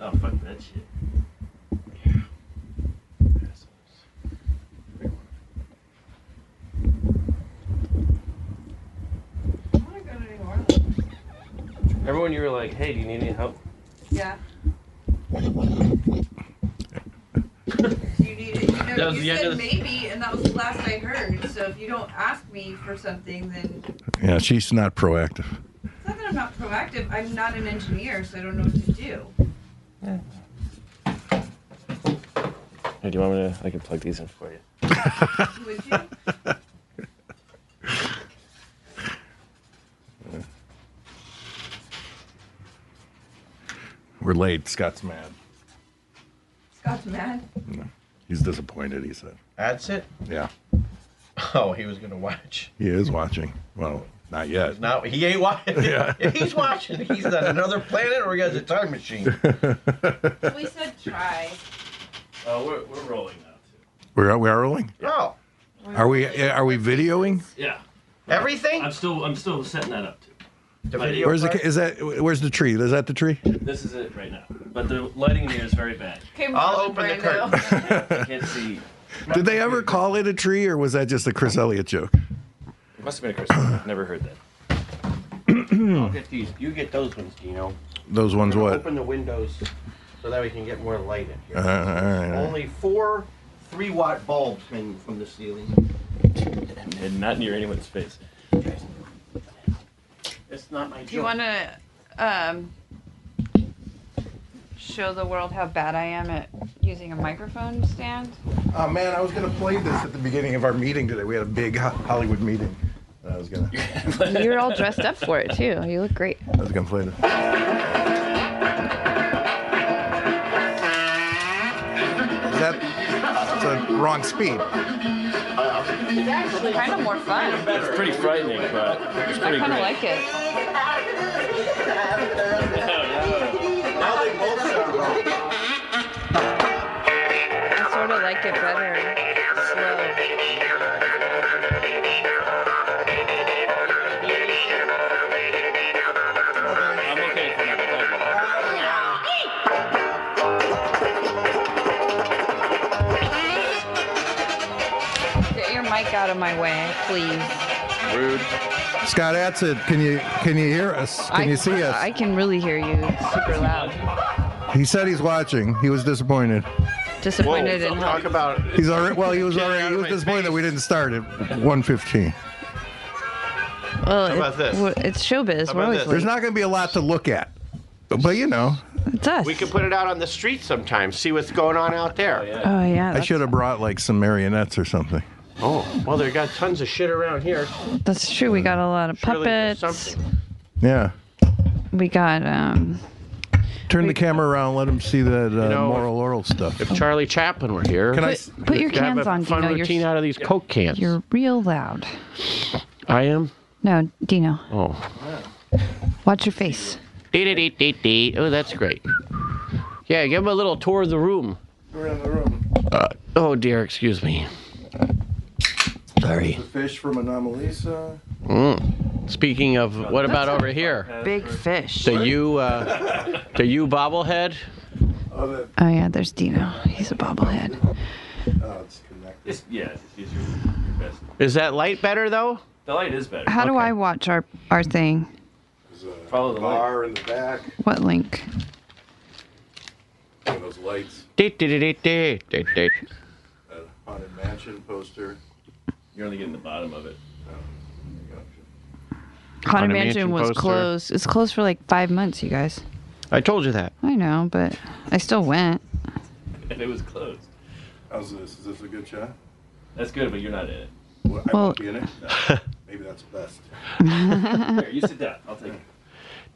Oh, fuck that shit. I want to go to New Orleans. Remember when you were like, "Hey, do you need any help?" Yeah. You need it. You know, That was the you end said of the- maybe, and that was the last I heard. So if you don't ask me for something, then Yeah, she's not proactive. it's not that I'm not proactive. I'm not an engineer, so I don't know what to do. Hey, do you want me to? I can plug these in for you. Would you? We're late. Scott's mad. Scott's mad. He's disappointed. He said, That's it. "Yeah, Oh, he was gonna watch. he is watching." Well, not yet. Now he ain't watching. Yeah. He's watching. He's on another planet, or he has a time machine. We said try. Uh, Oh, we're, we're rolling now too. We're we are rolling. Oh, Are we are we videoing? Yeah, everything. I'm still I'm still setting that up too. The Where's video Where's the part? is that? Where's the tree? Is that the tree? This is it right now. But the lighting here is very bad. Okay, Marlon I'll open the Brando. curtain. I can't see. Did they ever call it a tree, or was that just a Chris Elliott joke? It must have been a Christmas. Never heard that. I'll get these. You get those ones, Dino. Those ones what? Open the windows so that we can get more light in here. Uh, all right, all right. Only four three watt bulbs hanging from the ceiling. And not near anyone's face. It's not my job. Do you want to um, show the world how bad I am at using a microphone stand? Oh man, I was gonna play this at the beginning of our meeting today. We had a big Ho- Hollywood meeting. And I was gonna, You're all dressed up for it too. You look great. I was gonna play this. Is that that's a wrong speed? It's actually kind of more fun. It's pretty frightening, but it's I pretty kind of great. like it. Now they both sound wrong. I sort of like it better slow. I'm okay if we're not recording. Get your mic out of my way, please. Rude. Scott Atzett, can you can you hear us? Can I, you see us? I can really hear you. It's super loud. he said he's watching. He was disappointed. Disappointed in how. Talk about He's already well. He was Get it out already. He of was my disappointed that face. we didn't start at 1:15. Well, it- about this? well, it's showbiz. How We're about always this? There's late. not going to be a lot to look at, but you know, It's us. We could put it out on the street sometime. See what's going on out there. Oh, oh yeah. I That's, should have brought like some marionettes or something. Oh. well, they got tons of shit around here. that's true. We got a lot of Surely there's puppets. something. Yeah, We got um. turn the camera around. Let him see that uh, know, moral oral stuff. If Charlie Chaplin were here, Can I? Put, s- put your we'd have cans a on, fun Dino. routine You're, out of these Coke cans. you're real loud. I am. No, Dino, Oh. watch your face. Dee dee dee dee dee. Oh, that's great. Yeah, give him a little tour of the room. We're in the room. Oh dear, excuse me. Sorry. The fish from Anomalisa. Mm. Speaking of, what about over here? Big fish. The you, uh, the you bobblehead. Oh, that, Oh yeah, there's Dino. He's a bobblehead. oh, it's connected. It's, yeah, it's just your, your best. Is that light better though? The light is better. How do I watch our our thing? There's a Follow the bar in the back. What link? And those lights. uh, Dee dee dee dee dee dee dee. That haunted mansion poster. You're only getting the bottom of it. Haunted Haunted Mansion, Mansion was poster. closed. It's closed for like five months, you guys. I told you that. I know, but I still went. And it was closed. How's this? Is this a good shot? That's good, but you're not in it. Well, I Well- in it. Maybe that's best. Here, you sit down. I'll take it.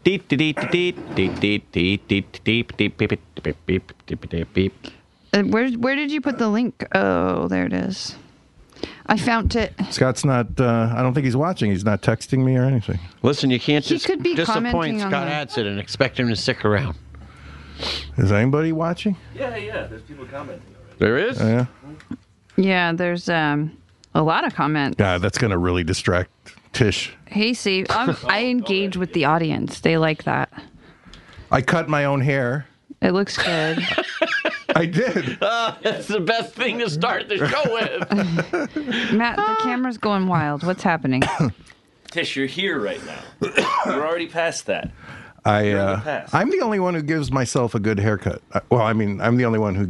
Dee dee dee dee dee dee dee dee dee dee beep beep beep beep beep beep beep. Uh, Where where did you put the link? Oh, there it is. I found it. Scott's not. Uh, I don't think he's watching. He's not texting me or anything. Listen, you can't He just could be disappoint commenting on Scott the- Adsit and expect him to stick around. Is anybody watching? Yeah, yeah. There's people commenting already. There is. Oh, yeah. Yeah, there's um a lot of comments. God, that's gonna really distract Tish. Hey, see, I'm, I engage with the audience. They like that. I cut my own hair. It looks good. I did. That's the best thing to start the show with. Matt, the camera's going wild. What's happening? Tish, you're here right now. You're already past that. I in the uh, past. I'm the only one who gives myself a good haircut. Uh, Well, I mean, I'm the only one who,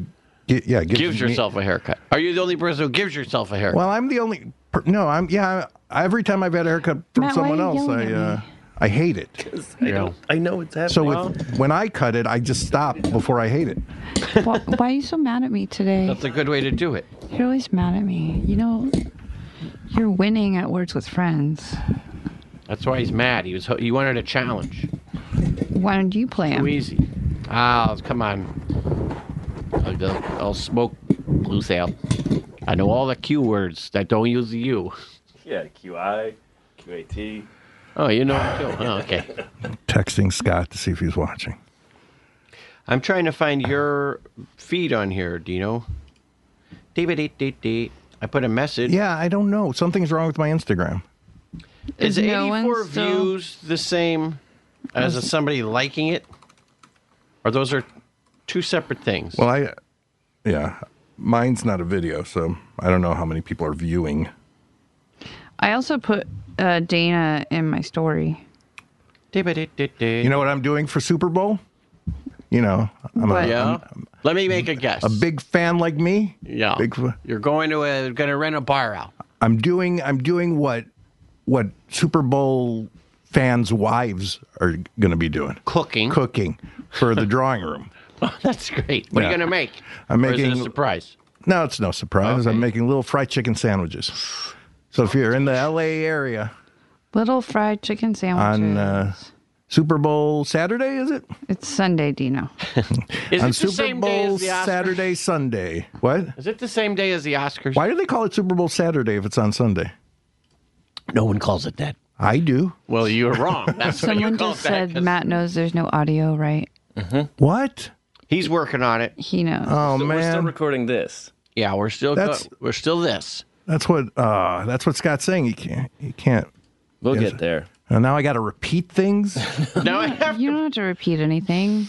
gi- yeah, gives, Gives me- yourself a haircut. Are you the only person who gives yourself a haircut? Well, I'm the only. Per- no, I'm. Yeah, I, every time I've had a haircut from Matt, why someone are you else, I yelling at uh, me? I hate it. You know. I know what's happening. So with, when I cut it, I just stop before I hate it. why, why are you so mad at me today? That's a good way to do it. You're always mad at me. You know, you're winning at Words with Friends. That's why he's mad. He was ho- he wanted a challenge. Why don't you play Too him? easy. Ah, come on. I'll, go, I'll smoke blue sail. I know all the Q words that don't use the U. Yeah, QI, QAT. Oh, you know it too. Oh, okay. Texting Scott to see if he's watching. I'm trying to find your feed on here. Do you know? Dee-ba-dee-dee-dee. I put a message. Yeah, I don't know. Something's wrong with my Instagram. Is Is no 84 one still- views the same as a somebody liking it? Or those are two separate things? Well, I, yeah, mine's not a video, so I don't know how many people are viewing. I also put uh, Dana in my story. Dee-ba-dee-dee-dee. You know what I'm doing for Super Bowl? You know, I'm What? a, yeah. Let me make a guess. a big fan like me. yeah. Big. fa- You're going to a, going to rent a bar out. I'm doing. I'm doing what what Super Bowl fans' wives are going to be doing. Cooking. Cooking for the drawing room. That's great. What are Yeah. you gonna make? I'm Or is it making- a surprise. No, it's no surprise. Okay. I'm making little fried chicken sandwiches. So if you're in the LA area Little fried chicken sandwiches. on uh, Super Bowl Saturday, is it? it's Sunday, Dino. Is on it the Super same day Bowl as the Oscars? Saturday, Sunday. What? Is it the same day as the Oscars? Why do they call it Super Bowl Saturday if it's on Sunday? No one calls it that. I do. Well, you're wrong. That's what you Someone call just it that, said 'cause Matt knows there's no audio, right? What? He's working on it. He knows. Uh, Oh we're still man, recording this. Yeah, we're still go- That's- we're still this. that's what uh, that's what Scott's saying. You can't. You can't. We'll Yes. get there. And now I got to repeat things. Now I have you don't have to repeat anything.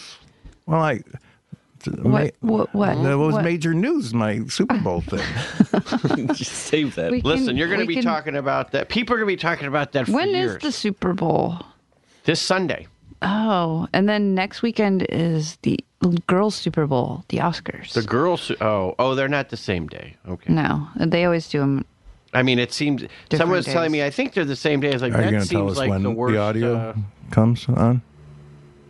well, I. What? my- What? What? that was what- major news. My Super Bowl thing. Just save that. we Listen, can- you're going to we be can- talking about that. People are going to be talking about that for When is years. the Super Bowl? This Sunday. Oh, and then next weekend is the girls' Super Bowl, the Oscars. The girls. Oh, oh, they're not the same day. Okay. no, they always do them. I mean, it seems someone was telling days. me. I think they're the same day. I was like, Are you that going to seems tell us like when the the, worst. audio uh, comes on?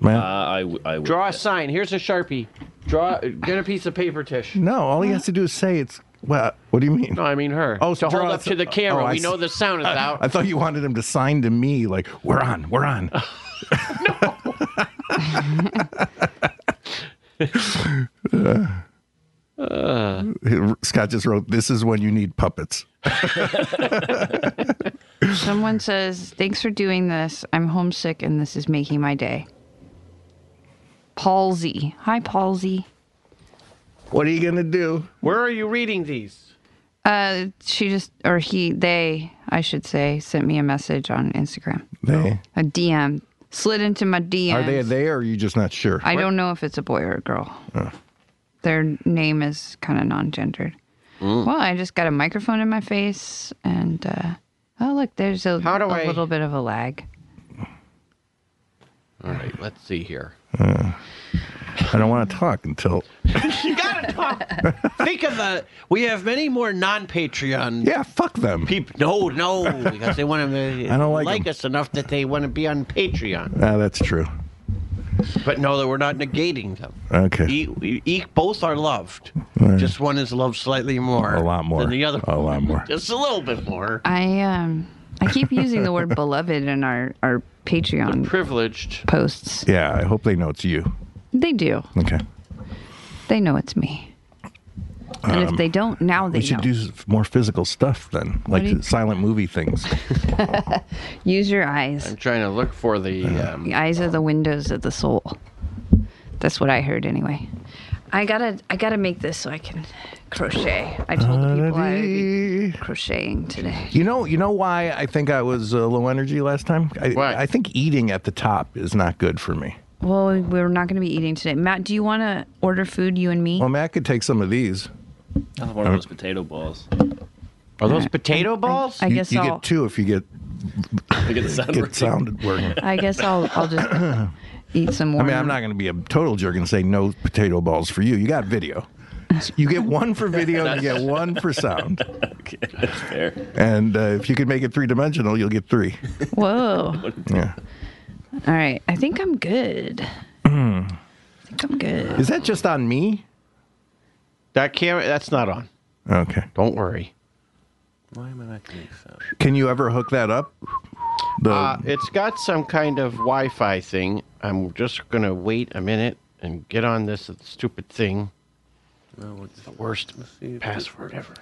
Man, Uh, I, w- I would. draw a sign. Here's a sharpie. Draw. Get a piece of paper, Tish. no. All he has to do is say it's. Well, what do you mean? No, I mean her. Oh, to draw hold a up si- to the camera. oh, I we know see. the sound is out. I thought you wanted him to sign to me, like we're on, we're on. Uh, Scott just wrote, "This is when you need puppets." Someone says, "Thanks for doing this. I'm homesick, and this is making my day." Palsy. Hi, Palsy. What are you gonna do? Where are you reading these? Uh, she just or he they I should say sent me a message on Instagram, They a DM, slid into my DM. are they there? Or are you just not sure? I don't know if it's a boy or a girl. Their name is kind of non-gendered. Mm. Well, I just got a microphone in my face, and uh, oh look, there's a, How do a I- little bit of a lag. All right, let's see here. I don't want to talk until. You gotta talk. Think of the. We have many more non-Patreon Yeah, fuck them. people. No, no, because they want to. I don't like 'em. us enough that they want to be on Patreon, Ah, that's true. but no, that we're not negating them. Okay, E, e, e- both are loved. Just one is loved slightly more. a lot more than the other. A lot more. Just a little bit more. I um I keep using the word beloved in our our Patreon Privileged. posts. Yeah, I hope they know it's you. They do. Okay, They know it's me. And if they don't, now they Um, we should know. do s- more physical stuff then, like do you- silent movie things. Use your eyes. I'm trying to look for the. Um, The eyes are the windows of the soul. That's what I heard anyway. I gotta I gotta make this so I can crochet. I told the people I'd be crocheting today. You know, you know why I think I was uh, low energy last time. I, Why? I think eating at the top is not good for me. Well, we're not going to be eating today. Matt, do you want to order food, you and me? Well, Matt could take some of these. Another one of those potato balls. Are those potato balls? I You, guess you I'll. get two if you get Look at the sound. get sounded working. I guess I'll. I'll just eat some more. I mean, I'm not going to be a total jerk and say no potato balls for you. You got video. You get one for video, and you get one for sound. Okay, that's fair. And uh, if you can make it three dimensional, you'll get three. Whoa. Yeah. All right. I think I'm good. I Mm. think I'm good. Is that just on me? That camera, that's not on. Okay. Don't worry. Why am I not doing sound? Can you ever hook that up? The Uh, it's got some kind of Wi-Fi thing. I'm just gonna wait a minute and get on this stupid thing. No, it's the Worst see if password ever.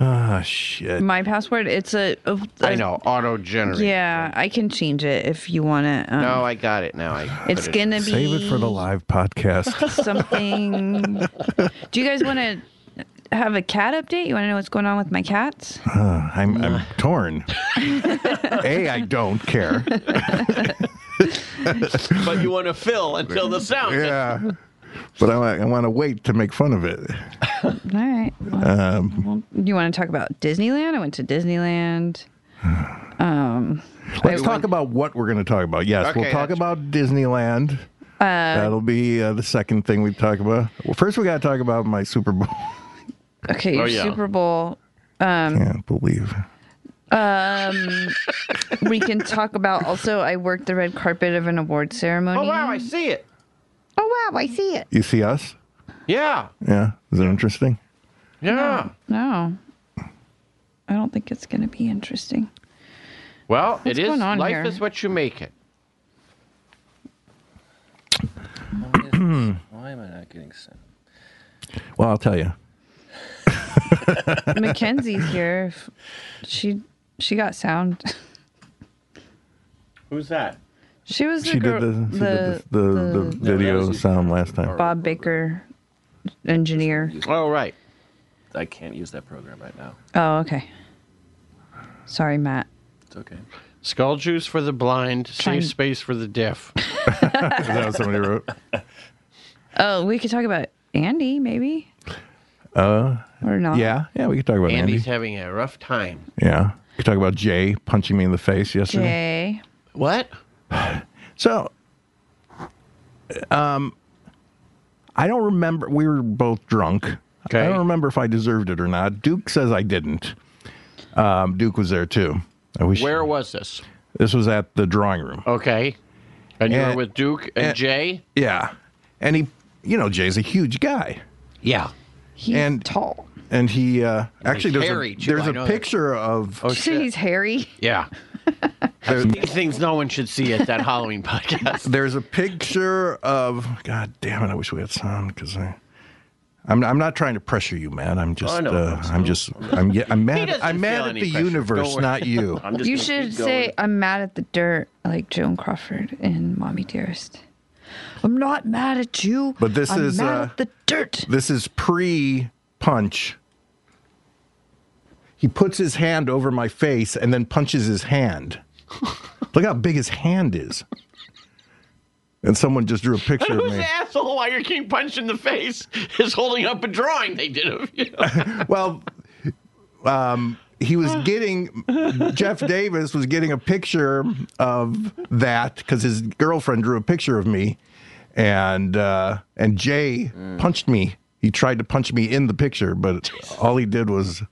ah shit. My password. It's a. a- I know auto generate. Yeah, I can change it if you want to. Um, No, Oh, I got it now. I it's put it in. gonna be Save it for the live podcast. something. Do you guys want to have a cat update? You want to know what's going on with my cats? I'm, I'm torn. a, I don't care. But you want to fill until the sound. Yeah. But I, wa- I want to wait to make fun of it. All right. Well, Um, well, you want to talk about Disneyland? I went to Disneyland. Um, Let's talk about what we're going to talk about. Yes, we'll Okay, talk that's- about Disneyland. That'll be uh, the second thing we talk about. Well, first we got to talk about my Super Bowl. Okay, your Oh, yeah. Super Bowl. Can't believe. We can talk about also. I worked the red carpet of an award ceremony. Oh wow, I see it. Oh, wow, I see it. You see us? Yeah, Yeah. Is it interesting? yeah. No, I don't think it's going to be interesting. Well, What's it is. going on Life here? is what you make it. Why, is this- why am I not getting sound? Well, I'll tell you. Mackenzie's here. If She she got sound. Who's that? She was the She girl, did the she the, did the, the, the, the video was- sound last time. Bob Baker engineer. Oh right. I can't use that program right now. Oh, okay. Sorry, Matt. It's okay. Skull juice for the blind, Trying- safe space for the deaf. Is that what somebody wrote? Oh, we could talk about Andy, maybe. Uh, or not. Yeah, yeah, we could talk about Andy. Andy's having a rough time. Yeah, we could talk about Jay punching me in the face yesterday. Jay. What? So, um, I don't remember. We were both drunk. Okay. I don't remember if I deserved it or not. Duke says I didn't. Um, Duke was there too. I wish Where Oh. was this? this was at the drawing room. Okay. And you And- were with Duke and and- Jay? Yeah, and he, you know, Jay's a huge guy. Yeah. He's And- tall. And he uh, actually there's hairy, a, too, there's I know a that. picture of Oh, You said shit. he's hairy. Yeah. Things no one should see at that Halloween podcast. There's a picture of God damn it! I wish we had sound because I, I'm I'm not trying to pressure you, man. I'm just Oh, no, uh, it's I'm just I'm ye- I'm mad doesn't I'm feel mad at any the pressure. Don't universe, worry. not you. I'm just You gonna should keep say going. I'm mad at the dirt, like Joan Crawford in Mommy Dearest. I'm not mad at you. But this I'm is, mad uh, at the dirt. this is pre punch. He puts his hand over my face and then punches his hand. Look how big his hand is. And someone just drew a picture of Who's me. the asshole while you're getting punched in the face is holding up a drawing they did of you? Well, um, he was getting Jeff Davis was getting a picture of that because his girlfriend drew a picture of me, and uh, and Jay Mm. punched me. He tried to punch me in the picture, but all he did was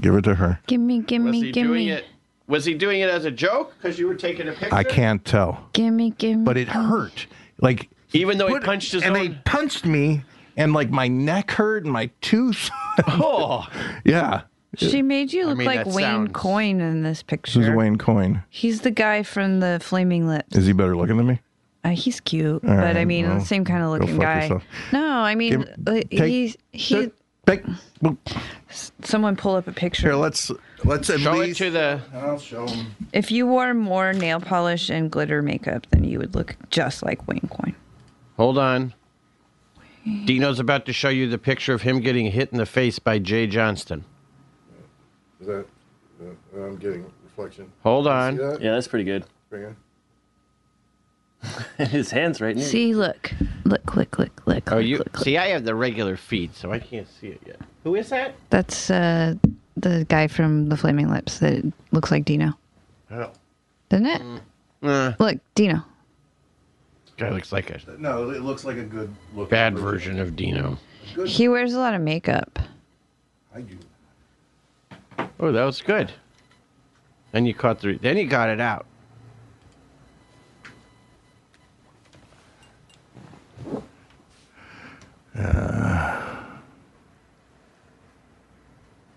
give it to her. Gimme, Was gimme, he doing gimme. it? Was he doing it as a joke because you were taking a picture? I can't tell, Gimme, gimme. but it hurt. Like Even though he put- punched his and own. they punched me, and like my neck hurt and my tooth. Oh, yeah, She made you look mean, like that Wayne sounds- Coyne in this this is picture. Wayne Coyne. He's the guy from the Flaming Lips. Is he better looking than me? Uh, he's cute, but I right, mean, well, the same kind of looking fuck guy. yourself. No, I mean, Give- uh, take- he's he. Take- well, Someone pull up a picture. Here, let's let's at show it least. to the. I'll show him. If you wore more nail polish and glitter makeup, then you would look just like Wayne Coyne. Hold on. Dino's about to show you the picture of him getting hit in the face by Jay Johnston. Is that? I'm getting reflection. Hold on. that? Yeah, that's pretty good. His hand's right near. See, look, look, look, look, look. Oh, look, you look, look. see, I have the regular feed, so I can't see it yet. Who is that? That's uh, the guy from the Flaming Lips that looks like Dino, I don't. doesn't it? Mm. Uh, Look, Dino. guy looks like a No, it looks like a good look. bad version of Dino. He wears a lot of makeup. I do. Oh, that was good. Then you caught the. Then you got it out.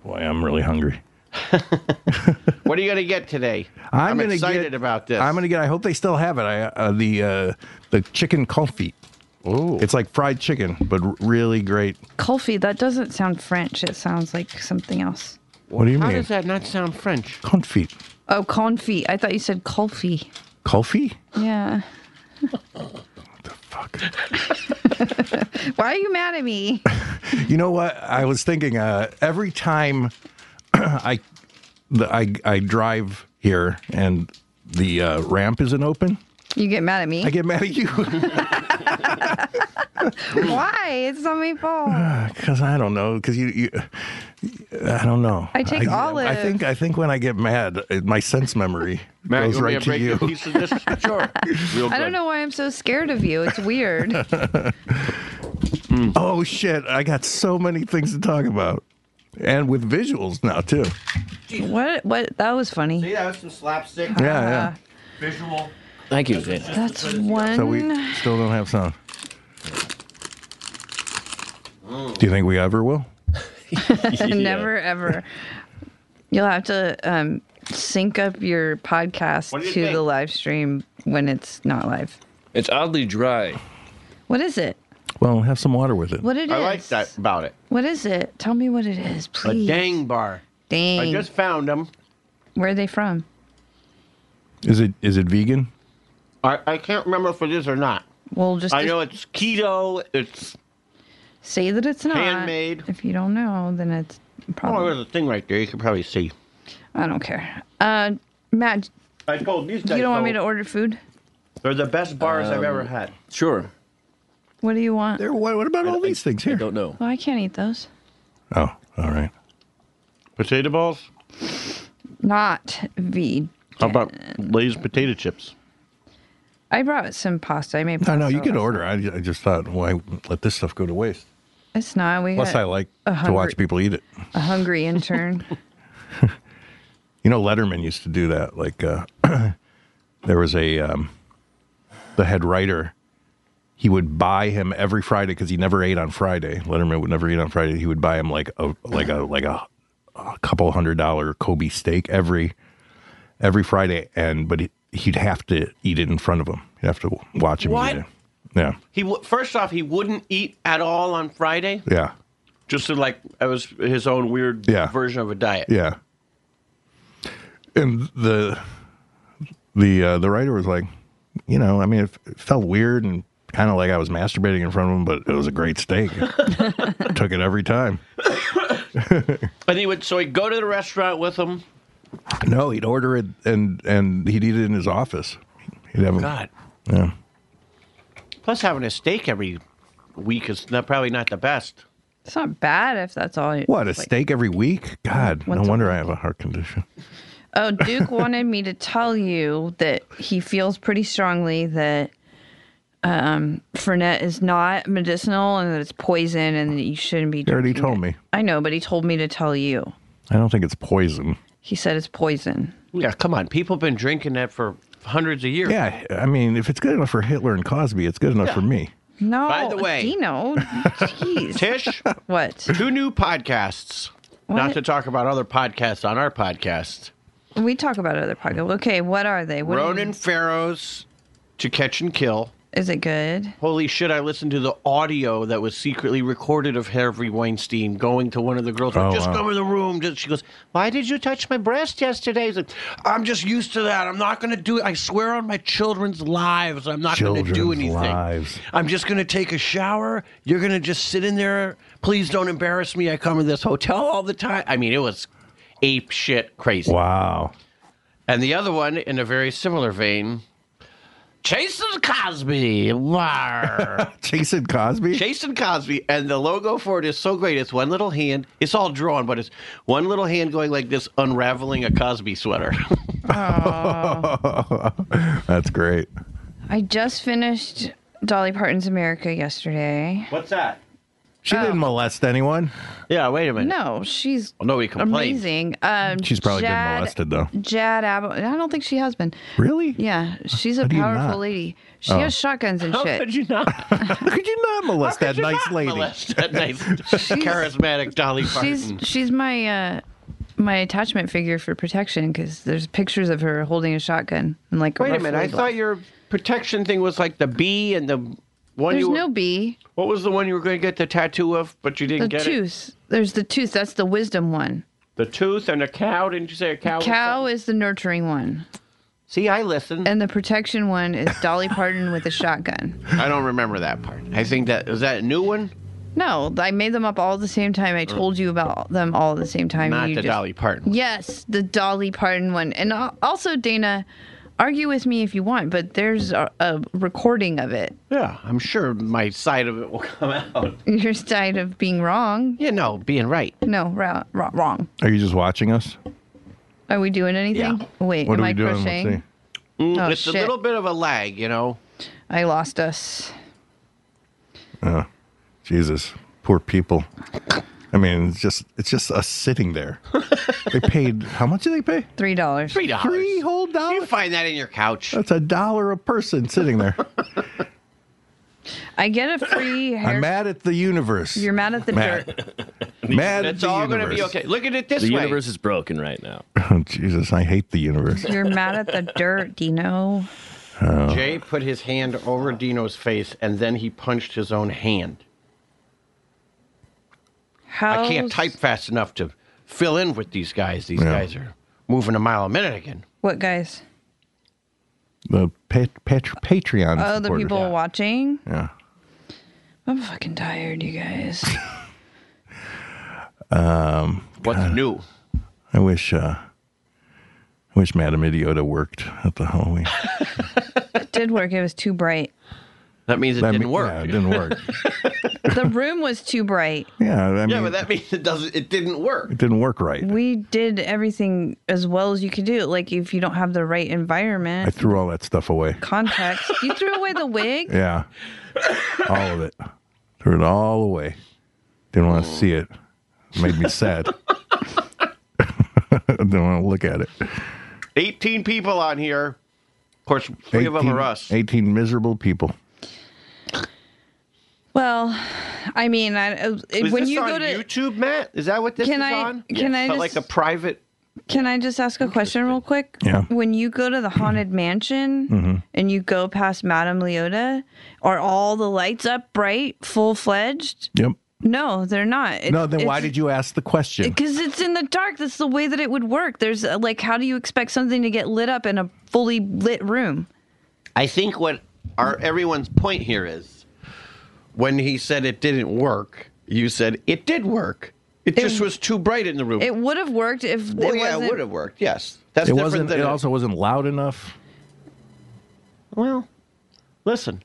Boy, I'm really hungry. What are you gonna get today? I'm, gonna excited get, about this. I'm gonna get. I hope they still have it. I uh, the uh, the chicken confit. Ooh. It's like fried chicken, but r- really great. Coffee. That doesn't sound French. It sounds like something else. What do you How mean? does that not sound French? Confit. Oh, confit. I thought you said coffee. Coffee? Yeah. Fuck. Why are you mad at me? You know what? I was thinking. Uh, every time I, the, I I drive here and the uh, ramp isn't open, You get mad at me? I get mad at you Why? It's not my fault. because Uh, I don't know because you, you I don't know. I take olive. I think I think when I get mad, it- my sense memory Matt, goes you want right to me to break a you. piece of this? sure. Real I don't good. know why I'm so scared of you. It's weird. Oh shit! I got so many things to talk about, and with visuals now too. what? What? That was funny. See, that was some slapstick Yeah, Uh-huh. yeah. visual. Thank you, Zane. That's one. So we Mm. still don't have sound. Do you think we ever will? Never ever. You'll have to um, sync up your podcast What do to you think? the live stream when it's not live. It's oddly dry. What is it? Well, have some water with it. What it is? I like that about it. What is it? Tell me what it is, A please. dang bar. Dang. I just found them. Where are they from? Is it is it vegan? I, I can't remember if it is or not. Well, just I know it's keto. It's say that it's not Handmade. If you don't know, then it's oh, probably. there's a thing right there. You can probably see. I don't care. Uh, Matt, I told these guys. you don't want me to though, order food? They're the best bars I've ever had. Sure. What do you want? There. What, what about all these things I here? don't know. Well, I can't eat those. Oh, all right. Potato balls. Not V. How about Lay's potato chips? I brought some pasta. I made No, pasta. no, you last can night. order. I, I just thought, why let this stuff go to waste? It's not. We Plus, I got like a to watch hungry- people eat it. a hungry intern. You know, Letterman used to do that. Like, uh, there was a um, the head writer. He would buy him every Friday because he never ate on Friday. Letterman would never eat on Friday. He would buy him like a like a like a, a couple hundred dollar Kobe steak every every Friday, and but he, he'd have to eat it in front of him. He'd have to watch him. What? Eat it. Yeah, He w- first off, he wouldn't eat at all on Friday. yeah, Just to like it was his own weird Yeah. version of a diet. yeah. And the the uh, the writer was like, you know, I mean, it, it felt weird and kind of like I was masturbating in front of him, but it was a great steak. Took it every time. And he would so he'd go to the restaurant with him. No, he'd order it and and he'd eat it in his office. He'd have a- Yeah. Plus, having a steak every week is not, probably not the best. it's not bad if that's all. you- What a it's like- steak every week? God, no Once a wonder I have a heart condition. Oh, Duke wanted me to tell you that he feels pretty strongly that um, Fernet is not medicinal and that it's poison and that you shouldn't be. He already drinking told it. me. I know, but he told me to tell you. I don't think it's poison. He said it's poison. Yeah, come on. People have been drinking that for hundreds of years. Yeah, I mean, if it's good enough for Hitler and Cosby, it's good enough for me. No, By the way- Dino, jeez, Tish, what? two new podcasts. Not What? to talk about other podcasts on our podcast. We talk about other podcasts. Okay, what are they? What do you- Ronan Farrow's To Catch and Kill. is it good? Holy shit, I listened to the audio that was secretly recorded of Harvey Weinstein going to one of the girls. Oh, like, just wow. come in the room. Just, she goes, Why did you touch my breast yesterday? He's like, I'm just used to that. I'm not going to do it. I swear on my children's lives, I'm not going to do Children's anything. lives. I'm just going to take a shower. You're going to just sit in there. Please don't embarrass me. I come to this hotel all the time. I mean, it was ape shit crazy. Wow. And the other one, in a very similar vein, Jason Cosby. War. Jason Cosby. Jason Cosby, and the logo for it is so great. It's one little hand. It's all drawn, but it's one little hand going like this, unraveling a Cosby sweater. Oh. That's great. I just finished Dolly Parton's America yesterday. What's that? She didn't molest anyone. Yeah, wait a minute. No, she's Well, nobody complained. amazing. Um, She's probably been Jad- molested, though. Jad Abbott. I don't think she has been. Really? Yeah, she's a do you powerful not? Oh. lady. She has shotguns and How shit. could you not Could you not molest that nice lady? molest that nice, charismatic Dolly she's Parton? she's my uh, my attachment figure for protection because there's pictures of her holding a shotgun and like. Wait a minute. I ruffled- thought your protection thing was like the bee and the one there's you. were- no bee. what was the one you were going to get the tattoo of, but you The didn't get it? tooth. There's the tooth. That's the wisdom one. The tooth and a cow. Didn't you say a cow? was Cow something? is the nurturing one, See, I listen. and the protection one is Dolly Parton with a shotgun. I don't remember that part. I think that is that a new one. No, I made them up all at the same time. I told you about them all at the same time. Not you the just- Dolly Parton. Yes, the Dolly Parton one. And al- also, Dana, argue with me if you want, but there's a, a recording of it. Yeah, I'm sure my side of it will come out. Your side of being wrong. You know, being right. No, ra- ra- wrong. Are you just watching us? Are we doing anything? Wait, am What are we I doing? Let's crocheting? see. oh, it's shit. a little bit of a lag, you know. I lost us. Jesus, poor people. I mean, it's just it's just us sitting there. they paid how much did they pay? Three dollars. Three dollars. Three whole You dollars. find that in your couch. That's a dollar a person sitting there. I get a free hair. I'm mad at the universe. You're mad at the Mad. dirt. mad at That's the all going to universe. be okay. Look at it this The way. universe is broken right now. Oh, Jesus, I hate the universe. You're mad at the dirt, Dino. Jay put his hand over Dino's face and then he punched his own hand. How? Oh, I can't type fast enough to fill in with these guys. These Yeah. guys are moving a mile a minute again. What guys? The pat, pat, Patreon. Oh, the supporters. people watching. Yeah. I'm fucking tired, you guys. What's new? I wish. uh I wish Madame Idiota worked at the Halloween. it did work. It was too bright. That means it That didn't mean- work. Yeah, Yeah, it didn't work. The room was too bright. yeah, I mean, but that means it doesn't. It didn't work. it didn't work right. We did everything as well as you could do. Like if you don't have the right I environment, threw all that stuff away. context. You threw away the wig. Yeah. all of it. Threw it all away. Didn't Oh. want to see it. Made me sad. Didn't want to look at it. Eighteen people on here. Of course, three of them are us. 18 miserable people. Well, I mean, I, it- Is when this you on go to, YouTube, Matt? Is that what this Can is I- on? can I But just- like a private? can I just ask a question real quick? Yeah. Mm-hmm. When you go to the haunted mansion and you go past Madame Leota, are all the lights up bright, full fledged? Yep. No, they're not. It's, No, then why did you ask the question? Because it's in the dark. That's the way that it would work. There's uh, like, how do you expect something to get lit up in a fully lit room? I think what our everyone's point here is, when he said it didn't work, you said it did work. It, just was too bright in the room. It would have worked if well, it yeah, wasn't. it would have worked. Yes, that's It different wasn't. than It also wasn't loud enough. Well, listen.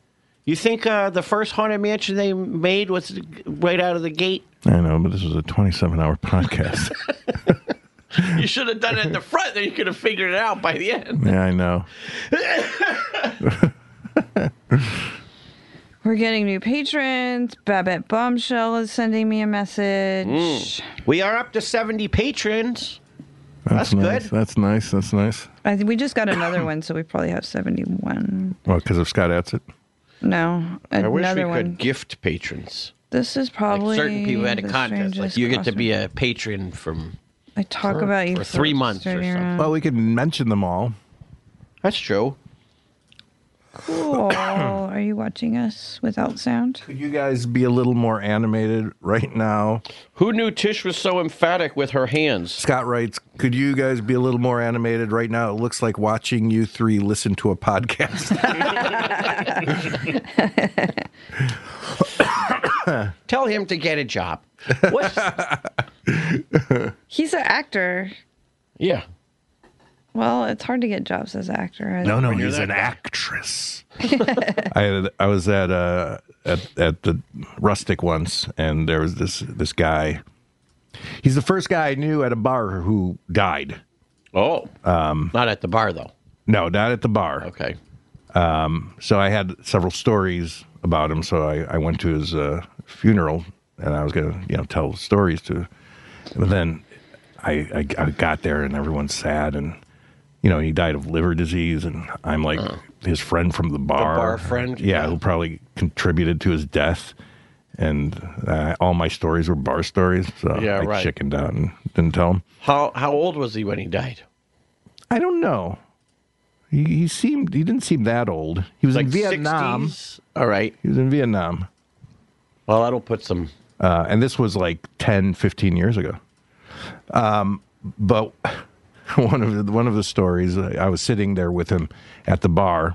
You think uh, the first haunted mansion they made was right out of the gate? I know, but this was a 27-hour podcast. You should have done it at the front, then you could have figured it out by the end. yeah, I know. We're getting new patrons. Babette Bombshell is sending me a message. We are up to seventy patrons. That's, That's nice. good. That's nice. That's nice. I think we just got another one, so we probably have seventy-one. Well, because of Scott Atzit. No, I another wish we one. could gift patrons. this is Like probably certain people had a the contest. Like strangest you get to be crossword. a patron from. I talk about you for three months or straight something. around. Well, we could mention them all. That's true. Cool. Oh. Are you watching us without sound? Could you guys be a little more animated right now? Who knew Tish was so emphatic with her hands? Scott writes, "Could you guys be a little more animated right now? It looks like watching you three listen to a podcast." Tell him to get a job. What? He's an actor. yeah. Well, it's hard to get jobs as an actor. No, no, you're he's that an guy. actress. I had, I was at uh at, at the rustic once, and there was this this guy. He's the first guy I knew at a bar who died. Oh, Um, not at the bar though. No, not at the bar. Okay. So I had several stories about him. So I, I went to his uh, funeral, and I was gonna you know tell stories to. But then I, I I got there, and everyone's sad, and you know he died of liver disease, and I'm like his friend from the bar, Uh. bar friend? yeah, who probably contributed to his death. And uh, all my stories were bar stories, so Yeah, I right. chickened out and didn't tell him. How how old was he when he died? I don't know. He, he seemed he didn't seem that old. He was in Vietnam. 60s? All right. He was in Vietnam. Well, that'll put some. uh, and this was like 10 15 years ago um, but one of the, one of the stories uh, I, I was sitting there with him at the bar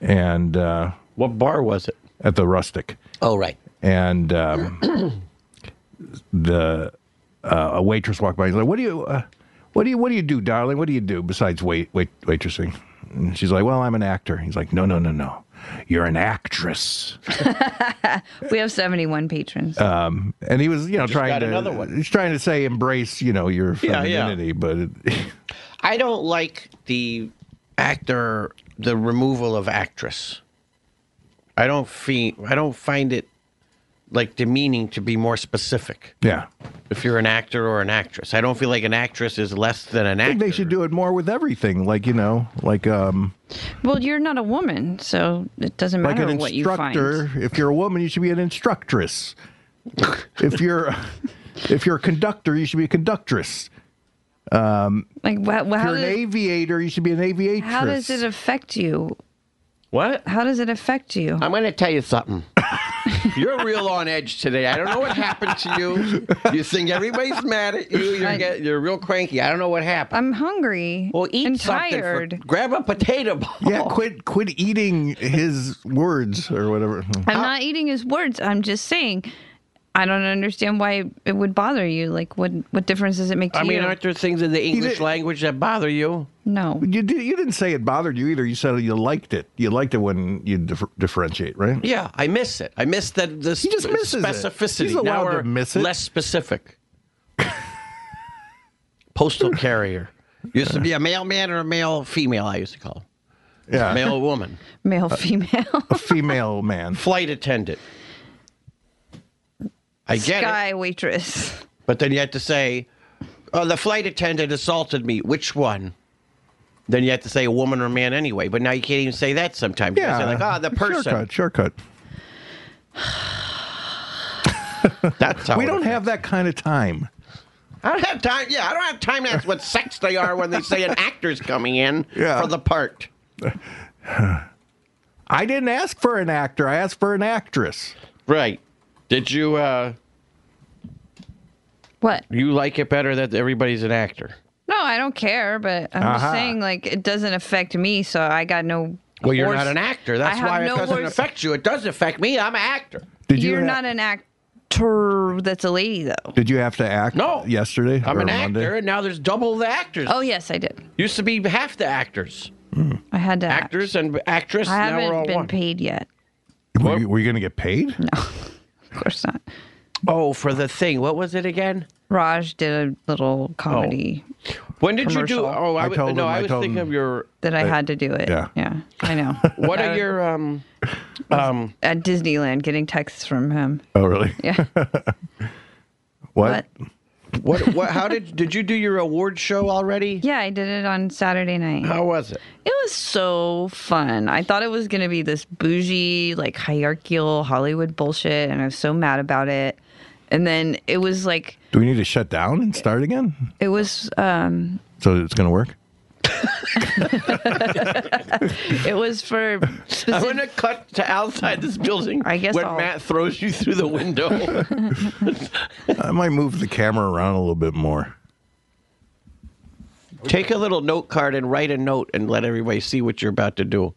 and uh, What bar was it? at the rustic Oh, right. and um, the uh, a waitress walked by and like what do you uh, what do you what do you do darling what do you do besides wait wait waitressing and she's like well i'm an actor he's like no no no no you're an actress We have 71 patrons. Uh. and he was you know trying got to another one. he's trying to say embrace you know your Yeah, yeah. femininity but it, I don't like the actor the removal of actress. I don't feel I don't find it like demeaning to be more specific. yeah If you're an actor or an actress, I don't feel like an actress is less than an I actor. think they should do it more with everything like you know like um well, you're not a woman, so it doesn't like matter an what you find. instructor if you're a woman you should be an instructress if you're if you're a conductor you should be a conductress Like, wha- wha- if how, you're an does, aviator you should be an aviatress how does it affect you? What? How does it affect you? I'm going to tell you something. You're real on edge today. I don't know what happened to you. You think everybody's mad at you. You're, get, you're real cranky. I don't know what happened. I'm hungry. well, eat and something. for- tired. grab a potato ball. yeah quit quit eating his words or whatever I'm not eating his words. I'm just saying. I don't understand why it would bother you. Like, what what difference does it make to I you? mean, aren't there things in the English did- language that bother you? no. you, did, you didn't say it bothered you either you said you liked it you liked it when you differ, differentiate right Yeah, I miss it. I miss that the He just misses it. specificity. He's allowed now to we're miss it. less specific. Postal carrier. Used to be a male man or a male female, I used to call him. yeah Uh. Male woman. Male, Uh, female, a female man Flight attendant. I get it. sky waitress. But then you had to say, oh, the flight attendant assaulted me. Which one? Then you have to say a woman or man anyway. But now you can't even say that sometimes. You gotta say, like, oh, the person. Shortcut, shortcut. That's how We it don't affects- have that kind of time. I don't have time. Yeah, I don't have time to ask what sex they are when they say an actor's coming in Yeah. for the part. I didn't ask for an actor. I asked for an actress. Right. Did you uh What? you like it better that everybody's an actor? No, I don't care. But I'm Aha. just saying, like, it doesn't affect me, so I got no. Well, you're horse- not an actor. That's I have why it no doesn't horse- affect you. It does affect me. I'm an actor. Did you You're ha- not an actor. That's a lady, though. Did you have to act? No. Yesterday. I'm or an Monday? actor, and now there's double the actors. Oh yes, I did. Used to be half the actors. I had to. act. Actors and actress. I now we're all haven't been one. paid yet. Were you, were you going to get paid? Of course not. Oh, for the thing. What was it again? Raj did a Oh. little comedy When did you do? Commercial. Oh, I, I was- told no, him, I I was told thinking him. of your. that I had to do it. yeah. Yeah. I know. What I are was your um? at Disneyland getting texts from him? Oh, really? Yeah. What? But What? What? How did? Did you do your award show already? yeah, I did it on Saturday night. How was it? It was so fun. I thought it was going to be this bougie, like hierarchical Hollywood bullshit, and I was so mad about it. And then it was like, Do we need to shut down and start again? it was, um, So it's going to work. it was for I'm specific. gonna cut to outside this building. I guess when I'll- Matt throws you through the window. I might move the camera around a little bit more. Take a little note card and write a note and let everybody see what you're about to do,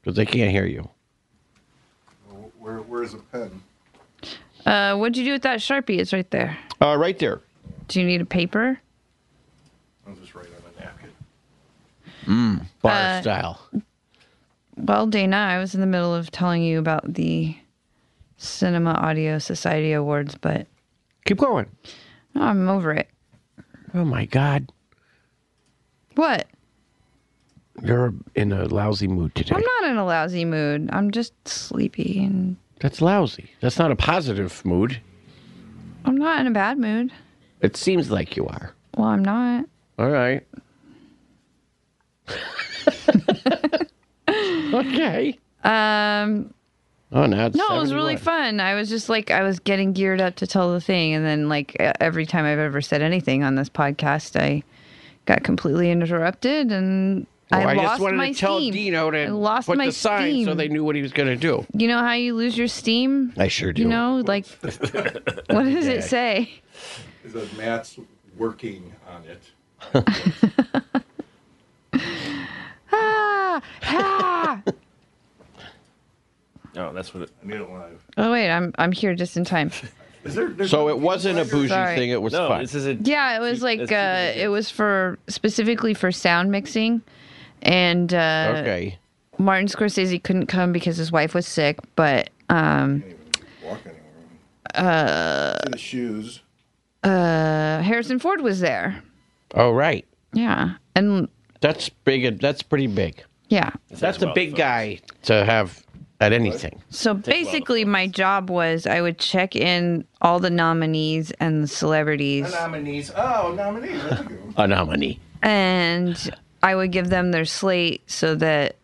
because they can't hear you. Where, where's a pen? Uh, what'd you do with that Sharpie? It's right there. Uh, right there. Do you need a paper? I'll just write on a napkin. bar Uh, style. Well, Dana, I was in the middle of telling you about the Cinema Audio Society Awards, but Keep going. I'm over it. Oh my God, What? you're in a lousy mood today. I'm not in a lousy mood. I'm just sleepy and That's lousy. That's not a positive mood. I'm not in a bad mood. It seems like you are. Well, I'm not. All right. okay. Um, Oh, now it's no, it was really 71. fun. I was just like, I was getting geared up to tell the thing. And then, like, e- every time I've ever said anything on this podcast, I got completely interrupted and Well, I, just lost wanted my to tell steam. Dino to I lost put my the sign so steam. they knew what he was going to do. You know how you lose your steam? I sure do. You know, like, what does it say? It says Matt's working on it. Ah, ah. Oh, that's what it. I need it live. oh wait, I'm I'm here just in time. Is there, there's so it wasn't a bougie Sorry. thing. It was No, fun. this is a. Yeah, it was Cheap- like that's cheaper uh, than it it. was for specifically for sound mixing, and uh, okay. Martin Scorsese couldn't come because his wife was sick. But um, walk anywhere. Uh, the shoes. uh, Harrison Ford was there. Oh, right. Yeah, and That's big. That's pretty big. yeah. That's a big guy to have at anything. So basically, my job was I would check in all the nominees and the celebrities. Nominees. Oh, nominees. That's a good one. A nominee. and I would give them their slate so that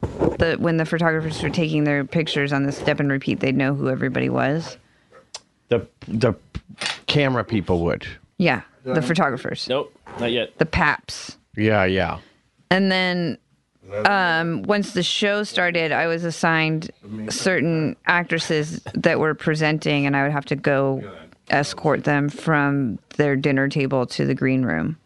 the when the photographers were taking their pictures on the step and repeat, they'd know who everybody was. The the camera people would. Yeah, the photographers, Nope, not yet. the paps, Yeah, yeah. and then um, once the show started, I was assigned certain actresses that were presenting, and I would have to go escort them from their dinner table to the green room.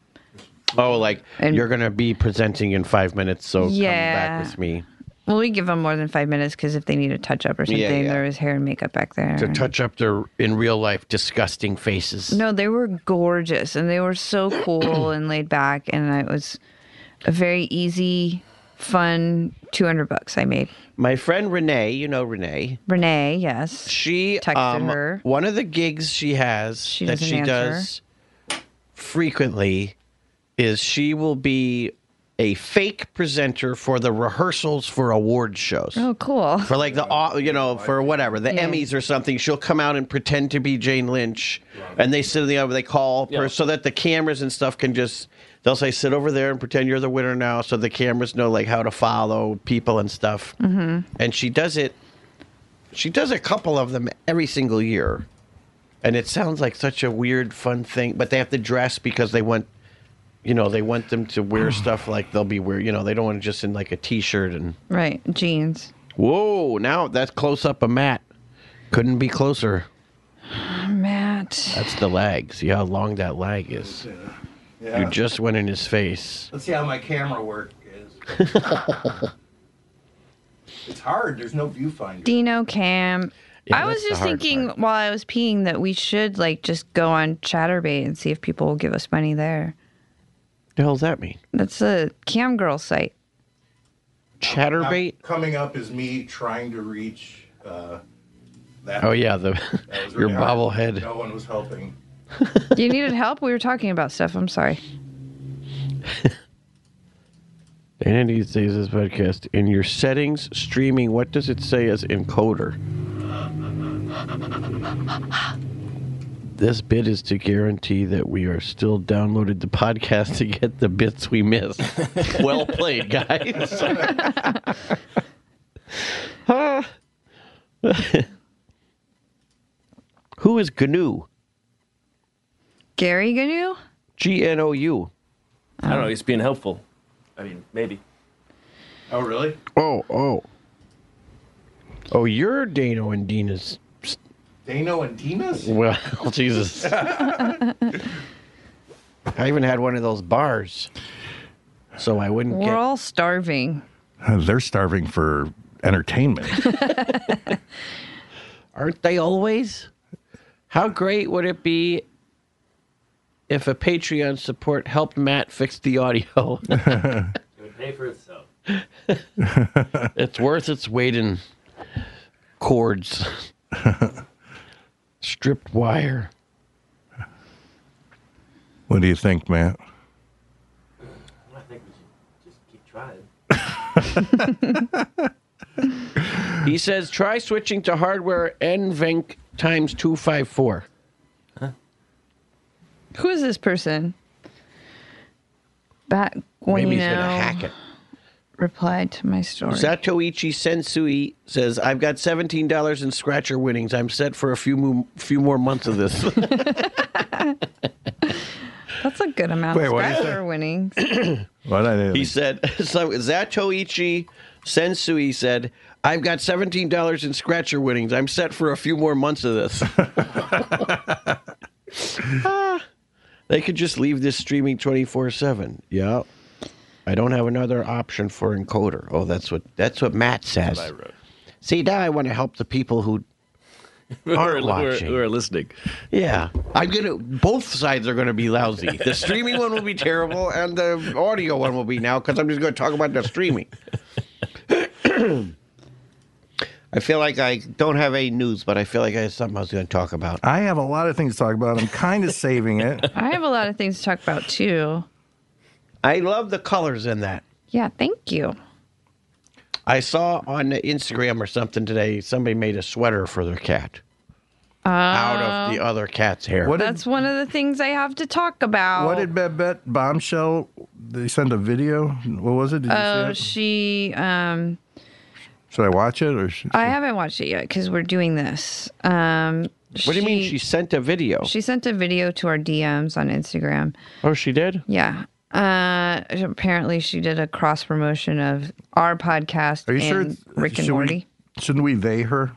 Oh, like And- you're gonna be presenting in five minutes, so come Yeah. back with me Well, we give them more than five minutes because if they need a touch up or something, yeah. there was hair and makeup back there. to touch up their in real life disgusting faces. No, they were gorgeous and they were so cool and laid back. And it was a very easy, fun 200 bucks I made. My friend Renee, you know Renee. Renee, yes. She Texted um, her. One of the gigs she has She that doesn't she answer. does frequently is she will be a fake presenter for the rehearsals for award shows. Oh, cool. For like the au- you know for whatever the Yeah. Emmys or something, she'll come out and pretend to be Jane Lynch, and they sit in the over. They call her Yeah. so that the cameras and stuff can just. They'll say sit over there and pretend you're the winner now, so the cameras know like how to follow people and stuff. Mm-hmm. And she does it. She does a couple of them every single year, and it sounds like such a weird fun thing. But they have to dress because they want. You know, they want them to wear stuff like they'll be wear. You know, they don't want to just in like a t-shirt and Right. Jeans. Whoa, now that's close up of Matt. Couldn't be closer. Matt. That's the lag. See how long that lag is. You just went in his face. Let's see how my camera work is. it's hard. There's no viewfinder. Dino Cam. Yeah, I was that's the just hard thinking part. while I was peeing that we should like just go on Chatterbait and see if people will give us money there. The hell does that mean? That's a cam girl site. Chatterbait? Coming up is me trying to reach uh, that. Oh yeah, the That was your really hard. bobblehead. No one was helping. you needed help? We were talking about stuff. I'm sorry. And he says this podcast in your settings streaming. What does it say as encoder? This bit is to guarantee that we are still downloaded the podcast to get the bits we missed. well played, guys. Ah. Who is GNU? Gary Ganu? G N O U. I don't know. He's being helpful. I mean, maybe. Oh, really? Oh, oh. Oh, you're Dano and Dina's Dano and Dinas? Well, Jesus. I even had one of those bars, so I wouldn't We're all starving. Uh, They're starving for entertainment. get. Aren't they always? How great would it be if a Patreon support helped Matt fix the audio? Pay for itself. It's worth its weight in cords, stripped wire. What do you think, Matt? I think we should just keep trying. He says try switching to hardware NVENC times 254. Who is this person? Back when Maybe you he's going to hack know, it. replied to my story. Satoichi Sensui says, "I've got seventeen dollars in scratcher winnings. I'm set for a few mo- few more months of this." That's a good amount Wait, of what do you say? Skylar winnings. What I he didn't. said, "So Satoichi Sensui said." I've got seventeen dollars in scratcher winnings. I'm set for a few more months of this. Ah, they could just leave this streaming twenty four seven. Yeah, I don't have another option for encoder. Oh, that's what that's what Matt says. I wrote. See, now I want to help the people who Or- aren't or- watching. or listening. Yeah, I'm gonna. Both sides are gonna be lousy. The streaming one will be terrible, and the audio one will be now because I'm just gonna talk about the streaming. I feel like I don't have any news, but I feel like I have something I was gonna talk about. I have a lot of things to talk about. I'm kind of saving it. I have a lot of things to talk about too. I love the colors in that. Yeah, thank you. I saw on the Instagram or something today somebody made a sweater for their cat out of the other cat's hair. What did, That's one of the things I have to talk about. what did Babette Bombshell? They sent a video. What was it? Did you Oh, see it? she. Um, Should I watch it or? Should, I haven't watched it yet because we're doing this. Um, What do you mean she sent a video? She sent a video to our DMs on Instagram. Oh, she did. Yeah. Uh, apparently she did a cross promotion of our podcast. Are you sure? and it's- Rick and should we- Morty. shouldn't we they her?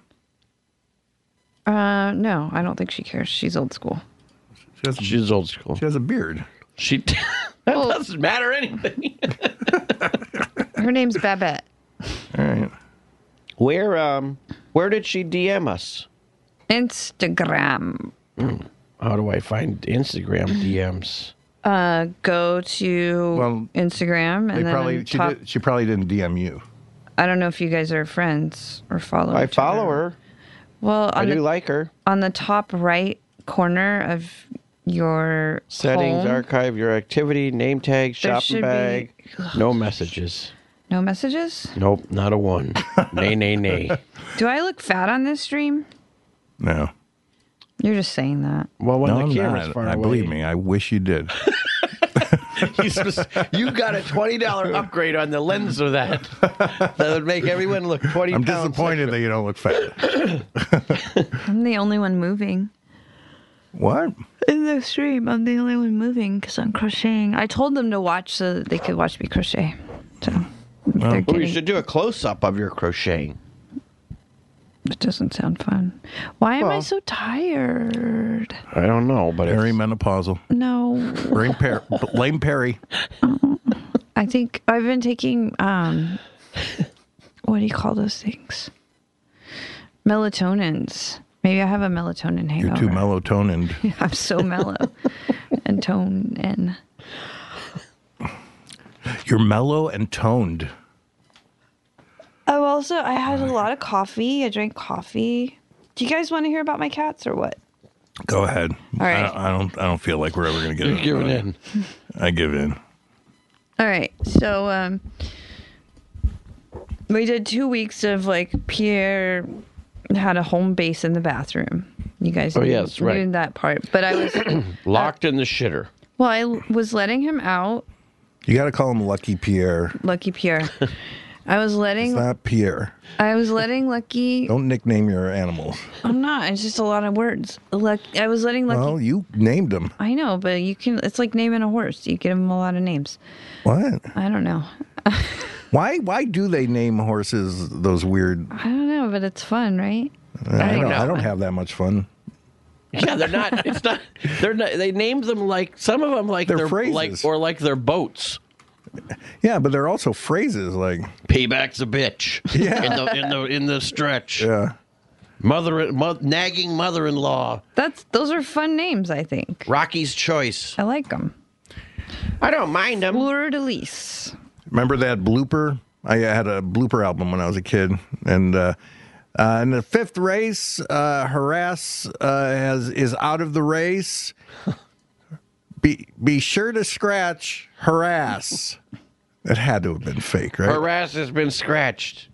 Uh, no, I don't think she cares. She's old school. She has, she She's old school. has a beard. She that doesn't matter anything. Her name's Babette. All right. Where um where did she DM us? Instagram. How do I find Instagram DMs? Uh, go to Well, Instagram They and then probably on she, top- did, she probably didn't DM you. I don't know if you guys are friends or follow. I each follow other. her. Well, I on do the, like her. on the top right corner of your Settings, home, archive your activity, name tag, There shopping should bag. be- No messages. no messages. Nope, not a one. nay, nay, nay. Do I look fat on this stream? No. You're just saying that. Well, when no, the I'm camera's not. far I away, believe me. I wish you did. you spec- you got a twenty dollar upgrade on the lens of that. That would make everyone look twenty. I'm pounds disappointed that you don't look fat. I'm the only one moving what? in the stream. I'm the only one moving because I'm crocheting. I told them to watch so that they could watch me crochet. So they're Well, you getting, should do a close up of your crocheting. it doesn't sound fun. Why am I Well- so tired? I don't know, but it's- Perimenopausal. No, Lame Perry. Lame Perry. I think I've been taking um what do you call those things? Melatonins. Maybe I have a melatonin hangover. You're too melatonin. I'm so mellow and tone and You're mellow and toned. Oh also I had a lot of coffee. I drank coffee. Do you guys want to hear about my cats or what? Go ahead. All right. I, don't, I don't. I don't feel like we're ever gonna get. you're it. giving in. I give in. All right. So um we did 2 weeks of like Pierre had a home base in the bathroom. You guys Oh, knew, yes, right. knew that part, but I was Locked in the shitter. Well, I l- was letting him out, You got to call him Lucky Pierre. Lucky Pierre. I was It's letting not Pierre. I was letting Lucky. Don't nickname your animals. I'm not. It's just a lot of words. Luck, I was letting Lucky. Well, you named them. I know, but you can. It's like naming a horse. You give him a lot of names. What? I don't know. Why? Why do they name horses those weird? I don't know, but it's fun, right? I don't don't. know. I don't have that much fun. Yeah, they're not. It's not. They're not. They named them like some of them like They're their phrases. like or like their boats. Yeah, but they're also phrases like Payback's a bitch. Yeah. In the in the in the stretch. yeah. Mother, mo- nagging mother-in-law. That's those are fun names. I think Rocky's choice. I like them. I don't mind them. Fleur de Lis. Remember that blooper? I had a blooper album when I was a kid, and uh, uh, in the fifth race, uh, harass uh, has is out of the race. Be be sure to scratch harass. It had to have been fake, right? Harass has been scratched.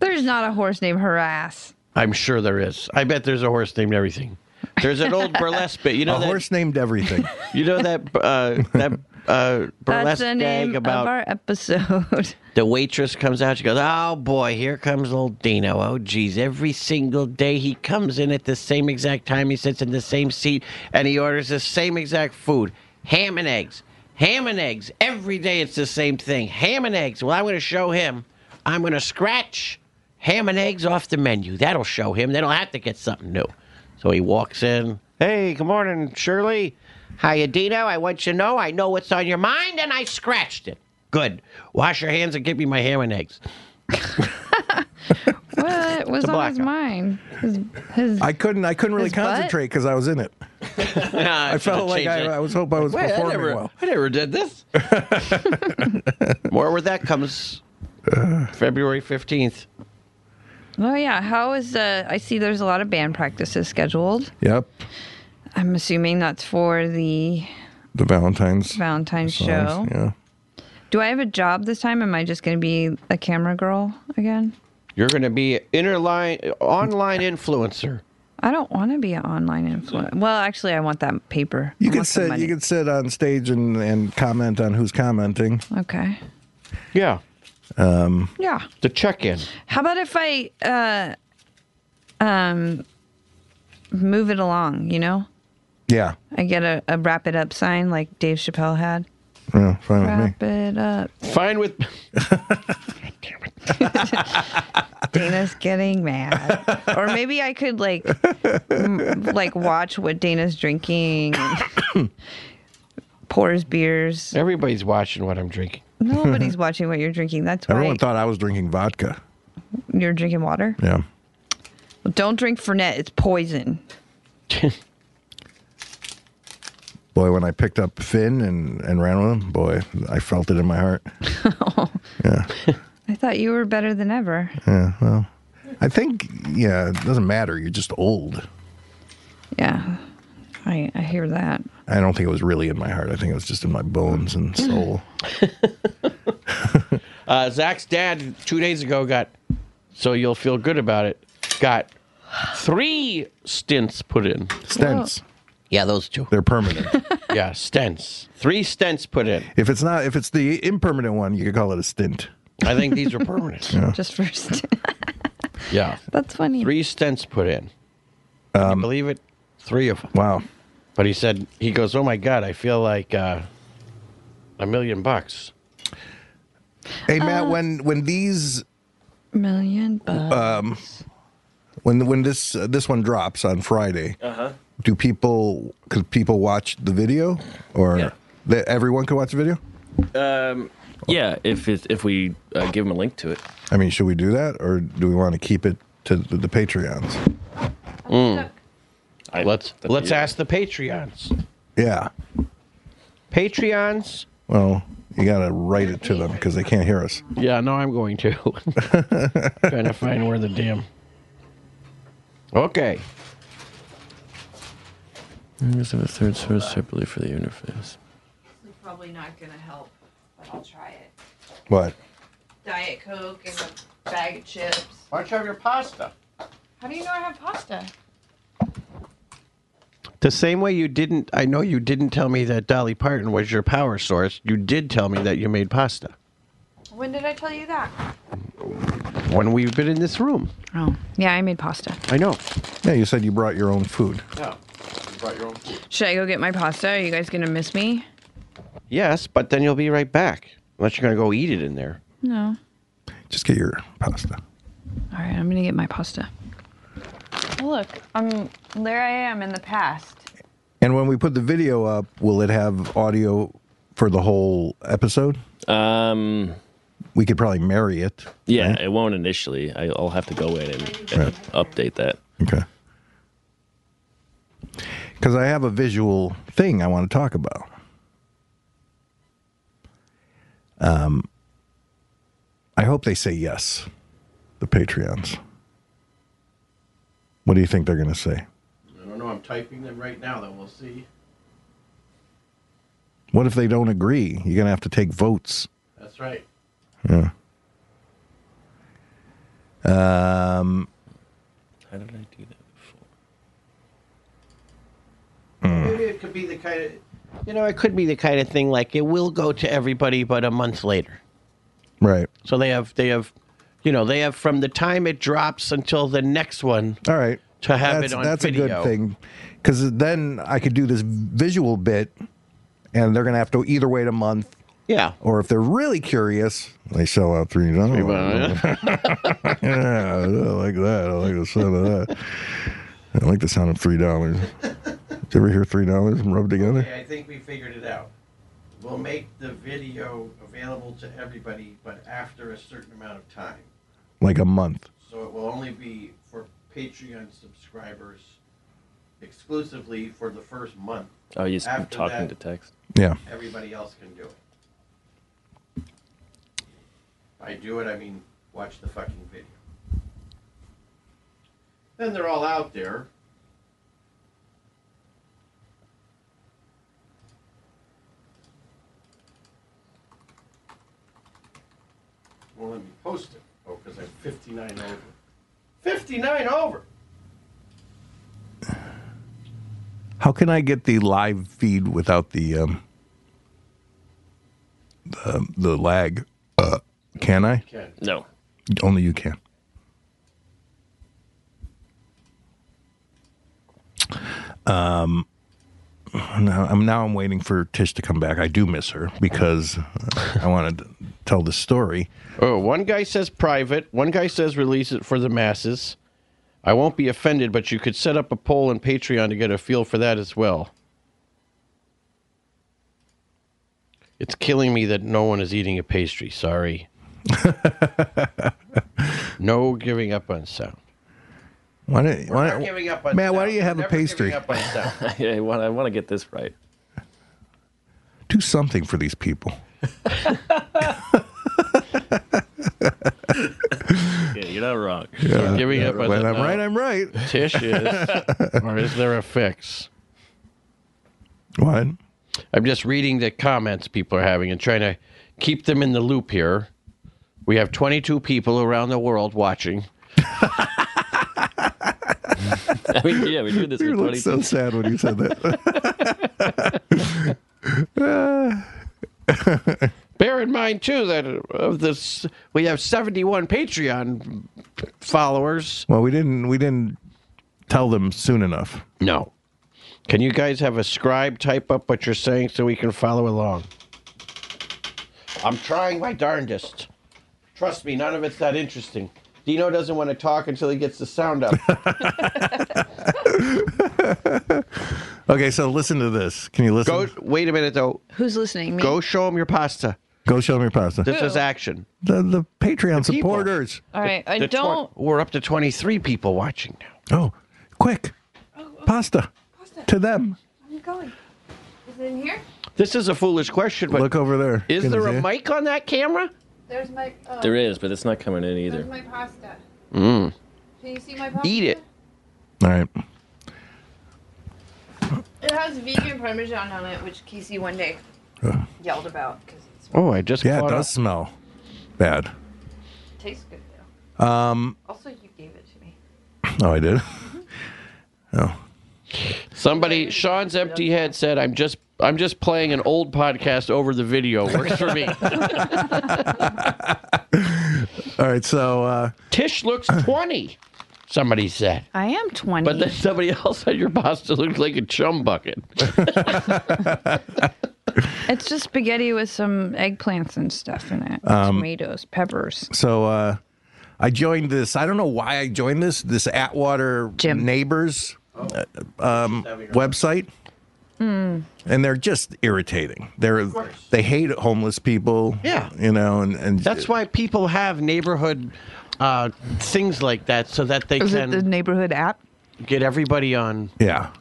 There's not a horse named Harass. I'm sure there is. I bet there's a horse named everything. There's an old burlesque bit. You know a that horse named everything. you know that uh, that uh, That's burlesque the gag name about of our episode. the waitress comes out. She goes, "Oh boy, here comes old Dino. Oh geez, every single day he comes in at the same exact time. He sits in the same seat and he orders the same exact food: ham and eggs, ham and eggs. Every day it's the same thing: ham and eggs. Well, I'm going to show him. I'm going to scratch ham and eggs off the menu. That'll show him. Then he'll have to get something new." So he walks in. Hey, good morning, Shirley. Hiya, Dino. I want you to know I know what's on your mind, and I scratched it. Good. Wash your hands and give me my ham and eggs. What was on his blackout. mind? His, his, I couldn't. I couldn't really His butt? concentrate because I was in it. I felt like I, I was hope I was Wait, I performing never, well. I never did this. More where that comes February 15th. oh yeah, how is uh, I see there's a lot of band practices scheduled. Yep, I'm assuming that's for the the Valentine's Valentine's songs, show. Yeah. Do I have a job this time? Am I just going to be a camera girl again? You're going to be interline, online influencer. I don't want to be an online influencer. Well, actually, I want that paper. You I could want the sit. You money. could sit on stage and, and comment on who's commenting. Okay. Yeah. Yeah. The check in. How about if I uh, um, move it along? You know, Yeah, I get a, a wrap it up sign like Dave Chappelle had. yeah, fine with me. Wrap it up. Fine with. Dana's getting mad. or maybe I could like m- like watch what Dana's drinking. and Pours beers. Everybody's watching what I'm drinking. Nobody's watching what you're drinking. That's why Everyone thought I was drinking vodka. you're drinking water. Yeah, Well, don't drink Fernet. It's poison. boy, when I picked up Finn and and ran with him, boy, I felt it in my heart. yeah, I thought you were better than ever. yeah. Well, I think yeah, it doesn't matter. You're just old. Yeah, I I hear that. I don't think it was really in my heart. I think it was just in my bones and soul. Uh, Zach's dad two days ago got, so you'll feel good about it, got three stints put in. Stents, Yeah, those two. they're permanent. yeah, stents. Three stents put in. if it's not, if it's the impermanent one, you could call it a stint. I think these are permanent. Just first. yeah. That's funny. Three stents put in. Can you believe it? Three of them. Wow. But he said, he goes, oh my God, I feel like uh, a million bucks. Hey Matt, when when these Million Uh, bucks. when when this uh, this one drops on Friday, do people could people watch the video or Yeah. that everyone could watch the video? Yeah, if it, if we uh, give him a link to it. I mean, should we do that or do we want to keep it to the, the Patreons? I, Let's that'd let's be- ask the Patreons. Yeah. Patreons? Well, you got to write it to them because they can't hear us. Yeah, no, I'm going to. Trying to find where the damn. Okay. Members of a third source separately for the universe. It's probably not gonna help, but I'll try it. What? Diet Coke and a bag of chips. Why don't you have your pasta? How do you know I have pasta? The same way you didn't, I know you didn't tell me that Dolly Parton was your power source. You did tell me that you made pasta When did I tell you that? when we've been in this room. oh, yeah, I made pasta. I know. Yeah, you said you brought your own food. Should I go get my pasta? Are you guys gonna miss me? Yes, but then you'll be right back. Unless you're going to go eat it in there. No. Just get your pasta. All right, I'm gonna get my pasta. Oh, look, I'm there. I am in the past. And when we put the video up, will it have audio for the whole episode? Um, We could probably marry it. yeah, right? it won't initially. I, I'll have to go in and, and update that. Okay. Because I have a visual thing I want to talk about. Um, I hope they say yes, the Patreons. What do you think they're going to say? I don't know. I'm typing them right now. Then we'll see. What if they don't agree? You're going to have to take votes. That's right. Um, How did I do that before? Maybe it could be the kind of, you know, it could be the kind of thing like it will go to everybody, but a month later. right. So they have they have, you know, they have from the time it drops until the next one. All right. To have that's, it on That's a good video. thing. Because then I could do this visual bit, and they're going to have to either wait a month, Yeah. or if they're really curious, they sell out three. I don't know. Well, Yeah, I like that. I like the sound of that. I like the sound of three dollars. Did you ever hear three dollars rubbed together? I think we figured it out. We'll make the video available to everybody, but after a certain amount of time. Like a month. So it will only be for Patreon subscribers exclusively for the first month. Oh, you just keep After talking that- to text. Yeah. Everybody else can do it. By do it, I mean watch the fucking video. Then they're all out there. Well, let me post it. Oh, because I'm 59 over. 59 over! How can I get the live feed without the um, the the lag? Uh, can I? Ken. No. Only you can. Um, now I'm now I'm waiting for Tish to come back. I do miss her because I wanted to tell the story. Oh, one guy says private. One guy says release it for the masses. I won't be offended, but you could set up a poll on Patreon to get a feel for that as well. It's killing me that no one is eating a pastry. Sorry. no giving up on sound. Why don't, why Not giving up on Matt, why sound. don't you have a Never giving pastry? up on sound. I want, I want to get this right. Do something for these people. Yeah, you're not wrong. We're giving up on When sound. I'm right, I'm right. Tish is, or is there a fix? What? I'm just reading the comments people are having and trying to keep them in the loop here. We have 22 people around the world watching. I mean, yeah, we do this You with looked 22 so sad when you said that. Bear in mind too that of this, we have 71 Patreon followers. well, we didn't. We didn't tell them soon enough. No, can you guys have a scribe type up what you're saying so we can follow along? I'm trying my darndest. Trust me, none of it's that interesting. Dino doesn't want to talk until he gets the sound up. Okay, so listen to this. Can you listen? Go. Wait a minute though. Who's listening? Me. Go show him your pasta. Go show me your pasta. This is action. the, the Patreon people. supporters. All right. I The twen- don't. we're up to 23 people watching now. Oh, quick. Pasta Pasta. to them. I'm going. Is it in here? This is a foolish question, but Look over there. is Can you there see a it? mic on that camera? There's my. Oh, There is, but it's not coming in There's either. my pasta. Mm. Can you see my pasta? Eat it. All right. It has vegan parmesan on it, which Casey one day Ugh. yelled about because it Oh, I just Yeah, it caught does up. smell bad. tastes good though. Um. Also, you gave it to me. Oh, I did. Oh. Somebody, Sean's empty head said, "I'm just, I'm just playing an old podcast over the video. Works for me." All right. So uh, Tish looks 20. Somebody said, I am 20. but then somebody else said your pasta looked like a chum bucket. it's just spaghetti with some eggplants and stuff in it. Tomatoes, peppers. so uh, I joined this. I don't know why I joined this. This Atwater Jim. neighbors uh, um, website. And they're just irritating. They're they hate homeless people. Yeah. You know, and, and That's why people have neighborhood uh, things like that, so that they Is it can the neighborhood app? get everybody on. yeah.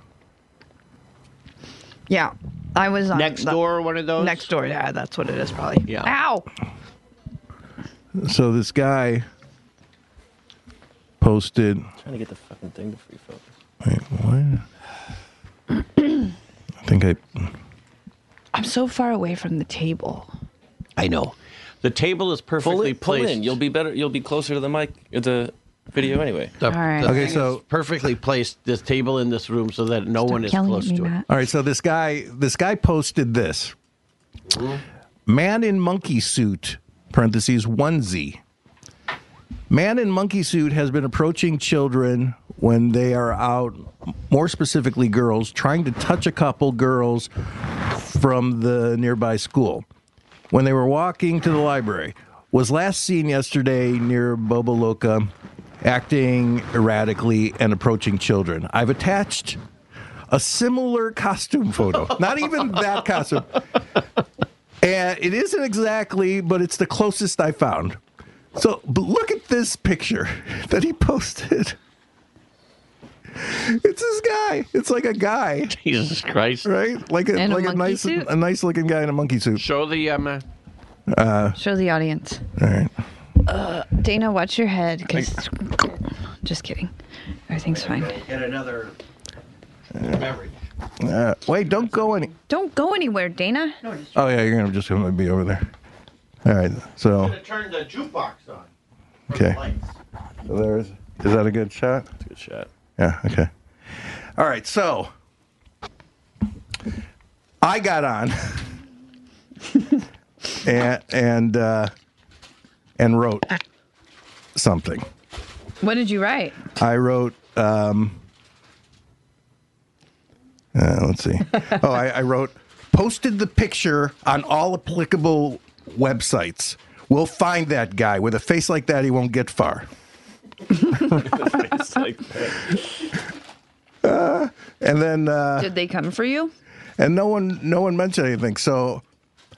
Yeah. I was on Next the- door, one of those. Next door, yeah, that's what it is, probably. Yeah. Ow! So this guy posted. trying to get the fucking thing to free focus. Wait, what? I think I. I'm so far away from the table. I know. The table is perfectly Pull it, pull placed. in. You'll be better. You'll be closer to the mic, uh, the video anyway. The, All right. the Okay, thing is so- perfectly placed this table in this room so that no one is Yelling close at me, to Matt. it. All right, so this guy, this guy posted this. Man in monkey suit (parentheses onesie). Man in monkey suit has been approaching children when they are out, more specifically girls, trying to touch a couple girls from the nearby school when they were walking to the library. Was last seen yesterday near Boboloka, acting erratically and approaching children. I've attached a similar costume photo. Not even that costume. And it isn't exactly, but it's the closest I found. So but look at this picture that he posted. It's this guy. It's like a guy, Jesus Christ. right? Like a In a like a, monkey nice suit? a nice looking guy in a monkey suit. Show the um, uh, Show the audience. All right. Dana, watch your head. 'cause- just kidding. Everything's fine. get another beverage. Uh, wait, don't go any. Don't go anywhere, Dana. Oh yeah, you're gonna just gonna be over there. All right. So Turn the jukebox on. okay. There's. Is that a good shot? Good shot. Yeah, okay. All right, so I got on and and uh, and wrote something. What did you write? I wrote um uh, let's see. Oh, I, I wrote posted the picture on all applicable websites. We'll find that guy with a face like that. He won't get far. It's like that. And then uh, Did they come for you? and no one no one mentioned anything. So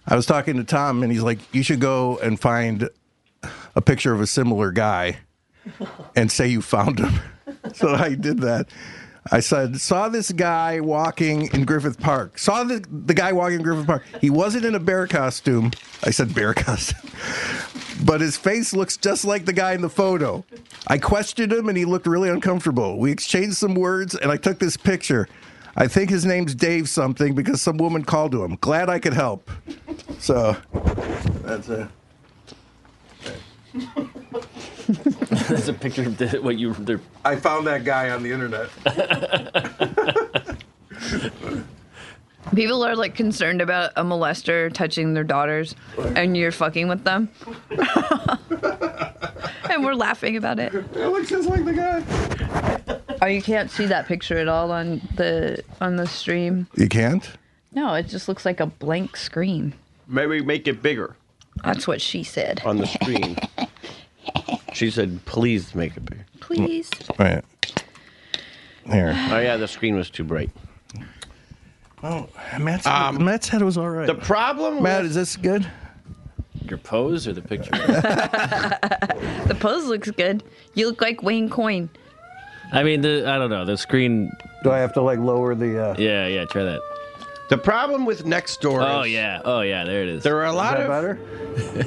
I was talking to Tom, and he's like, "You should go and find a picture of a similar guy, and say you found him." so I did that. I said, "Saw this guy walking in Griffith Park. Saw the the guy walking in Griffith Park. He wasn't in a bear costume. I said bear costume." but his face looks just like the guy in the photo. I questioned him and he looked really uncomfortable. We exchanged some words and I took this picture. I think his name's Dave something because some woman called to him. Glad I could help. So that's a That's a picture of the, what you. They're, I found that guy on the internet. People are like concerned about a molester touching their daughters and you're fucking with them. and we're laughing about it. It looks just like the guy. Oh, you can't see that picture at all on the on the stream. You can't? No, it just looks like a blank screen. Maybe make it bigger That's what she said. on the screen. she said, please make it bigger. Please. Right. There. Oh, yeah, the screen was too bright. Oh, Matt said, Matt said it was all right. The problem Matt, with- is this good? your pose or the picture? The pose looks good. You look like Wayne Coyne. I mean, the I don't know. The screen. Do I have to like lower the uh Yeah, yeah. Try that. the problem with next door Oh is yeah. Oh yeah. There it is. there are a lot that of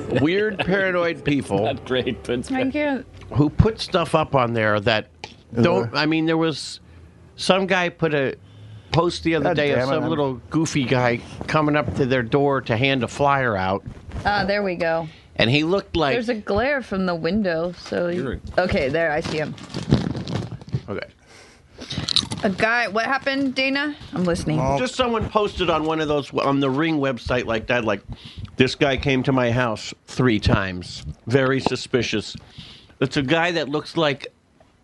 better? weird paranoid people not great, but it's I can't. who put stuff up on there that don't. I mean, there was some guy put a post the other God day of damn it, some I'm- little goofy guy coming up to their door to hand a flyer out, Ah, there we go. and he looked like There's a glare from the window, so you, okay, there I see him. okay. A guy. What happened, Dana? I'm listening. Just someone posted on one of those on the Ring website like that, like this guy came to my house three times, very suspicious. It's a guy that looks like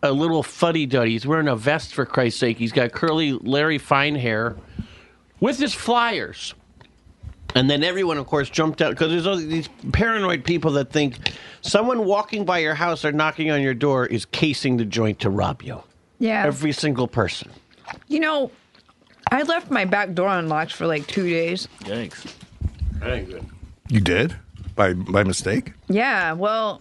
a little fuddy duddy. He's wearing a vest for Christ's sake. He's got curly Larry Fine hair with his flyers. And then everyone, of course, jumped out because there's all these paranoid people that think someone walking by your house or knocking on your door is casing the joint to rob you. Yeah. Every single person. you know, I left my back door unlocked for like two days. Yikes. You did? By by mistake? Yeah. Well,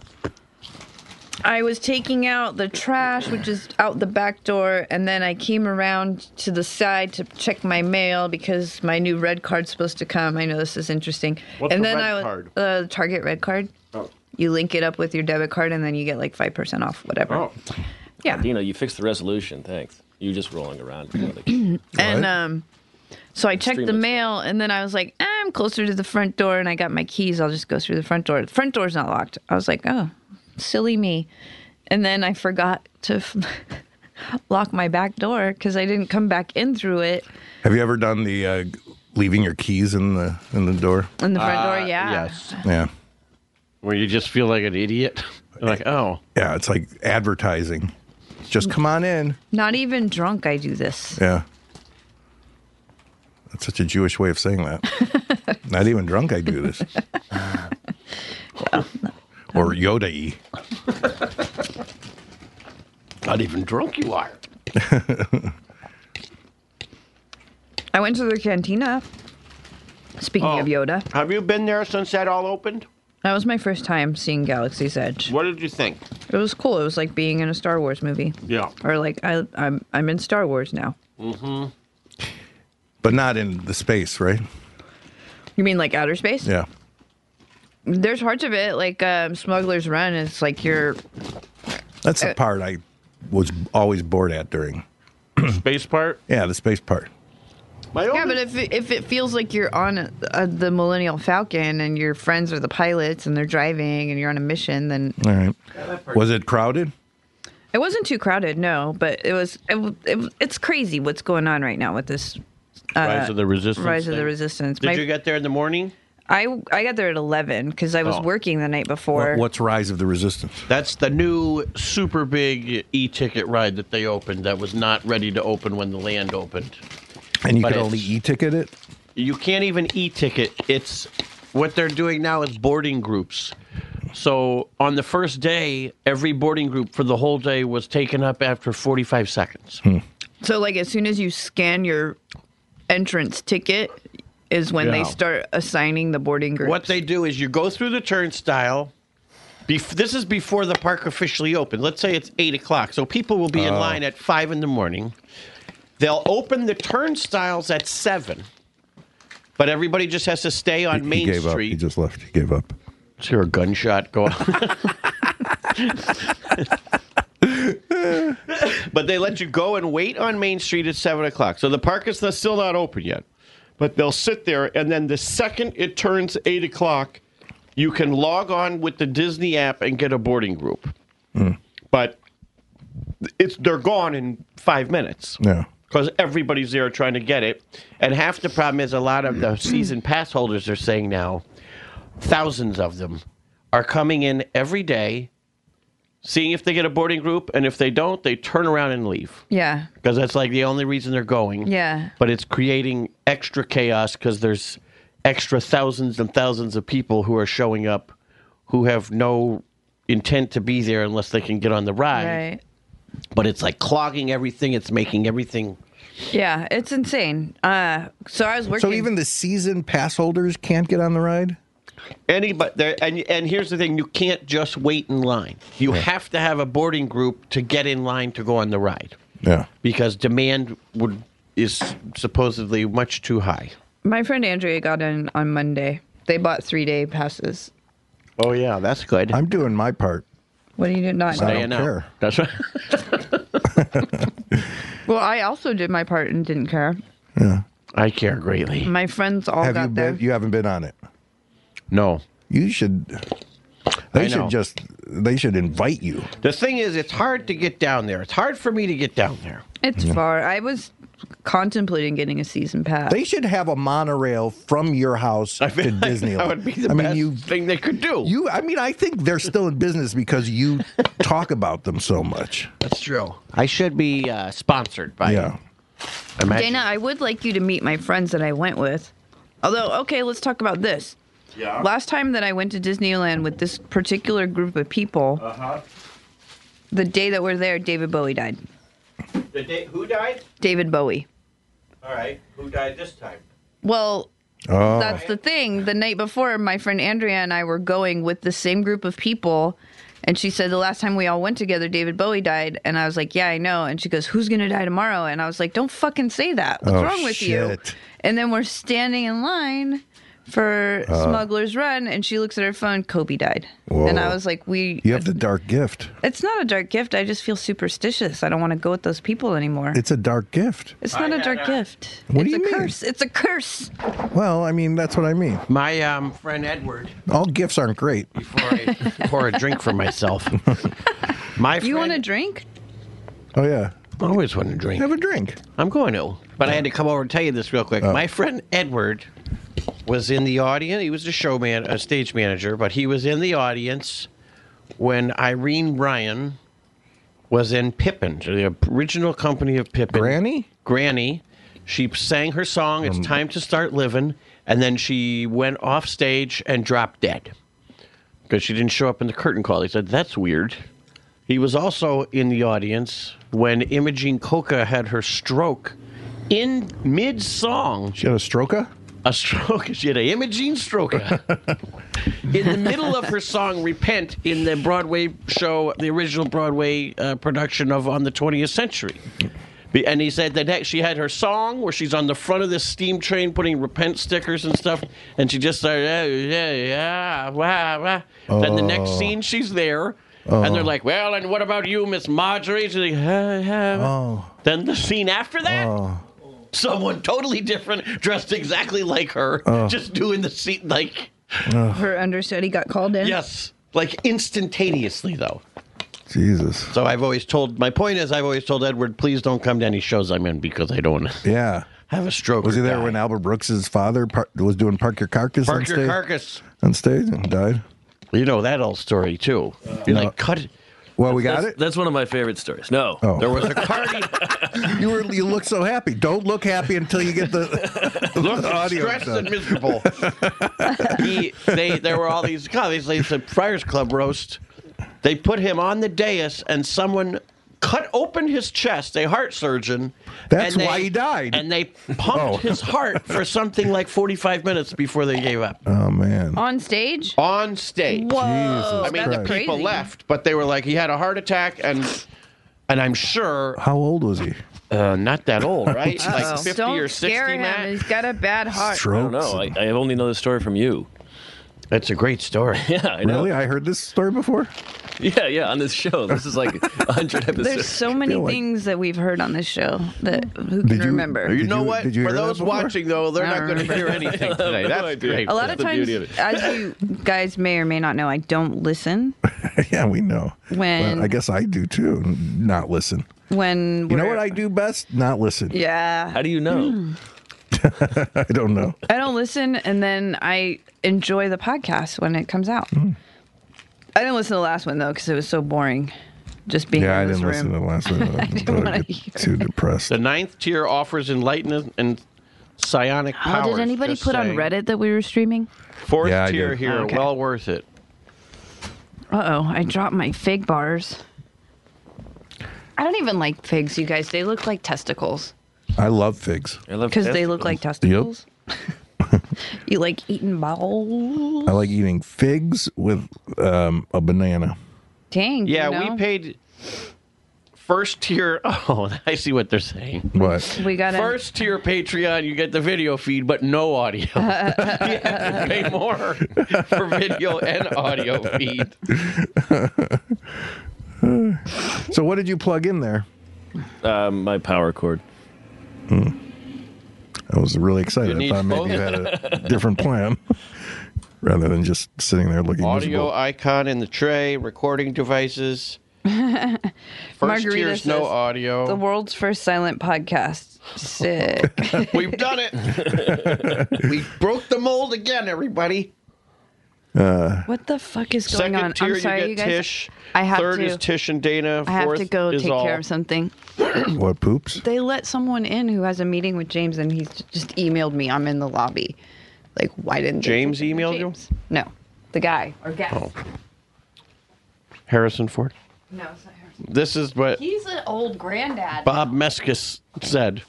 I was taking out the trash, which is out the back door, and then I came around to the side to check my mail because my new red card's supposed to come. I know this is interesting. What's and a then red I was card? Uh, Target red card. Oh. You link it up with your debit card, and then you get like five percent off, whatever. Oh, Yeah. You know, you fixed the resolution. Thanks. You just rolling around. And um, so I checked the Extremist. mail, and then I was like, "Ah, I'm closer to the front door, and I got my keys. I'll just go through the front door. The front door's not locked. I was like, oh, silly me. And then I forgot to f- lock my back door because I didn't come back in through it. Have you ever done the uh, leaving your keys in the in the door? In the front door, yeah. yes. Yeah, Where you just feel like an idiot. You're like, oh, yeah. It's like advertising. Just come on in. Not even drunk, I do this. Yeah. That's such a Jewish way of saying that. Not even drunk, I do this. or Yoda y. Not even drunk you are. I went to the cantina. Speaking Oh. of Yoda, Have you been there since that all opened? that was my first time seeing Galaxy's Edge. What did you think? It was cool. It was like being in a Star Wars movie, Yeah. or like I, I'm I'm in Star Wars now. But not in the space, right? You mean like outer space? Yeah. There's parts of it like um, Smuggler's Run. It's like you're That's Uh, the part I was always bored at during. space part. Yeah, the space part. My yeah, only- but if it, if it feels like you're on a, a, the Millennial Falcon and your friends are the pilots and they're driving and you're on a mission, then All right. Was it crowded? it wasn't too crowded. No, but it was. It, w- it, w- it's crazy what's going on right now with this Rise of the Resistance. uh, rise of the thing. resistance. did My- you get there in the morning? I I got there at eleven because I was Oh. working the night before. What's Rise of the Resistance? That's the new super big e-ticket ride that they opened that was not ready to open when the land opened. And you But could only it's- e ticket it? You can't even e-ticket. It's what they're doing now is boarding groups. So on the first day, every boarding group for the whole day was taken up after 45 seconds. So like as soon as you scan your entrance ticket is when they Yeah. start assigning the boarding groups. What they do is you go through the turnstile. Bef- this is before the park officially opened. Let's say it's eight o'clock, so people will Oh. be in line at five in the morning. They'll open the turnstiles at seven, but everybody just has to stay on Main he gave up. He Street. just left. He gave up. Just hear a gunshot go off. but they let you go and wait on Main Street at seven o'clock. So the park is not- still not open yet, but they'll sit there, and then the second it turns eight o'clock, you can log on with the Disney app and get a boarding group. But it's they're gone in five minutes Yeah. because everybody's there trying to get it. And half the problem is a lot of Mm-hmm. the season pass holders are saying now, thousands of them are coming in every day, seeing if they get a boarding group, and if they don't, they turn around and leave Yeah. because that's like the only reason they're going. Yeah. But it's creating extra chaos because there's extra thousands and thousands of people who are showing up who have no intent to be there unless they can get on the ride Right. but it's like clogging everything it's making everything Yeah, it's insane. Uh so I was working So even the season pass holders can't get on the ride? anybody there and and here's the thing you can't just wait in line you have to have a boarding group to get in line to go on the ride Yeah. because demand would is supposedly much too high my friend Andrea got in on Monday. They bought 3-day passes. oh yeah that's good I'm doing my part. What do you do not I know? don't care. that's right Well, I also did my part and didn't care. i care greatly My friends all Have got you there. been? You haven't been on it. no You should. They I should know. just. They should invite you. the thing is it's hard to get down there it's hard for me to get down there it's far. I was contemplating getting a season pass. They should have a monorail from your house to Disneyland. that would be the I best mean, you. thing they could do You. I mean, I think they're still in business because you talk about them so much. that's true i should be uh, sponsored by Yeah. imagine. Dana, I would like you to meet my friends that I went with. Although, okay, let's talk about this. Yeah. Last time that I went to Disneyland with this particular group of people, Uh. Uh-huh. the day that we're there, David Bowie died. The day, who died? David Bowie. All right. Who died this time? Well, Oh. that's the thing. The night before, my friend Andrea and I were going with the same group of people And she said, The last time we all went together, David Bowie died. And I was like, Yeah, I know. And she goes, Who's going to die tomorrow? And I was like, Don't fucking say that. What's Oh, wrong with shit. you? And then we're standing in line for Smuggler's Run. And she looks at her phone, Kobe died. And I Uh. Whoa. was like, We. You have the dark gift. It's not a dark gift. I just feel superstitious. I don't want to go with those people anymore. It's, It's a dark gift. not a dark gift. What it's do you a mean? curse. It's a curse. Well, I mean, that's what I mean. My um, friend Edward, All gifts aren't great. before I pour a drink for myself, my You want friend a drink? Oh yeah, I always want to drink. have a drink. I'm going to, but I had to come over and tell you this real quick. My friend Edward was in the audience. He was a showman, a stage manager, but he was in the audience when Irene Ryan was in Pippin, the original company of Pippin. Granny? Granny. She sang her song, It's Time to Start Living, and then she went off stage and dropped dead because she didn't show up in the curtain call. He said, That's weird. He was also in the audience when Imogene Coca had her stroke in mid song. She had a stroka. A stroke. She had a Imogene stroke. in the middle of her song Repent in the Broadway show, the original Broadway uh, production of On the 20th Century. Be- And he said that heck, she had her song where she's on the front of this steam train putting repent stickers and stuff, and she just started, "Yeah, yeah, yeah, wah, wah." Then the next scene, she's there, and they're like, well, and what about you, Miss Marjorie? She's like, "Huh, huh." Oh, Then the scene after that, someone totally different, dressed exactly like her, Oh. just doing the scene like Her understudy got called in. yes, like instantaneously though. Jesus. So I've always told my point is I've always told Edward, please don't come to any shows I'm in because I don't wanna Yeah. have a stroke. Was or he there die. when Albert Brooks's father par- was doing Park Your Carcass on Park your stage? carcass? on stage and died. You know that old story too. You're like cut. it. Well, we got that's, it. that's one of my favorite stories. No. Oh. There was a party. You were you look so happy. Don't look happy until you get the, the Look, audio. uh, stressed done. and miserable. he, they, there were all these comedies. They said Friars Club roast. They put him on the dais, and someone cut open his chest, a heart surgeon. That's and they- why he died. And they pumped Oh. his heart for something like 45 minutes before they gave up oh man. On stage? on stage. Whoa. Jesus I mean, that's the Oh, crazy. people left, but they were like, he had a heart attack, and and I'm sure How old was he? uh, not that old, right? like Uh-oh. 50 Don't or 60, scare him. Matt? He's got a bad heart. I don't Strokes. know. I, and- I only know the story from you. That's a great story. Yeah, I know. really? I heard this story before. Yeah, yeah. On this show, this is like hundred There's episodes. so many feel like- things that we've heard on this show that who can Did you- remember. You Did know you- what? did you For hear that those before? watching, though, they're I not don't going to hear remember. anything today. no That's idea. great. a lot of the times, beauty of it. as you guys may or may not know, I don't listen yeah, we know. When- But I guess I do too. Not listen. when You know we're- what I do best? Not listen. Yeah, How do you Hmm. know? I don't know. I don't listen, and then I enjoy the podcast when it comes out. Hmm. I didn't listen to the last one though because it was so boring, just being Yeah, I in this didn't listen to room. the last one. I didn't don't wanna get hear too depressed. The ninth tier offers enlightenment and psionic Oh, powers. did anybody just put on saying. Reddit that we were streaming? Fourth Yeah, I tier did. here, Okay. well worth it. Uh oh, I dropped my fig bars. I don't even like figs, you guys. They look like testicles I love figs. I love because they testicles. look like testicles. you like eating balls? I like eating figs with um, a banana. Dang. Yeah, you know? we paid first tier. Oh, I see what they're saying. What? We got to First tier Patreon, you get the video feed, but no audio. you have to pay more for video and audio feed. So what did you plug in there? Uh, Um, my power cord. I was really You excited. I need thought maybe both. you had a different plan rather than just sitting there looking Audio miserable. icon in the tray, recording devices. First Margarita tier's no says, audio. the world's first silent podcast. Sick. We've done it. we broke the mold again, everybody. what the fuck is going Second on? tier, I'm sorry, you, you get guys. Tish. I have Third to- is Tish and Dana. Fourth I have to go is take all. care of something. What poops? They let someone in who has a meeting with James, and he's just emailed me. I'm in the lobby. Like, why didn't they James take it to emailed you? James? No, the guy or guy. Harrison Ford. No, it's not Harrison. This is what He's an old granddad. Bob Meskis said.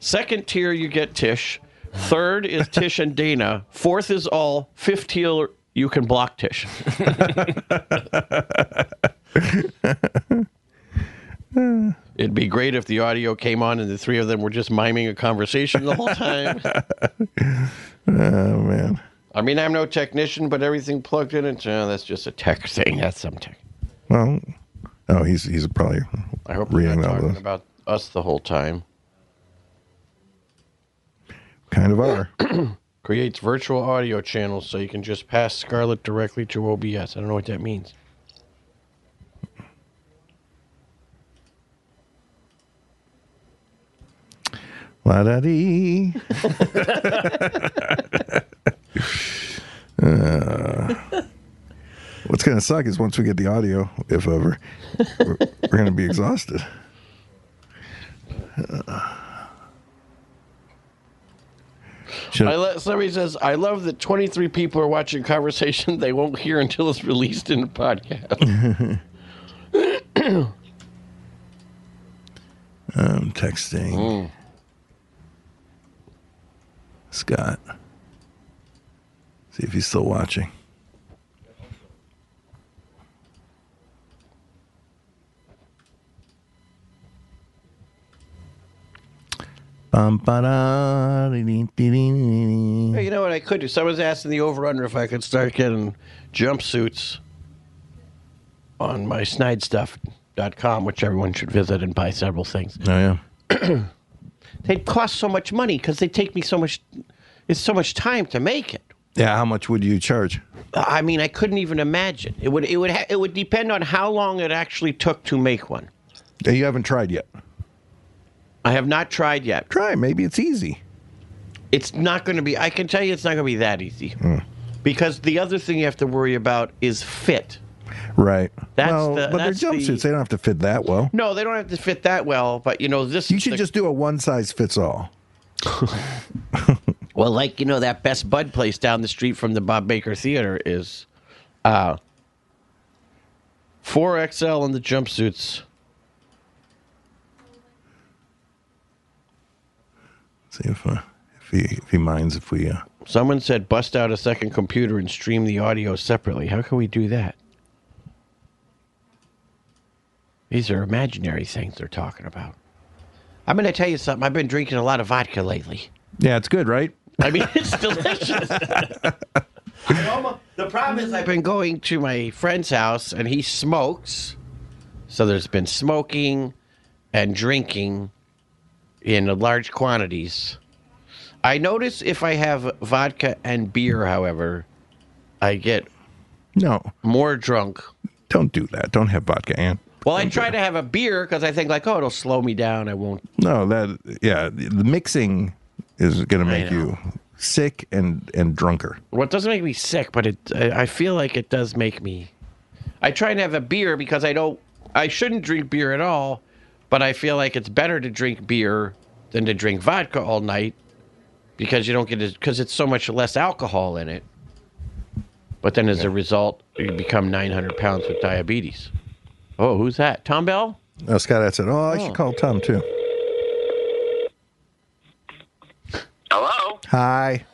Second tier, you get Tish. Third is Tish and Dana. Fourth is all. Fifth tier, you can block Tish. It'd be great if the audio came on and the three of them were just miming a conversation the whole time. Oh man. I mean, I'm no technician, but everything plugged in. It's, uh, that's just a tech thing. That's some tech. Well, oh, he's he's probably. I hope we're reading not all talking those. about us the whole time. Kind of are. Creates virtual audio channels so you can just pass Scarlett directly to OBS. I don't know what that means. La da dee. Uh, What's gonna suck is once we get the audio, if ever, we're, we're gonna be exhausted. Should- I lo- somebody says, I love that 23 people are watching conversation they won't hear until it's released in the podcast. I'm texting Hmm. Scott. See if he's still watching. Bum, ba-da, dee, dee, dee, dee, Hey, dee. you know what I could do? Someone's asking the over under if I could start getting jumpsuits on my snidestuff.com, which everyone should visit and buy several things. Oh yeah. They cost so much money because they take me so much, it's so much time to make it. Yeah, how much would you charge? I mean, I couldn't even imagine. It would, it would, ha- it would depend on how long it actually took to make one. You haven't tried yet. I have not tried yet. Try, maybe it's easy. it's not going to be i can tell you it's not going to be that easy Hmm. because the other thing you have to worry about is fit Right. That's well, the- but that's the- they're jumpsuits, they don't have to fit that well. no they don't have to fit that well but you know this You is should the- just do a one size fits all. well like you know that best bud place down the street from the bob baker theater is uh 4xl in the jumpsuits See if uh, if he if he minds if we uh, someone said bust out a second computer and stream the audio separately how can we do that these are imaginary things they're talking about i'm going to tell you something i've been drinking a lot of vodka lately Yeah, it's good, right? I mean, it's delicious. the problem is, I've been going to my friend's house and he smokes. So there's been smoking and drinking in large quantities. I notice if I have vodka and beer, however, I get No, more drunk. don't do that. Don't have vodka and Well, I try to have a beer because I think, like, oh, it'll slow me down. I won't. no that yeah the mixing is gonna make know. you sick and and drunker. Well, it doesn't make me sick, but it I I feel like it does make me. I try and have a beer because I don't. I shouldn't drink beer at all, but I feel like it's better to drink beer than to drink vodka all night because you don't get as because it's so much less alcohol in it. But then, as a result, you become 900 pounds with diabetes. Oh, who's that? Tom Bell? Uh, Scott, I said, oh, I should call Tom too. Hello? Hi.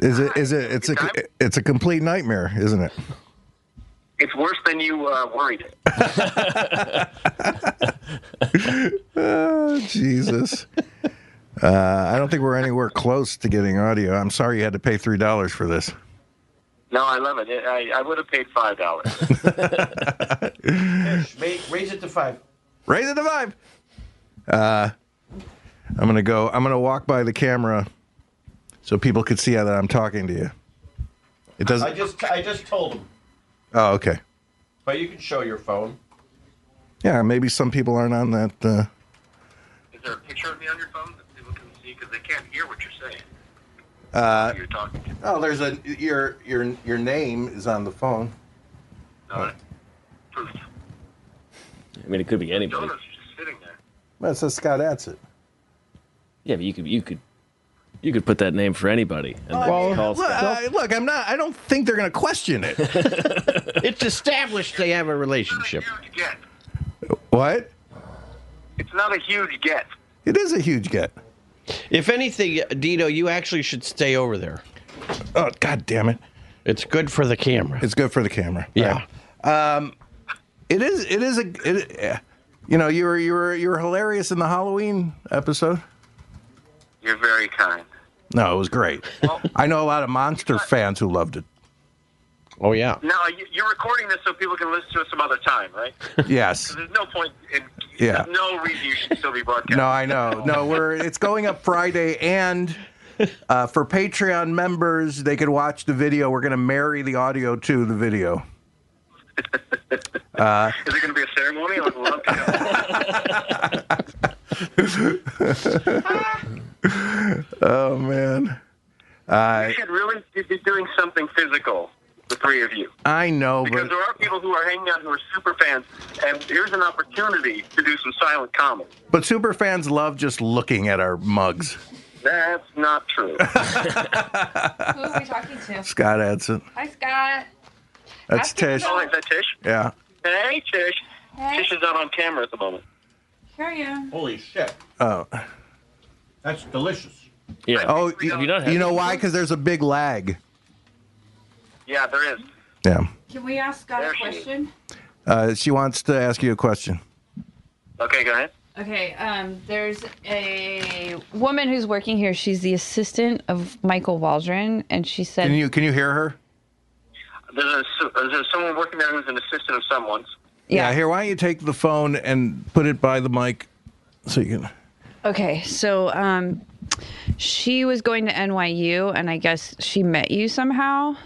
Is it is it it's a Good time? it's a complete nightmare, isn't it? It's worse than you uh, worried. Oh, Jesus. Uh, I don't think we're anywhere close to getting audio. I'm sorry you had to pay three dollars for this. No, I love it. I, I would have paid five dollars. Raise it to five. Raise it to five. Uh, I'm gonna go. I'm gonna walk by the camera, so people could see that I'm talking to you. It doesn't. just I just told him, oh, okay. but you can show your phone. Yeah, maybe some people aren't on that. Uh, Is there a picture of me on your phone that people can see? Because they can't hear what you're saying. Uh, Who you're talking to. oh, there's a your your your name is on the phone. No, proof. I mean, it could be anybody. Donuts are just sitting there. Well, it says Scott Atzit. Yeah, but you could, you could, you could put that name for anybody. And Oh, then call look, Scott. uh, I, look, I'm not. I don't think they're gonna question it. It's established they have a relationship. Not a huge get. what? It's not a huge get. It is a huge get. If anything, Dino, you actually should stay over there. Oh, god damn it! It's good for the camera. It's good for the camera. yeah. Right. It is. It is a. It, eh, you know, you were you were you were hilarious in the Halloween episode. You're very kind. No, it was great. Well, I know a lot of monster fans who loved it. Oh yeah. now you- you're recording this so people can listen to it some other time, right? 'Cause Yes. There's no point in. Yeah. there's No reason you should still be broadcasting. No, I know. No, we're it's going up Friday, and uh, for Patreon members, they could watch the video. We're going to marry the audio to the video. Is there going to be a ceremony? I'd love to go. Oh man, You should really be doing something physical, the three of you. I know, Because but there are people who are hanging out who are super fans, and here's an opportunity to do some silent comedy. but super fans love just looking at our mugs. That's not true. Who are we talking to? Scott Adson, Hi, Scott. that's After Tish. oh, is that Tish? Yeah. Hey, Tish. Hey. Tish is not on camera at the moment. Here I am. Holy shit. Oh, That's delicious. Yeah. oh, you you, not you have- know why? Because there's a big lag. Yeah, there is. Yeah. Can we ask Scott There a she is. question? Uh, she wants to ask you a question. Okay, go ahead. Okay, um, there's a woman who's working here. She's the assistant of Michael Waldron, and she said, Can you can you hear her? There's, a, there's someone working there who's an assistant of someone's. yeah. Here, why don't you take the phone and put it by the mic so you can. Okay, so um, she was going to NYU, and I guess she met you somehow,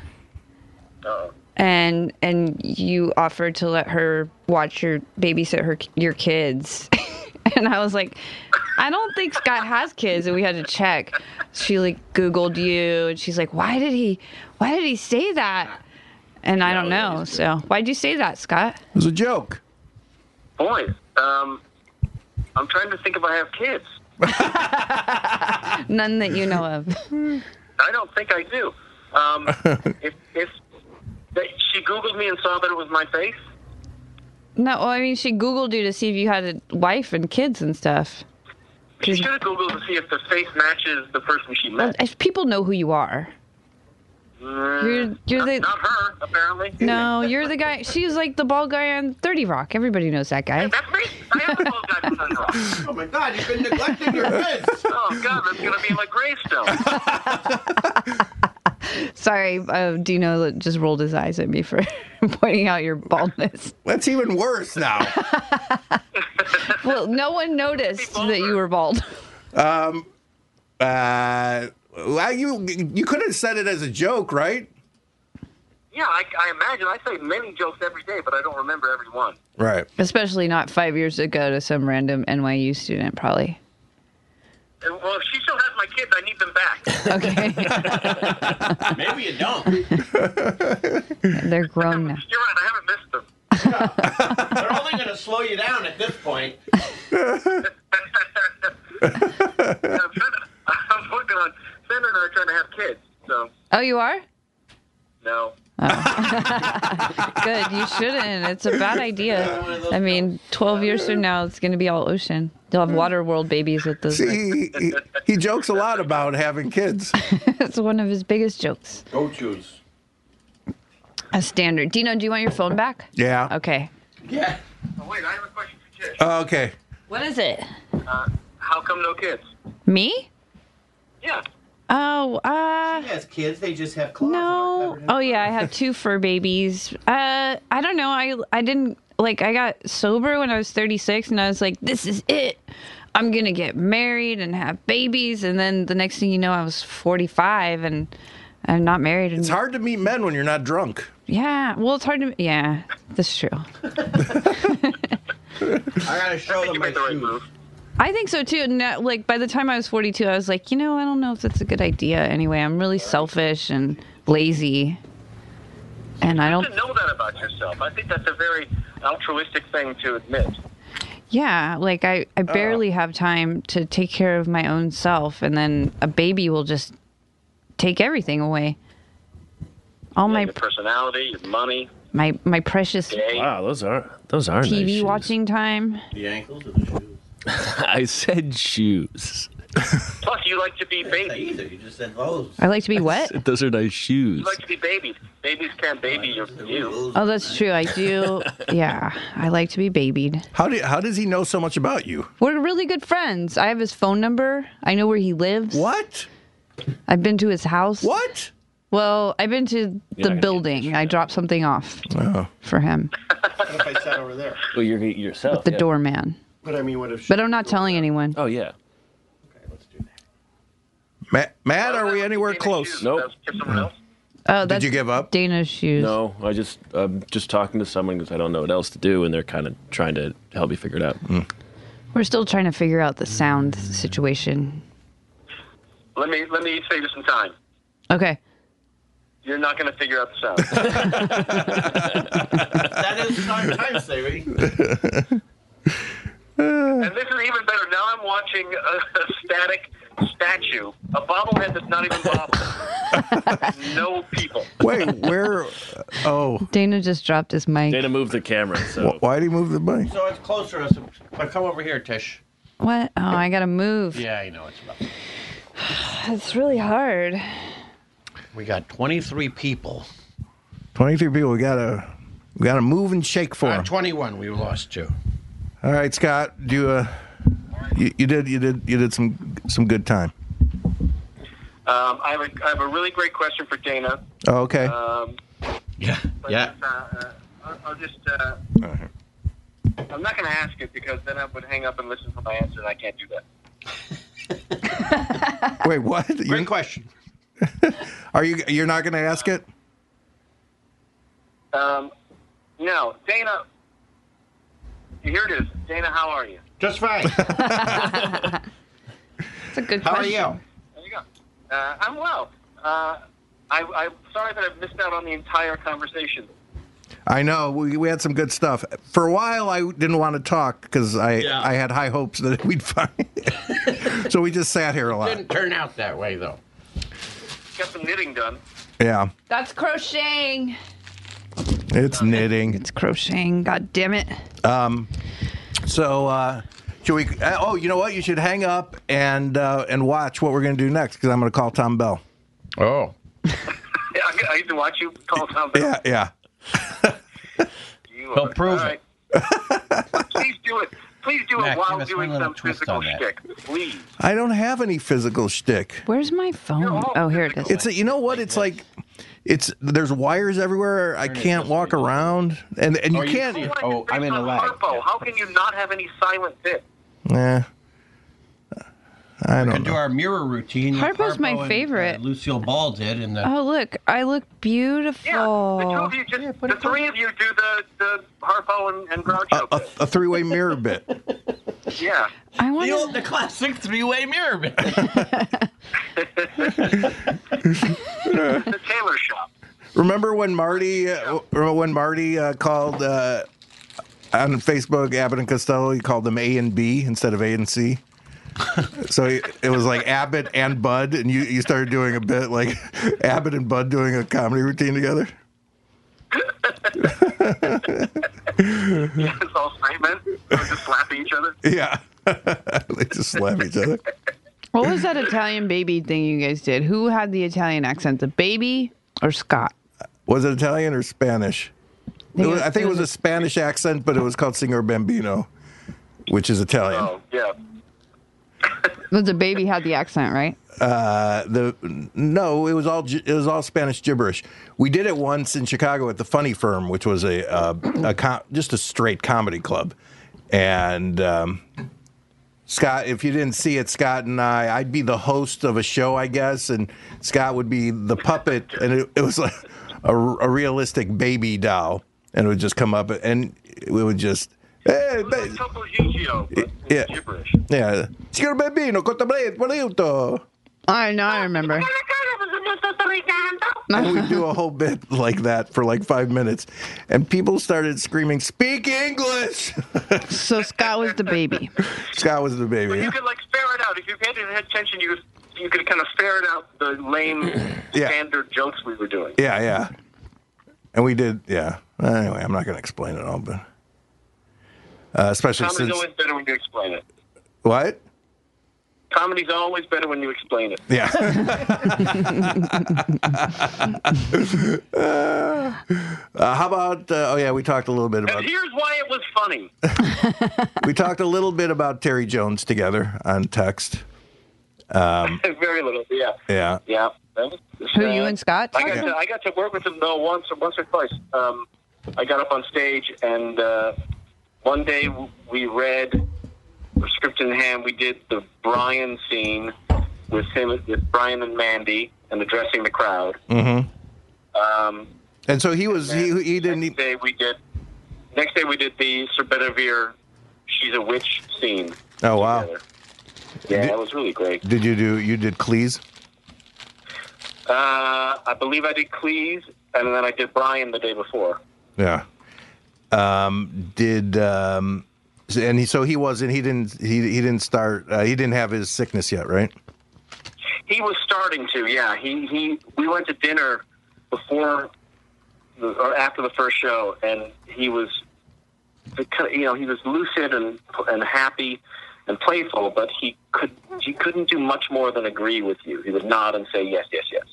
Uh-oh. and and you offered to let her watch your babysit her your kids, and I was like, I don't think Scott has kids, and we had to check. She like Googled you, and she's like, Why did he? Why did he say that? And I don't yeah, know. he's So why'd you say that, Scott? It was a joke. Boy, um, I'm trying to think if I have kids. None that you know of. I don't think I do. Um, if if that she Googled me and saw that it was my face, No, well, I mean, she Googled you to see if you had a wife and kids and stuff. she should have Googled to see if the face matches the person she Well, met. if people know who you are. You're, you're Not, the not her, apparently. no, you're the guy. She's like the bald guy on Thirty Rock. Everybody knows that guy. That's me. I am the bald guy from Thunder Rock. Oh my God, you've been neglecting your kids. Oh God, that's gonna be my gravestone. Sorry, uh, Dino li- just rolled his eyes at me for pointing out your baldness. That's even worse now. Well, no one noticed that you were bald. uh, well, you you could have said it as a joke, right? Yeah, I, I imagine. I say many jokes every day, but I don't remember every one. Right. Especially not five years ago to some random NYU student, probably. And, Well, if she still has my kids, I need them back. Okay, Maybe you don't. they're grown now. You're right. I haven't missed them. They're only going to slow you down at this point. I'm, trying to, I'm working on. Sandra and I are trying to have kids, so Oh, you are. no. Good. You shouldn't. It's a bad idea. I mean, twelve years from now, it's going to be all ocean. You'll have water world babies with those. like- See, he, he, he jokes a lot about having kids. That's one of his biggest jokes. Go choose. A standard. Dino, do you want your phone back? Yeah. Okay. Yeah. Oh, wait, I have a question for Tish. Oh, okay. What is it? Uh, how come no kids? Me? Yeah. Oh, uh Yes, kids, they just have claws. no. Oh yeah, I have two fur babies. Uh I don't know. I I didn't like I got sober when I was 36 and I was like this is it. I'm going to get married and have babies and then the next thing you know I was 45 and I'm not married and It's hard to meet men when you're not drunk. yeah, well it's hard to yeah, that's true. I got to show You them my made the right shoes. move. Oh, I think so too. Now, like by the time I was 42, I was like, you know, I don't know if that's a good idea. Anyway, I'm really selfish and lazy, and I You don't. should know that about yourself. I think that's a very altruistic thing to admit. Yeah, like I, I barely have time to take care of my own self, and then a baby will just take everything away. All my your personality, your money, my my precious gay. Wow, those are those are nice TV shoes. watching time. The ankles or the shoes? I said shoes. Plus, you like to be babied. Either you just said those. I like to be wet. Those are nice You shoes. like to be babied. Babies can't baby your you. Oh, that's true. I do. Yeah, I like to be babied. How do how does he know so much about you? We're really good friends. I have his phone number. I know where he lives. What? I've been to his house. What? Well, I've been to You're not the gonna building. I dropped something off for him, What if I sat over there? Well, you're yourself. the yeah. doorman. But I mean, what if? She, But I'm not telling anyone. Oh yeah. okay, let's do that. Matt, Matt are we anywhere Baby shoes. close? Nope. That's- Kiss someone else. Oh, that's Did you give up? Dana's shoes. No, I just I'm just talking to someone because I don't know what else to do, and they're kind of trying to help me figure it out. We're still trying to figure out the sound situation. Let me let me save you some time. Okay. You're not going to figure out the sound. That is time time saving. and this is even better. Now I'm watching a, a static statue, a bobblehead that's not even bobblehead. no people. Wait, where? Oh, Dana just dropped his mic. Dana moved the camera, so wh- why did he move the bike? So it's closer to us. But come over here, Tish. What? Oh, I gotta move. Yeah, I know it's about. It's really hard. We got 23 people. Twenty three people. We gotta we gotta move and shake for Uh, him. 21 we lost two. All right, Scott, do you, uh, you you did you did you did some some good time. Um, I, have a, I have a really great question for Dana. Oh, okay. Uh, Um, Yeah. but Yeah. uh, uh, I'll, I'll just. Uh, I'm not going to ask it because then I would hang up and listen for my answer, and I can't do that. Wait, what? Great You, question. are you you're not gonna ask it? Um, no, Dana. Here it is, Dana. How are you? Just fine. It's a good How are question. you? There you go. Uh, I'm well. Uh, I, I'm sorry that I've missed out on the entire conversation. I know we, we had some good stuff. For a while, I didn't want to talk because I Yeah. I had high hopes that we'd find. so we just sat here a lot. Didn't turn out that way though. Got some knitting done. Yeah, That's crocheting. it's knitting. It's crocheting. God damn it. So uh, should we? uh, Oh, you know what? You should hang up and uh, and watch what we're gonna do next because I'm gonna call Tom Bell. Oh. Yeah, I, I used to watch you call Tom Bell. Yeah, yeah. You He'll are- prove all it. right. Please do it. Please do Mac, it give while us doing one little some twist physical on that. shtick, please. I don't have any physical shtick. Where's my phone? Oh, here it is. It's a, you know what? It's like it's there's wires everywhere. I can't walk around, and and you you can't. see it. Like Oh, the I'm in face a on lag. Harpo. How can you not have any silent bit? Yeah. I We don't could do know. our mirror routine. like Harpo's my Harpo and, uh, favorite. Lucille Ball did uh, in the Oh, look. I look Yeah, the two beautiful. of you just Yeah, put the it on. three of you do the the Harpo and, and Groucho. A, a three-way mirror bit. bit. Yeah, I The want old, the classic three-way mirror. bit. the tailor shop. Remember when Marty? Uh, remember when Marty uh, called uh, on Facebook Abbott and Costello? He called them A and B instead of A and C. So he- it was like Abbott and Bud, and you, you started doing a bit like Abbott and Bud doing a comedy routine together. Yeah, it's all straight men. They're just slapping each other. Yeah, they just slap each other. What was that Italian baby thing you guys did? Who had the Italian accent? The baby or Scott? Was it Italian or Spanish? It was- I think it was a Spanish accent, but it was called Signor Bambino, which is Italian. Oh yeah. Well, the baby had the accent, right? the no, it was all gi- it was all Spanish gibberish. We did it once in Chicago at the Funny Firm, which was a, uh, a com- just a straight comedy club. And um, Scott, if you didn't see it, Scott and I, I'd be the host of a show, I guess, and Scott would be the puppet, and it, it was like a, a realistic baby doll, and it would just come up, and it would just hey, It was ba- like Topo Gigio, but Yeah. in gibberish. yeah, Signor Bambino, contemplate, guarito." I know, I remember. and we do a whole bit like that for like five minutes, and people started screaming, "Speak English!" So Scott was the baby. Scott was the baby. You could like spare it out if you paid it attention. You you could kind of ferret out the lame Yeah. standard jokes we were doing. Yeah, yeah. And we did, yeah. Anyway, I'm not going to explain it all, but uh, especially Comedy's since always better when you explain it. what? Comedy's always better when you explain it. Yeah. Uh, how about? Uh, oh yeah, we talked a little bit about And here's why it was funny. we talked a little bit about Terry Jones together on text. Very little, yeah. Yeah. Yeah. That was- Who uh, you and Scott? I got to, I got to work with him though once once or twice. Um, I got up on stage and uh, one day w- we read script in hand. We did the Brian scene with him with Brian and Mandy and addressing the crowd. Mm-hmm. Um, And so he was. He, he next didn't. e- day we did. Next day we did the Sir Bedivere, she's a witch scene. Oh wow. together. Yeah, that was really great. Did you do? You did Cleese. Uh, I believe I did Cleese, and then I did Brian the day before. Yeah. Um, did um, and he so he wasn't. He didn't. He he didn't start. Uh, he didn't have his sickness yet, right? He was starting to, yeah. He he. We went to dinner before the, or after the first show, and he was, the kind of- you know, he was lucid and and happy and playful, but he could he couldn't do much more than agree with you. He would nod and say yes, yes, yes.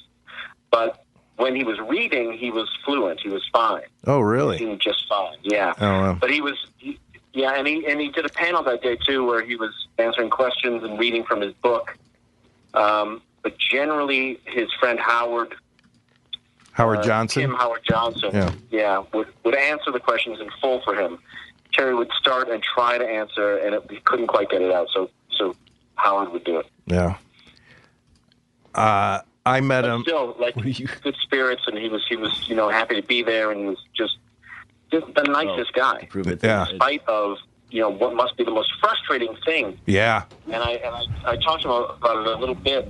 But when he was reading, he was fluent. He was fine. Oh really? Seemed just fine. Yeah. Oh wow. But he was, he, yeah, and he and he did a panel that day too, where he was answering questions and reading from his book. Um, but generally, his friend Howard Howard uh, Johnson. Tim Howard Johnson, Yeah. would would answer the questions in full for him. Terry would start and try to answer, and it, he couldn't quite get it out. So so Howard would do it. Yeah. Uh, I met But him. still, like good spirits, and he was he was you know happy to be there, and he was just just the nicest guy, Prove it. Yeah. in spite of you know what must be the most frustrating thing Yeah. and I and I, I talked to him about it a little bit,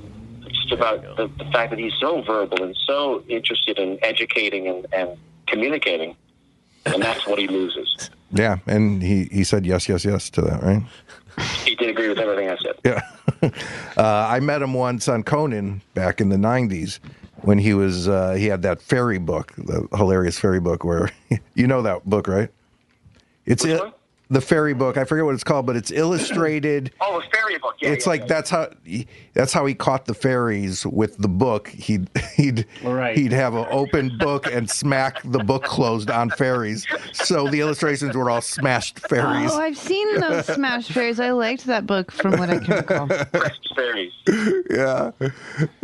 just about the, the fact that he's so verbal and so interested in educating and, and communicating, and that's what he loses. Yeah. And he he said yes, yes, yes to that, right? He did agree with everything I said. Yeah. uh, I met him once on Conan back in the '90s when he was uh, he had that fairy book, the hilarious fairy book where you know that book, right? It's Which it, one? the fairy book. I forget what it's called, but it's illustrated. Oh, a fairy book. Yeah, It's yeah, like yeah. that's how he, that's how he caught the fairies with the book. He'd he'd Right. he'd have an open book and smack the book closed on fairies. So the illustrations were all smashed fairies. Oh, I've seen those Smash Fairies. I liked that book from what I can recall. Pressed fairies. yeah.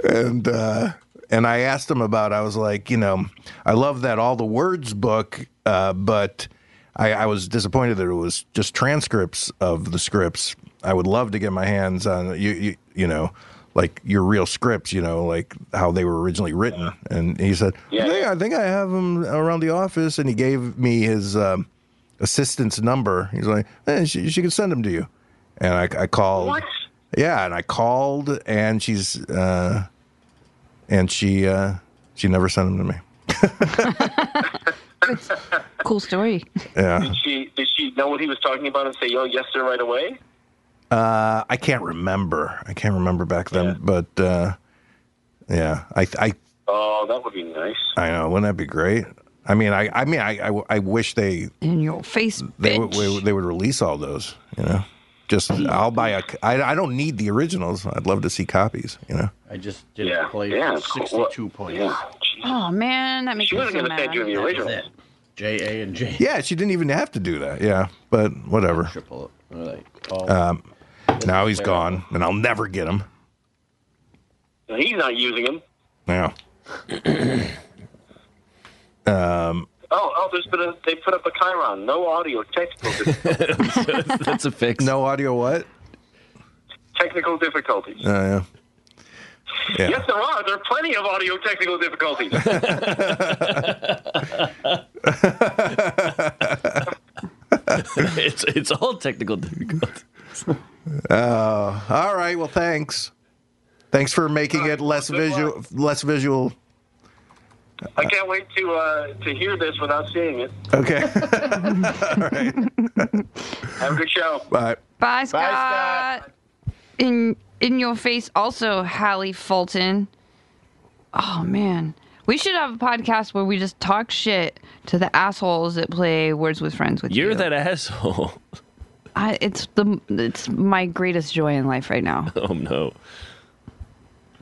And uh, and I asked him about. I was like, you know, I love that all the words book, uh, but I, I was disappointed that it was just transcripts of the scripts. I would love to get my hands on you, you, you know, like your real scripts, you know, like how they were originally written. And he said, Yeah. I, think, I think I have them around the office. And he gave me his um, assistant's number. He's like, eh, she, she can send them to you. And I, I called. What? Yeah, and I called, and she's, uh, and she, uh, she never sent them to me. Cool story. Yeah, She did she know what he was talking about and say, "Oh, yes, sir," right away? uh, I can't remember. I can't remember back then, but uh, yeah, I, I, Oh, that would be nice. I know. Wouldn't that be great? I mean, I, I mean, I, I, I wish they, In your face, they, bitch. would, they would release all those. You know, just I'll buy a. I, I don't need the originals. I'd love to see copies. You know. I just did Yeah, a play yeah, for cool. 62 points. Yeah, Jeez. oh man, that makes she me so wasn't going to mad. send you the That was original. it. J A and J. Yeah, she didn't even have to do that. Yeah, but whatever. Um, Triple. it. All right. Oh, Now he's gone, and I'll never get him. He's not using them. Yeah. Oh, oh, there's been a. They put up a Chiron. No audio. Technical. That's a fix. No audio. What? technical difficulties. Uh, yeah. Yeah. Yes, there are. There are plenty of audio technical difficulties. it's it's all technical difficulties. All right. Well, thanks. Thanks for making it less Good visual. Less visual. I can't wait to uh, to hear this without seeing it. Okay. Have a good show. Bye. Bye, Scott. In in your face, also Hallie Fulton. Oh man, we should have a podcast where we just talk shit to the assholes that play Words with Friends with you. You're that asshole. I, it's the it's my greatest joy in life right now. Oh no.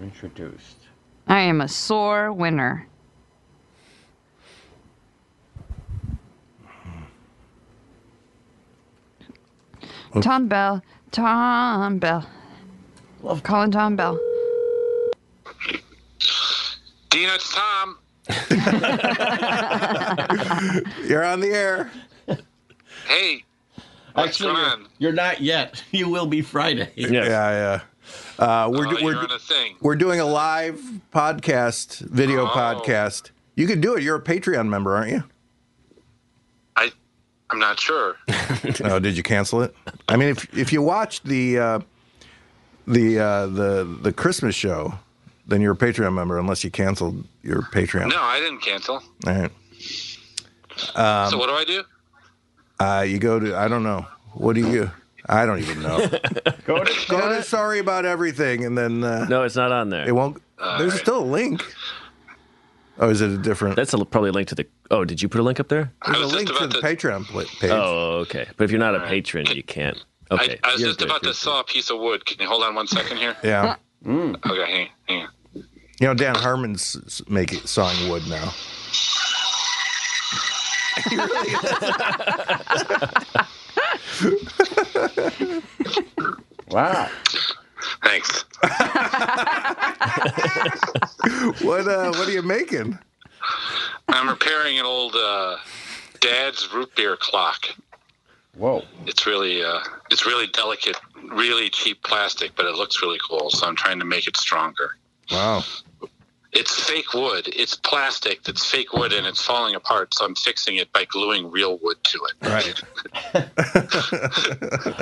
Introduced. I am a sore winner. Tom Bell, Tom Bell. Love calling Tom Bell. Dina, it's Tom. You're on the air. Hey, What's Actually, going you're, you're not yet. You will be Friday. Yeah, yeah. Uh, we're Oh, do- we're you're on a thing. we're doing a live podcast, video Oh. podcast. You can do it. You're a Patreon member, aren't you? I, I'm not sure. oh, did you cancel it? I mean, if if you watched the uh, the uh, the the Christmas show, then you're a Patreon member, unless you canceled your Patreon. No, I didn't cancel. All right. Um, so what do I do? Uh, you go to I don't know. What do you? I don't even know. go to, go to sorry about everything, and then uh, no, it's not on there. It won't. there's still a link. Oh, is it a different? That's a, probably a link to the. Oh, did you put a link up there? There's a link to the Patreon pla- page. Oh, okay. But if you're not a patron, you can't. Okay. I, I was you're just good. about to saw a piece of wood. Can you hold on one second here? Yeah. Okay, hang, hang on. You know, Dan Harmon's s- making sawing wood now. Wow. Thanks. what uh, What are you making? I'm repairing an old uh, dad's root beer clock. Whoa. It's really uh, it's really delicate, really cheap plastic, but it looks really cool. So I'm trying to make it stronger. Wow. It's fake wood. It's plastic that's fake wood, and it's falling apart. So I'm fixing it by gluing real wood to it. Right.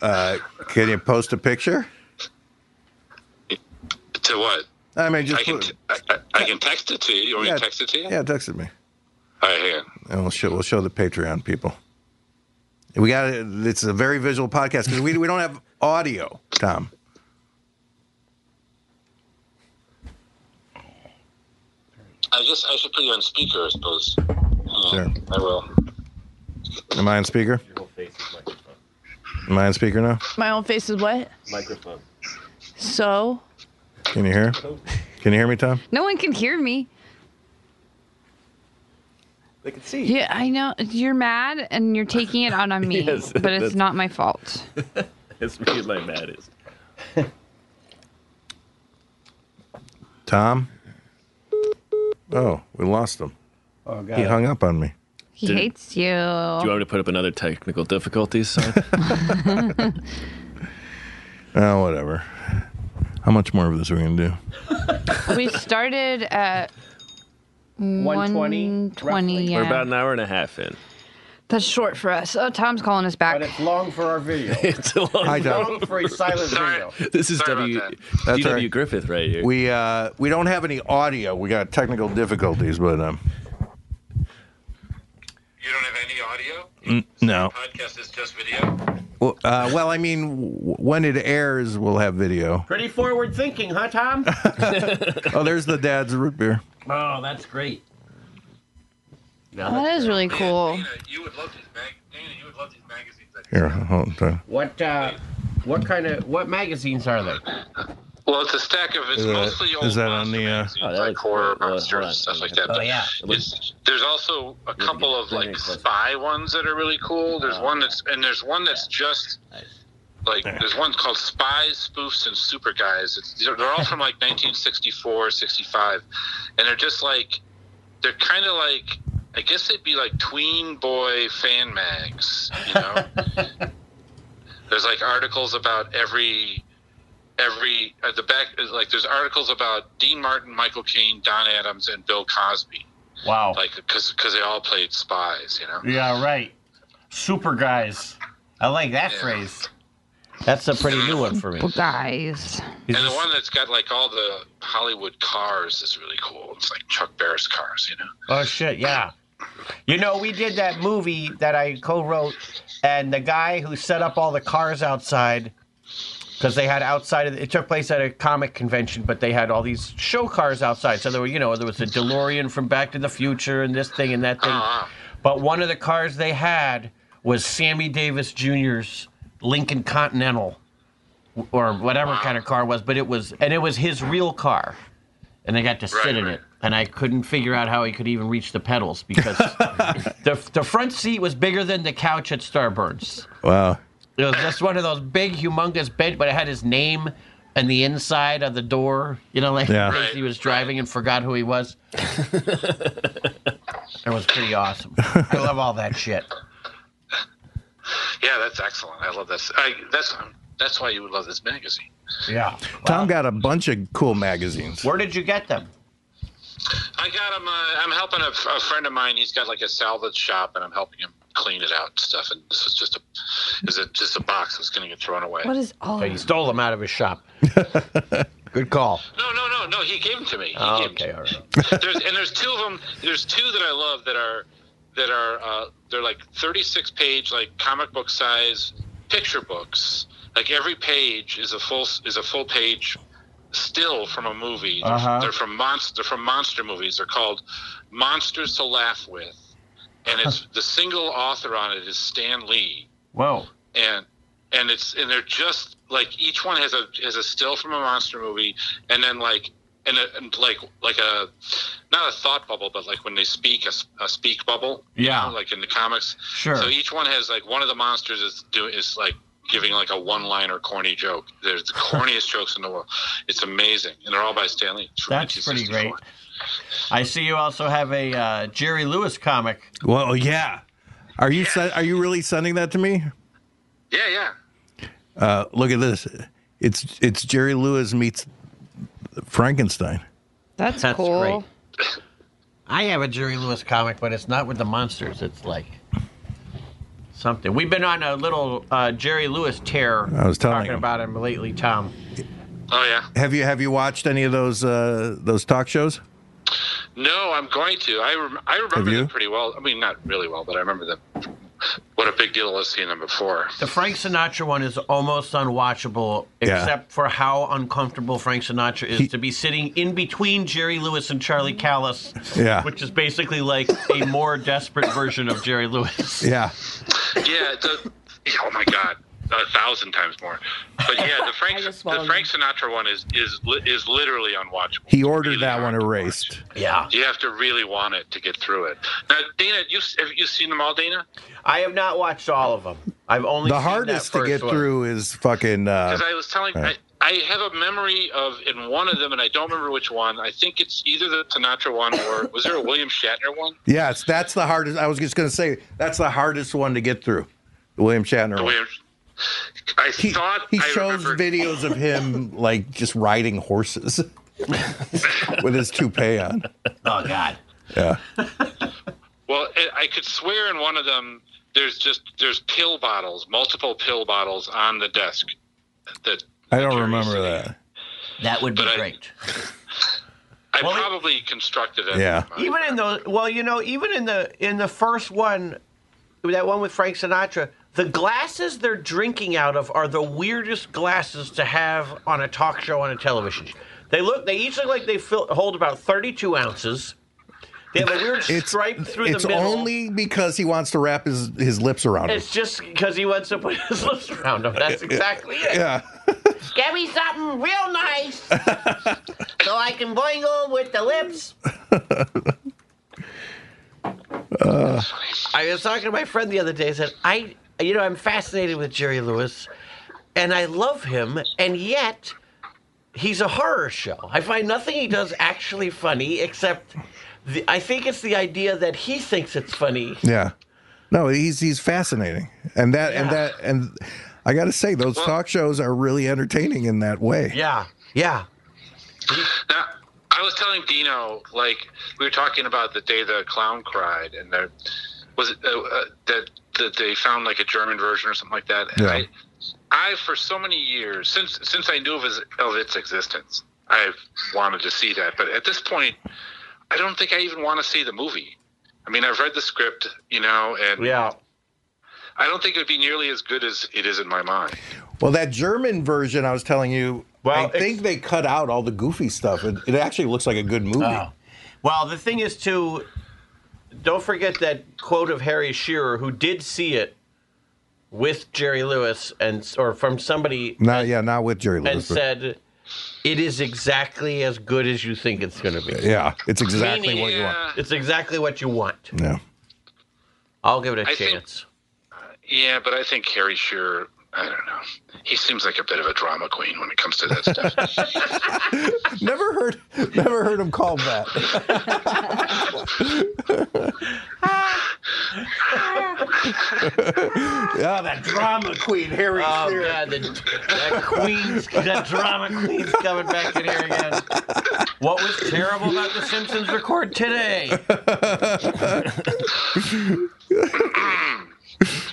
uh, can you post a picture? To what? I mean, just I can put- t- I, I, I can text it to you. You want me to text it to you? yeah, text it me, All right, here. and we'll show we'll show the Patreon people. We got it. It's a very visual podcast because we we don't have audio, Tom. I just I should put you on speaker, I suppose. Uh, Sure. I will. Am I on speaker? Am I on speaker now? My own face is what? Microphone. So Can you hear? Can you hear me, Tom? no one can hear me. They can see. Yeah, I know you're mad and you're taking it out on me, Yes, but it's that's- not my fault. It's really my maddest. Tom? Oh, we lost him. Oh, He hung up on me. He hates you. Do you want me to put up another technical difficulties sign? Oh, whatever. How much more of this are we gonna do? we started at 120, 120, yeah. We're about an hour and a half in. That's short for us. Oh, Tom's calling us back. But it's long for our video. it's a long Hi, Tom. Long for a silent video. This is W. That's DW right. Griffith right here. We uh we don't have any audio. We got technical difficulties, but um Mm. You don't have any audio? Podcast is just video. no. Well, uh, well, I mean, w- when it airs, we'll have video. Pretty forward thinking, huh, Tom? Oh, there's the dad's root beer. oh, that's great. Oh, that is really cool. Here, hold on. What uh, what kind of what magazines are they? Well, it's a stack of it's Is that- mostly old is that on the? Uh, like horror monsters and stuff like that. Oh, but yeah. it's, there's also a couple of like spy ones that are really cool. There's one that's and there's one that's just like there's one called Spies, Spoofs, and Super Guys. It's, they're they're all from like 1964, 65, and they're just like they're kind of like I guess they'd be like tween boy fan mags. You know, there's like articles about every every at the back is, like there's articles about Dean Martin, Michael Caine, Don Adams, and Bill Cosby. Wow. Like because they all played spies, you know. Yeah, right. Super guys. I like that phrase. That's a pretty new one for me. Guys. and the one that's got like all the Hollywood cars is really cool. It's like Chuck Barris cars, you know. Oh shit, yeah. You know, we did that movie that I co-wrote, and the guy who set up all the cars outside, because they had outside. Of, it took place at a comic convention, but they had all these show cars outside. So there were, you know, there was a DeLorean from Back to the Future and this thing and that thing. But one of the cars they had was Sammy Davis Jr.'s Lincoln Continental or whatever kind of car it was, but it was, and it was his real car. And I got to sit in it, and I couldn't figure out how he could even reach the pedals because the, the front seat was bigger than the couch at Starburns. Wow. It was just one of those big, humongous bed, but it had his name and the inside of the door. You know, like Yeah. in case he was driving and forgot who he was. it was pretty awesome. I love all that shit. Yeah, that's excellent. I love this. I, that's that's why you would love this magazine. Yeah. Tom got a bunch of cool magazines. Where did you get them? I got him. Uh, I'm helping a, a friend of mine. He's got like a salvage shop, and I'm helping him clean it out and stuff. And this was just a is it just a box that's going to get thrown away? all? He stole them out of his shop. Good call. No, no, no, no. He gave them to me. He Oh, gave 'em okay, all right. there's and there's two of them. There's two that I love that are that are uh, they're like 36 page like comic book size picture books. Like every page is a full is a full page still from a movie. They're, Uh-huh. they're from monster they're from monster movies. They're called Monsters to Laugh With, and it's the single author on it is Stan Lee Whoa. and and it's and they're just like each one has a has a still from a monster movie and then like and, a, and like like a not a thought bubble but like when they speak a, s- a speak bubble you Yeah. know, like in the comics Sure. so each one has like one of the monsters is do is like giving like a one liner corny joke there's the corniest jokes in the world it's amazing and they're all by stanley That's pretty great. I see you also have a uh, Jerry Lewis comic. Well, yeah. Are you se- are you really sending that to me? yeah yeah Uh, look at this. It's it's Jerry Lewis meets Frankenstein. That's, great. I have a Jerry Lewis comic, but it's not with the monsters. It's like something. We've been on a little uh, Jerry Lewis tear. I was telling talking him. about him lately, Tom. Oh yeah. Have you have you watched any of those uh, those talk shows? no i'm going to i, rem- I remember you? them pretty well i mean not really well but i remember them what a big deal it was seeing them before The Frank Sinatra one is almost unwatchable, Yeah. except for how uncomfortable Frank Sinatra is to be sitting in between Jerry Lewis and Charlie Callis, Yeah. which is basically like a more desperate version of Jerry Lewis. Yeah. yeah, the, oh my god, a thousand times more. But yeah, the Frank the Frank Sinatra one is is li- is literally unwatchable. He ordered that one erased. Yeah, you have to really want it to get through it. Now, Dana, you have you seen them all, Dana? Uh, I have not watched all of them. I've only The seen that hardest to first get one. through is fucking. Uh, Because I was telling, I, I have a memory of in one of them, and I don't remember which one. I think it's either the Sinatra one or was there a William Shatner one? yes, that's the hardest. I was just gonna say that's the hardest one to get through. The William Shatner. One. William, I thought He I shows remembered- videos of him like just riding horses with his toupee on. Oh God. Yeah. Well, I- I could swear in one of them, there's just there's pill bottles, multiple pill bottles on the desk. That I don't remember that. That would be great. I probably constructed it. Yeah. even in those well you know even in the in the first one that one with frank sinatra the glasses they're drinking out of are the weirdest glasses to have on a talk show on a television show. they look they each look like they fill, hold about 32 ounces they have a weird stripe through It's the middle only because he wants to wrap his, his lips around it. it's just because he wants to put his lips around them. That's exactly it. Yeah. Get me something real nice so I can boingle with the lips. Uh, I was talking to my friend the other day. I said, I, you know, I'm fascinated with Jerry Lewis, and I love him, and yet he's a horror show. I find nothing he does actually funny except. The, I think it's the idea that he thinks it's funny. yeah. No, he's he's fascinating. And that and that and I got to say those talk shows are really entertaining in that way. Yeah. Yeah. Now, I was telling Dino, like we were talking about the day the clown cried, and there was it, uh, uh, that that they found like a German version or something like that. And Yeah. I, I for so many years since since I knew of, his, of its existence, I've wanted to see that. But at this point, I don't think I even want to see the movie. I mean, I've read the script, you know, and yeah, I don't think it would be nearly as good as it is in my mind. Well, that German version I was telling you, Well, I think they cut out all the goofy stuff. It, it actually looks like a good movie. Oh. Well, the thing is, too, don't forget that quote of Harry Shearer, who did see it with Jerry Lewis and or from somebody Not yeah, not with Jerry and Lewis. but- said it is exactly as good as you think it's going to be. yeah, it's exactly Meaning, what you want. It's exactly what you want. Yeah. I'll give it a I think- chance. Yeah, but I think Harry Shearer. I don't know. He seems like a bit of a drama queen when it comes to that stuff. never heard, never heard him called that. yeah, that drama queen Harry Oh god, the, that queen's that drama queen's coming back in here again. What was terrible about the Simpsons record today?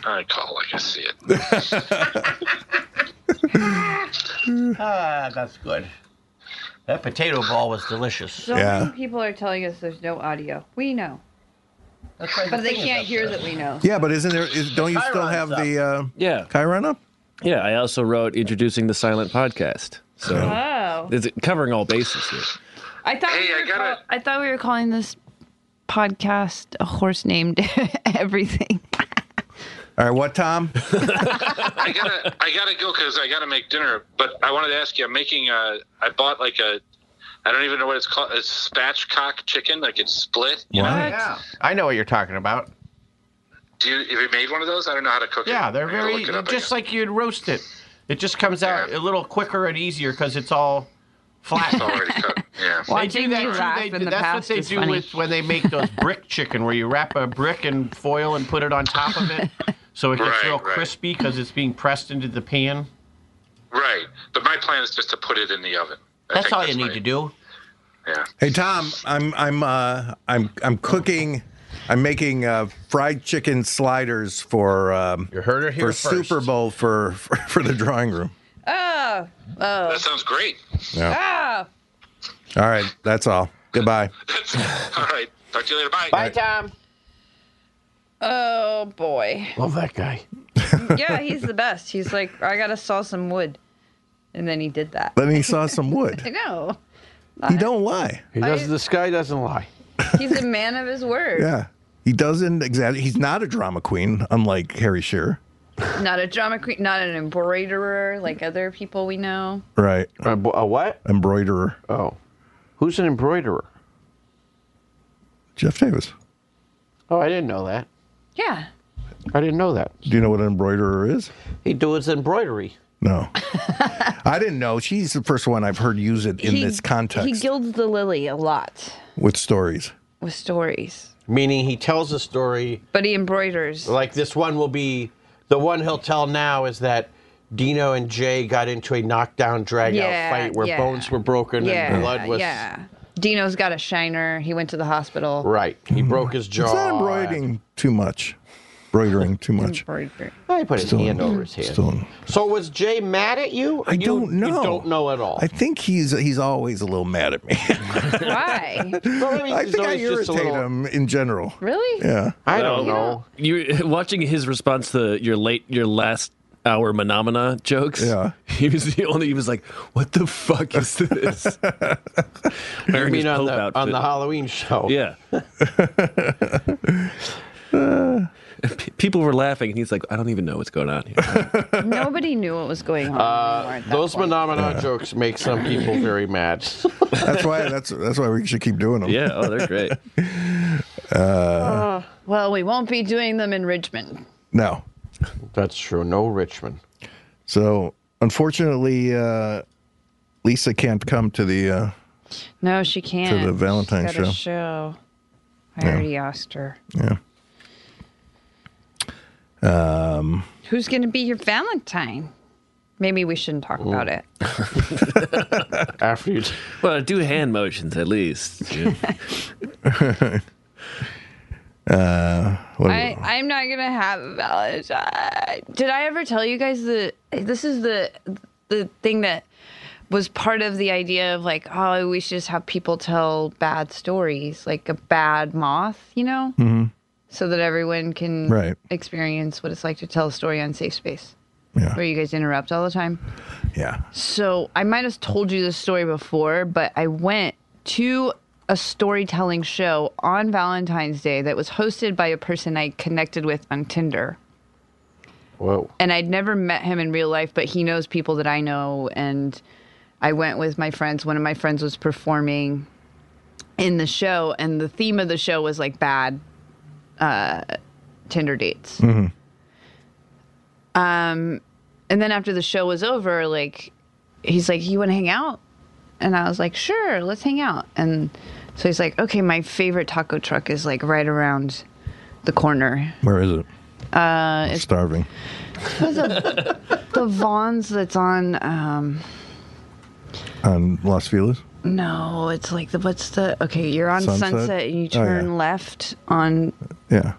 I call it like I see it. ah, that's good. That potato ball was delicious. So many people are telling us there's no audio. We know. That's right, but the they thing is can't up hear there. that we know. Yeah, but isn't there? Is, don't you still have the uh, Yeah. Chiron up? Yeah, I also wrote Introducing the Silent Podcast. So Oh. it's covering all bases here. I thought we were call- I thought we were calling this podcast a horse named everything. All right, what Tom? I gotta, I gotta go because I gotta make dinner. But I wanted to ask you. I'm making a. I bought like a. I don't even know what it's called. A spatchcock chicken. Like it's split. You know? Yeah, I know what you're talking about. Do you? Have you made one of those? I don't know how to cook it. Yeah, they're I gotta very look it up, I just like you'd roast it. It just comes out a little quicker and easier because it's all flat. already cut. Yeah. Watching you laugh They in do- the that's what past they is do funny. with when they make those brick chicken, where you wrap a brick in foil and put it on top of it, so it gets Right, real right. crispy because it's being pressed into the pan. Right. But my plan is just to put it in the oven. I That's think all you need to do. Yeah. Hey Tom, I'm I'm uh, I'm I'm cooking. I'm making uh, fried chicken sliders for um, you heard her for here first. Super Bowl for, for for the drawing room. Oh. That Oh. sounds great. Yeah. Oh. All right, that's all. Goodbye. all right. Talk to you later. Bye. Bye, Tom. Oh boy. Love that guy. Yeah, he's the best. He's like, I gotta saw some wood. And then he did that. Then he saw some I wood. know. He don't lie. He does. This guy doesn't lie. He's a man of his word. Yeah, he doesn't exaggerate. He's not a drama queen, unlike Harry Shearer. Not a drama queen, not an embroiderer like other people we know. Right, A, bo- a what? embroiderer Oh, who's an embroiderer? Jeff Davis. Oh, I didn't know that. Yeah. I didn't know that. Do you know what an embroiderer is? He does embroidery. No, I didn't know. She's the first one I've heard use it in He- this context He gilds the lily a lot with stories. with stories. Meaning he tells a story But he embroiders. like this one will be the one he'll tell now is that Dino and Jay got into a knockdown drag Yeah, out fight where yeah. bones were broken yeah. and blood was Yeah. Dino's got a shiner. He went to the hospital. right. He Mm-hmm. broke his jaw. It's not embroidering too much. Embroidering too much. Embroidery. I put his Still- hand over his hand. still- So was Jay mad at you? I You- don't know. You don't know at all. I think he's he's always a little mad at me. Why? Well, I mean, I he's think I always irritate just a little- him in general. Really? Yeah. I Well, don't know. You watching his response to your late your last hour phenomena jokes. Yeah. he was the only. He was like, "What the fuck is this?" I Wearing his mean, on Pope the, on outfit. the Halloween show. Yeah. P- people were laughing, and he's like, "I don't even know what's going on here." Nobody knew what was going on. anymore at that Uh, Those point. phenomenon jokes make some people very mad. That's why that's that's why we should keep doing them. yeah, oh, they're great. well, we won't be doing them in Richmond. No. That's true. No Richmond. So unfortunately, uh, Lisa can't come to the. Uh, No, she can't. She's Valentine's got a show. show. I already asked her. yeah. Um. Who's going to be your Valentine? Maybe we shouldn't talk about it. After you, Well, do hand motions at least. you know. Uh. What I, I'm not gonna have a Valentine. Did I ever tell you guys that this is the the thing that was part of the idea of like, oh, we should just have people tell bad stories, like a bad moth, you know, Mhm. so that everyone can Right. experience what it's like to tell a story on safe space, Yeah. where you guys interrupt all the time. Yeah. So I might have told you this story before, but I went to a storytelling show on Valentine's Day that was hosted by a person I connected with on Tinder. Whoa. and I'd never met him in real life, but he knows people that I know. And I went with my friends. One of my friends was performing in the show, and the theme of the show was like bad uh, Tinder dates. Mm-hmm. Um, and then after the show was over, like he's like, "You want to hang out?" And I was like, "Sure, let's hang out." And so he's like, "Okay, my favorite taco truck is like right around the corner." Where is it? Uh, it's Starving. was a, the Vaughn's that's on. Um, On Los Feliz? no, it's like the what's the okay? You're on Sunset? Sunset, and you Oh, yeah. turn left on Yeah.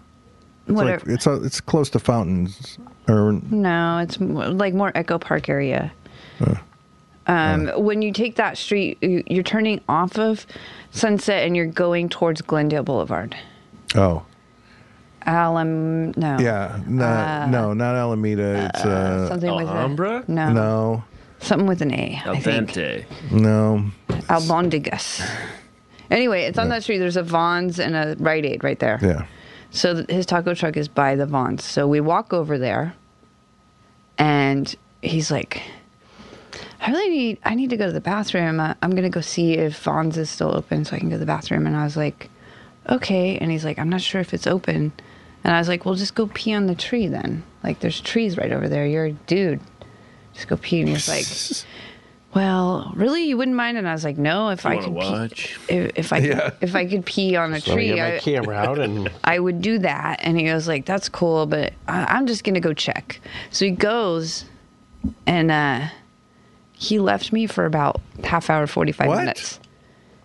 It's like, whatever. it's, uh, it's close to fountains. Or, no, it's more, like more Echo Park area. Um, when you take that street, you- you're turning off of Sunset and you're going towards Glendale Boulevard. oh. Alam, no. Yeah. No, Uh, no, not Alameda. It's uh, something with a- Alhambra? No. No. Something with an A. I think. No. Albondigas. Anyway, it's on that street. There's a Vaughn's and a Rite Aid right there. Yeah. So th- his taco truck is by the Vaughn's. So we walk over there, and he's like, "I really need. I need to go to the bathroom. Uh, I'm gonna go see if Vaughn's is still open, so I can go to the bathroom." And I was like, "Okay." And he's like, "I'm not sure if it's open." And I was like, "Well, just go pee on the tree then. Like, there's trees right over there. You're a dude. Just go pee." And he's like. Well, really, you wouldn't mind, and I was like, "No, if You I wanna could watch? pee, if, if I could, Yeah. if I could pee on a Just let me tree, get my I- camera out and I would do that. And he was like, that's cool, but I- I'm just going to go check. So he goes and uh, he left me for about half hour, 45 What? minutes.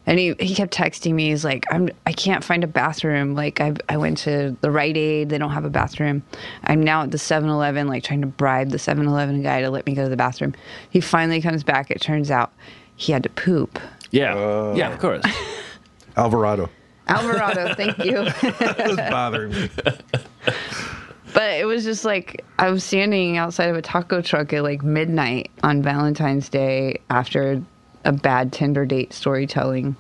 And he, he kept texting me. He's like, I'm, I can't find a bathroom. Like, I, I went to the Rite Aid. They don't have a bathroom. I'm now at the 7 Eleven, like, trying to bribe the 7 Eleven guy to let me go to the bathroom. He finally comes back. It turns out he had to poop. Yeah. Uh, yeah, of course. Alvarado. Alvarado, thank you. That's bothering me. But it was just like I was standing outside of a taco truck at like midnight on Valentine's Day after a bad Tinder date storytelling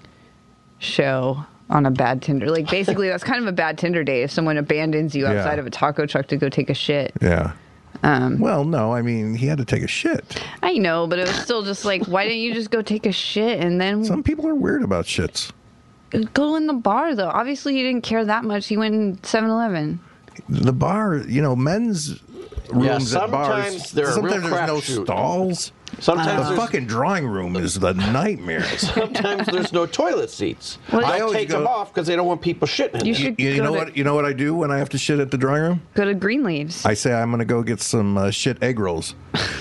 show on a bad Tinder. Like basically that's kind of a bad Tinder date if someone abandons you Yeah. outside of a taco truck to go take a shit. Yeah. Um, well, no, I mean, he had to take a shit. I know, but it was still just like why didn't you just go take a shit and then Some people are weird about shits. go in the bar though. Obviously he didn't care that much. He went in 7-Eleven. The bar, you know, men's rooms at bars. sometimes they're a sometimes real there's no crapshoot. stalls. Sometimes the there's- fucking drawing room is the nightmare. sometimes there's no toilet seats. Well, I I always take go- them off because they don't want people shitting. in You them. should You, you go know to- what? You know what I do when I have to shit at the drawing room? Go to Greenleaves. I say I'm gonna go get some uh, shit egg rolls,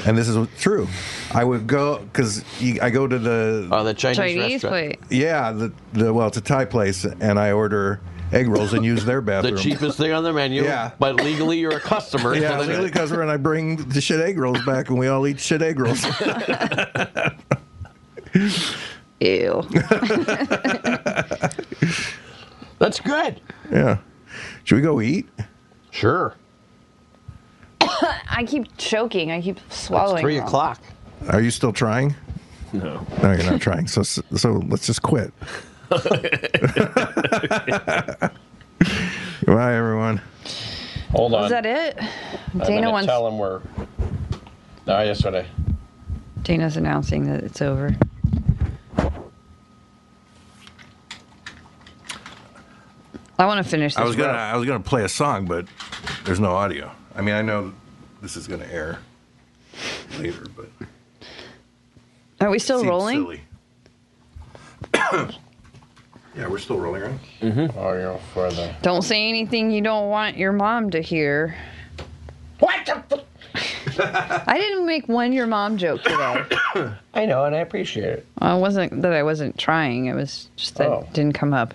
and this is true. I would go because I go to the Uh, oh the Chinese, Chinese plate. Yeah, the, the well, it's a Thai place, and I order egg rolls and use their The bathroom. cheapest thing on the menu. Yeah. But legally, you're a customer. Yeah, so then- legally customer, and I bring the shit egg rolls back, and we all eat shit egg rolls. Ew. That's good. Yeah. Should we go eat? Sure. I keep choking. I keep swallowing. Three wrong. o'clock. Are you still trying? No. No, you're not trying. So, so let's just quit. Bye, everyone. Hold on. Is that it? I'm Dana gonna wants. Tell him we're. No, yesterday. Dana's announcing that it's over. I want to finish this. I was gonna rope. I was gonna play a song, but there's no audio. I mean, I know this is gonna air later, but Are we still seems rolling? silly. yeah, we're still rolling, right? Mm-hmm. Oh, you're for the. Don't say anything you don't want your mom to hear. What the? I didn't make one your mom joke today. I know, and I appreciate it. Well, it wasn't that I wasn't trying. It was just that Oh. it didn't come up.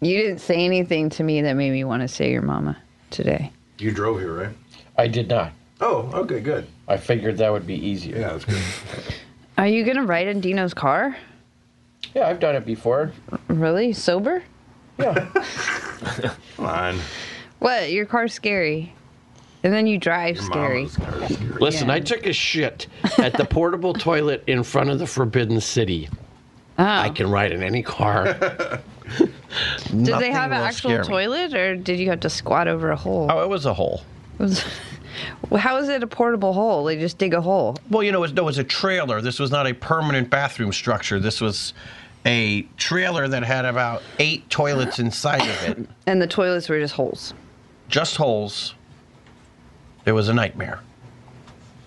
You didn't say anything to me that made me want to say your mama today. You drove here, right? I did not. Oh, okay, good. I figured that would be easier. Yeah, that's good. Are you gonna ride in Dino's car? Yeah, I've done it before. Really? Sober? Come on. What? Your car's scary. And then you drive scary. Listen, I took a shit at the portable toilet in front of the Forbidden City. I can ride in any car. Did they have an actual toilet or did you have to squat over a hole? Oh, Oh, it was a hole. It was, Well, How is it a portable hole? They just dig a hole. Well, you know, it was, no, it was a trailer. This was not a permanent bathroom structure. This was a trailer that had about eight toilets inside of it, And the toilets were just holes. just holes. It was a nightmare.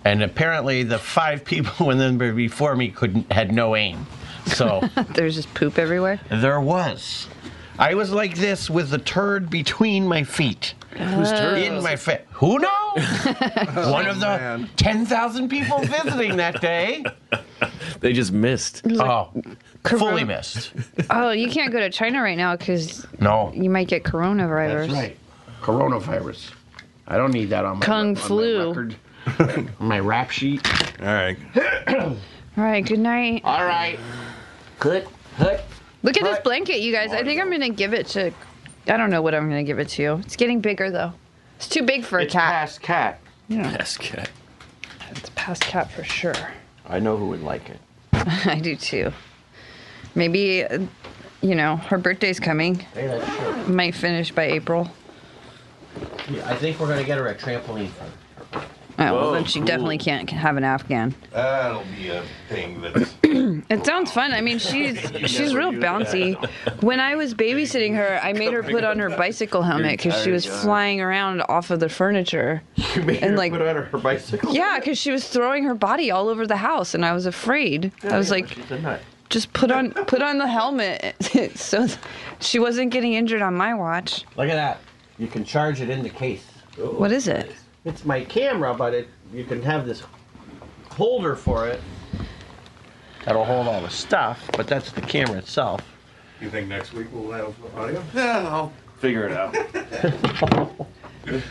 And apparently, the five people in the before me couldn't had no aim. So There's just poop everywhere. there was. I was like this with the turd between my feet. Whose turd In was Oh, my face. Who knows? One of the 10,000 people visiting that day. They just missed. oh, fully missed. Oh, you can't go to China right now because No. you might get coronavirus. That's right. Coronavirus. I don't need that on my Kung on flu. My, record, my rap sheet. All right. All right. Good night. All right. Good. Good. Look at this blanket, you guys. I think I'm gonna give it to. I don't know what I'm gonna give it to. It's getting bigger though. It's too big for a cat. Past cat. Yeah. Past cat. It's past cat for sure. I know who would like it. I do too. Maybe, uh, you know, her birthday's coming. Hey, that's true. Might finish by April. I think we're going to get her a trampoline. Oh, well, Whoa, then she cool. definitely can't have an Afghan. That'll be a thing that's It sounds fun. I mean, she's You she's never real do that. bouncy. When I was babysitting her, I made her put on her bicycle helmet because she entire was gun. flying around off of the furniture. You made And, her like- put on her bicycle. Yeah, because she was throwing her body all over the house, and I was afraid. I was like, She's a nut. just put on put on the helmet, so th- she wasn't getting injured on my watch. Look at that. You can charge it in the case. What is it? It's my camera, but it you can have this holder for it. That'll hold all the stuff, but that's the camera itself. You think next week we'll have audio? Yeah, I'll Figure it out.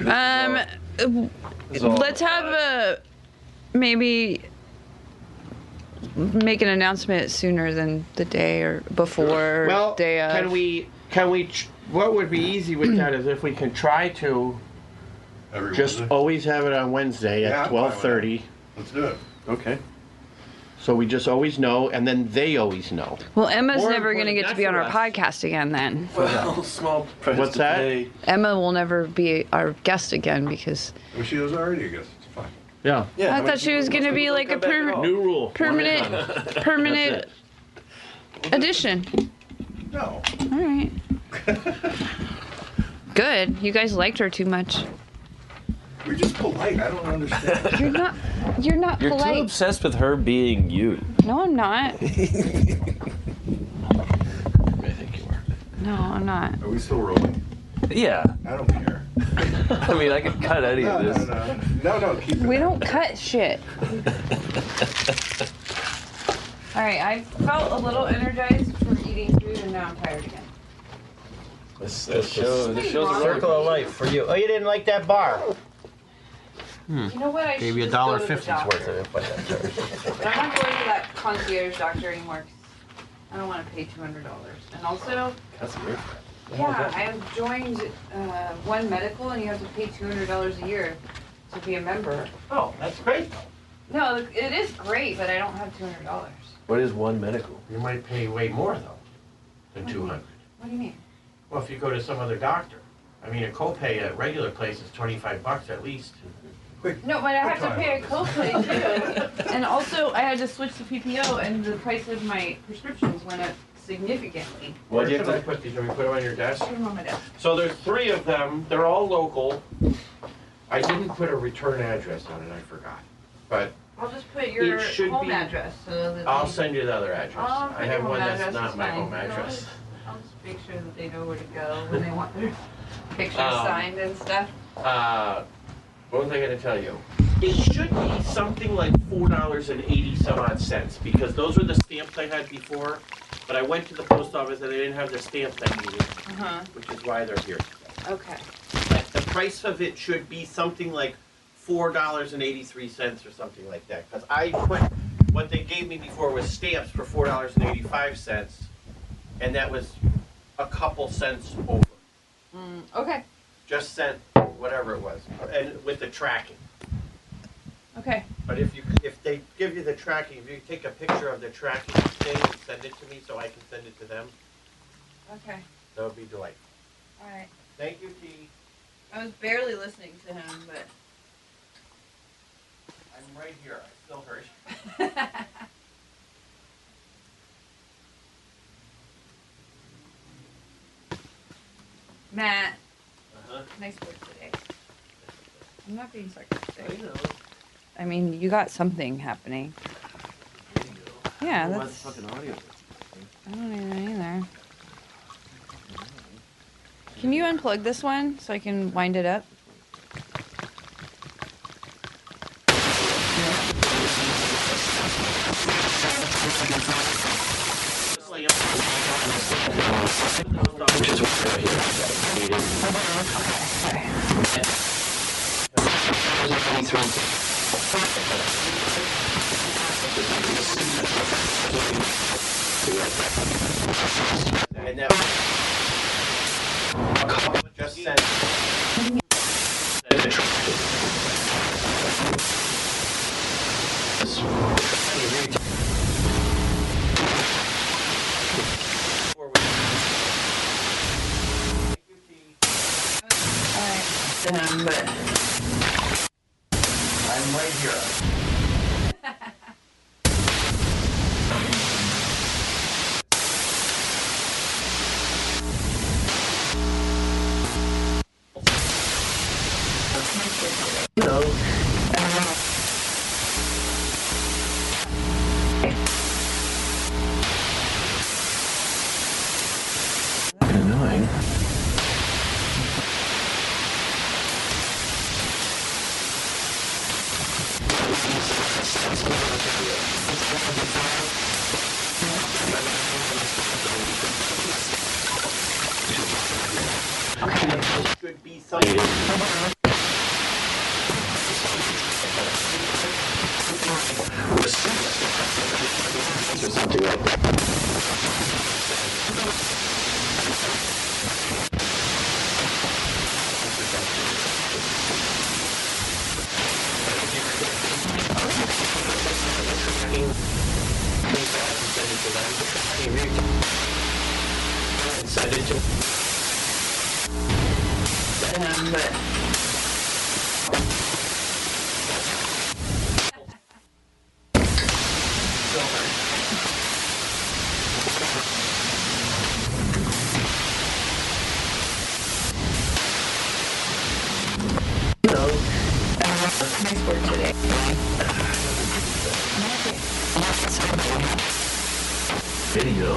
Um, w- It's all let's have a maybe make an announcement sooner than the day or before or Well, day of. can we? Can we? Tr- what would be easy with that is if we can try to just always have it on Wednesday Yeah, at I'm fine with twelve thirty. Let's do it. Okay. So we just always know, and then they always know. Well, Emma's More never going to important, get to not be on for our us. podcast again then. Well, small. What's that? Emma will never be our guest again because Well, she was already a guest. It's fine. Yeah. I thought she was going to be like a per- New rule. permanent permanent addition. No. All right. Good. You guys liked her too much. We're just polite. I don't understand. You're not you're not You're too polite. obsessed with her being you. No, I'm not. I think you are. No, I'm not. Are we still rolling? Yeah. I don't care. I mean, I could cut any of this. No, no, keep We don't cut shit. All right, I felt a little energized from eating food, and now I'm tired again. This, this show- this show's a roller circle of life for you. Oh, you didn't like that bar? You know what? I Hmm. Gave you a dollar fifty's worth of it, but that's all right. I'm not going to that concierge doctor anymore. 'cause I don't want to pay two hundred dollars, and also, That's weird. yeah, I have joined uh, One Medical, and you have to pay two hundred dollars a year to be a member. Oh, that's great. No, it is great, but I don't have two hundred dollars. What is one medical? You might pay way more though than two hundred. What do you mean? Well, if you go to some other doctor, I mean, a copay at a regular place is twenty-five bucks at least. No, but I have to pay a copay too, and also I had to switch to PPO, and the price of my prescriptions went up significantly. Well, Where you should have I put these? Do we put them on your desk? Put 'em on my desk. So there's three of them. They're all local. I didn't put a return address on it. I forgot. But I'll just put your It should home be- address so that. I'll they- send you the other address. I'll put I your have home one that's address, not it's my fine. home I'll address. just- I'll just make sure that they know where to go when they want their pictures Um, signed and stuff. Uh, what was I going to tell you? It should be something like four dollars and eighty some odd cents because those were the stamps I had before. But I went to the post office and they didn't have the stamps I needed, Uh-huh, which is why they're here. okay. Like, the price of it should be something like four dollars and eighty-three cents or something like that. Because I put what they gave me before was stamps for four dollars and eighty-five cents, and that was a couple cents over. Mm, okay, Just sent whatever it was, and with the tracking. okay. But if you if they give you the tracking, if you take a picture of the tracking thing and send it to me so I can send it to them, Okay, that would be delightful. all right. Thank you, T. I was barely listening to him, but I'm right here. I feel hurt. Matt, Uh-huh. nice work today. I'm not being sarcastic. I mean, you got something happening. Yeah, that's. I don't even either. Can you unplug this one so I can wind it up? And that just said. Damn, but I'm right here. Annoying. Should be something. damn, but. Video.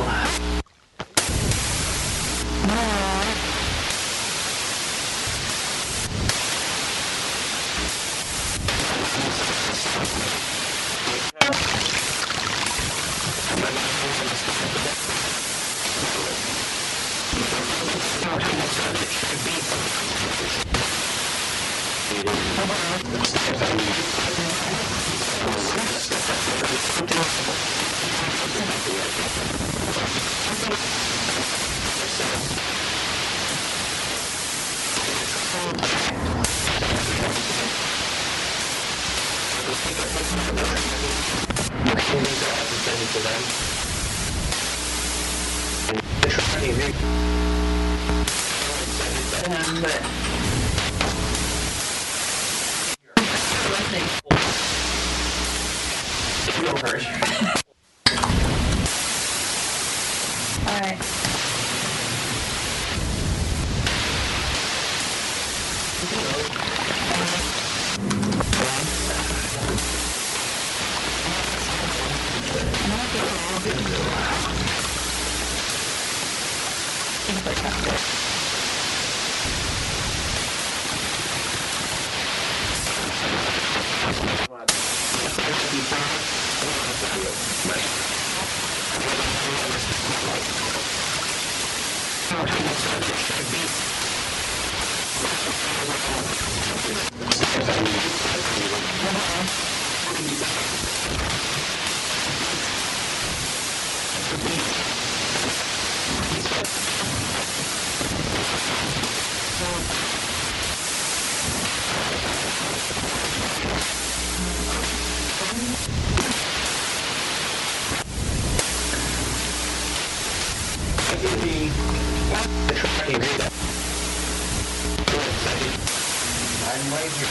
I'm right here.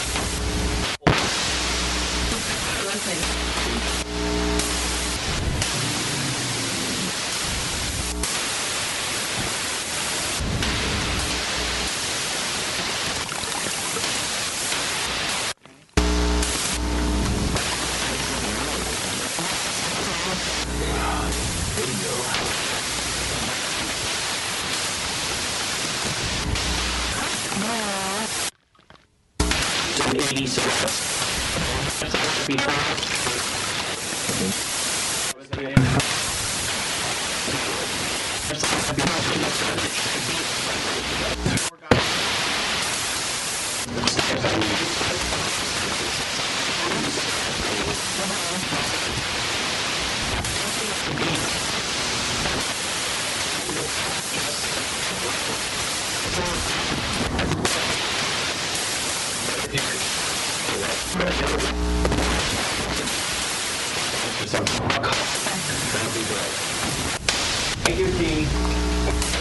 Thank you,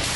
T.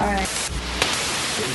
All right.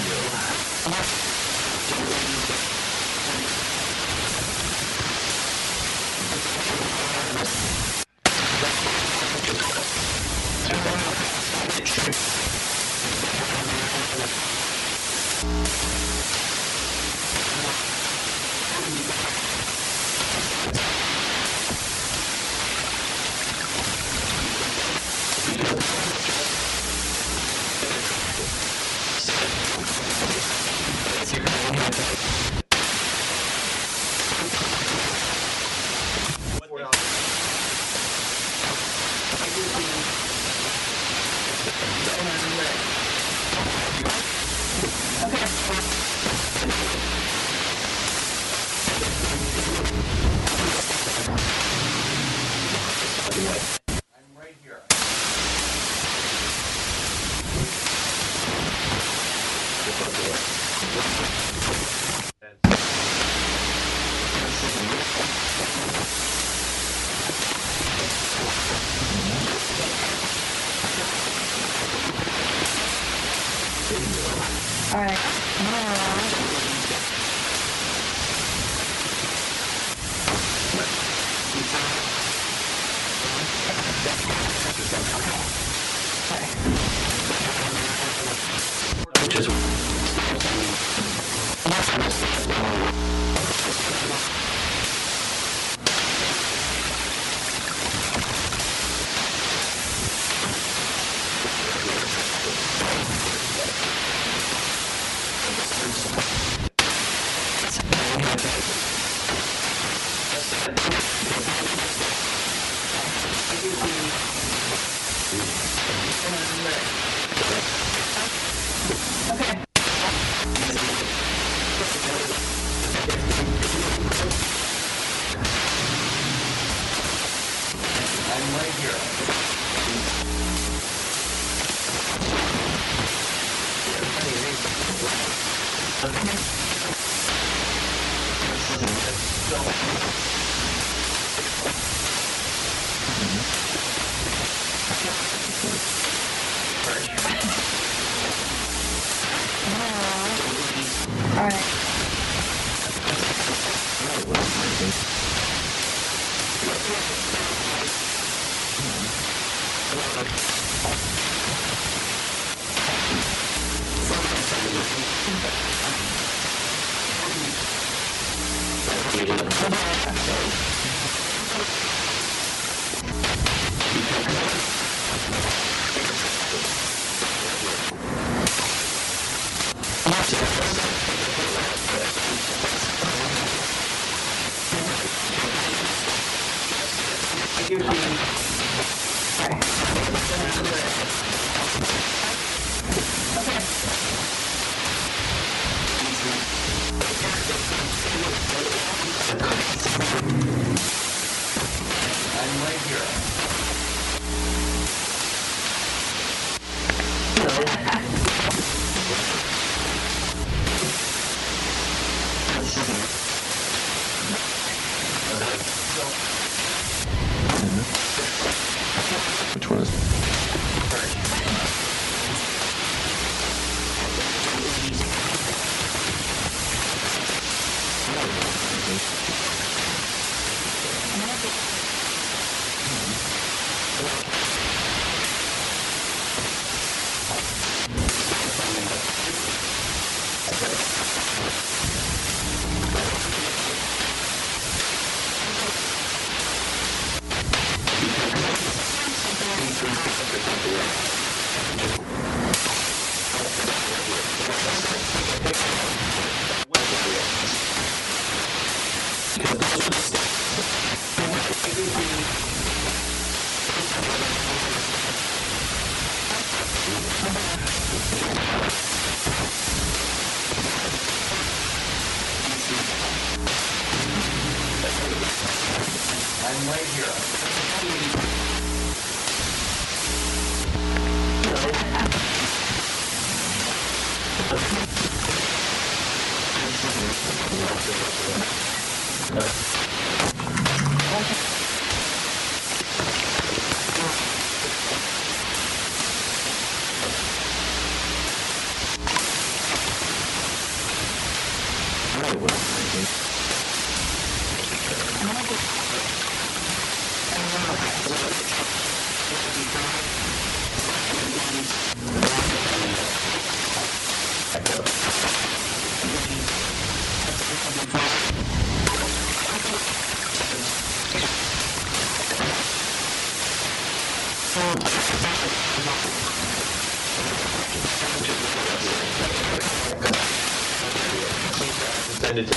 All right. All right. Which one is? send it to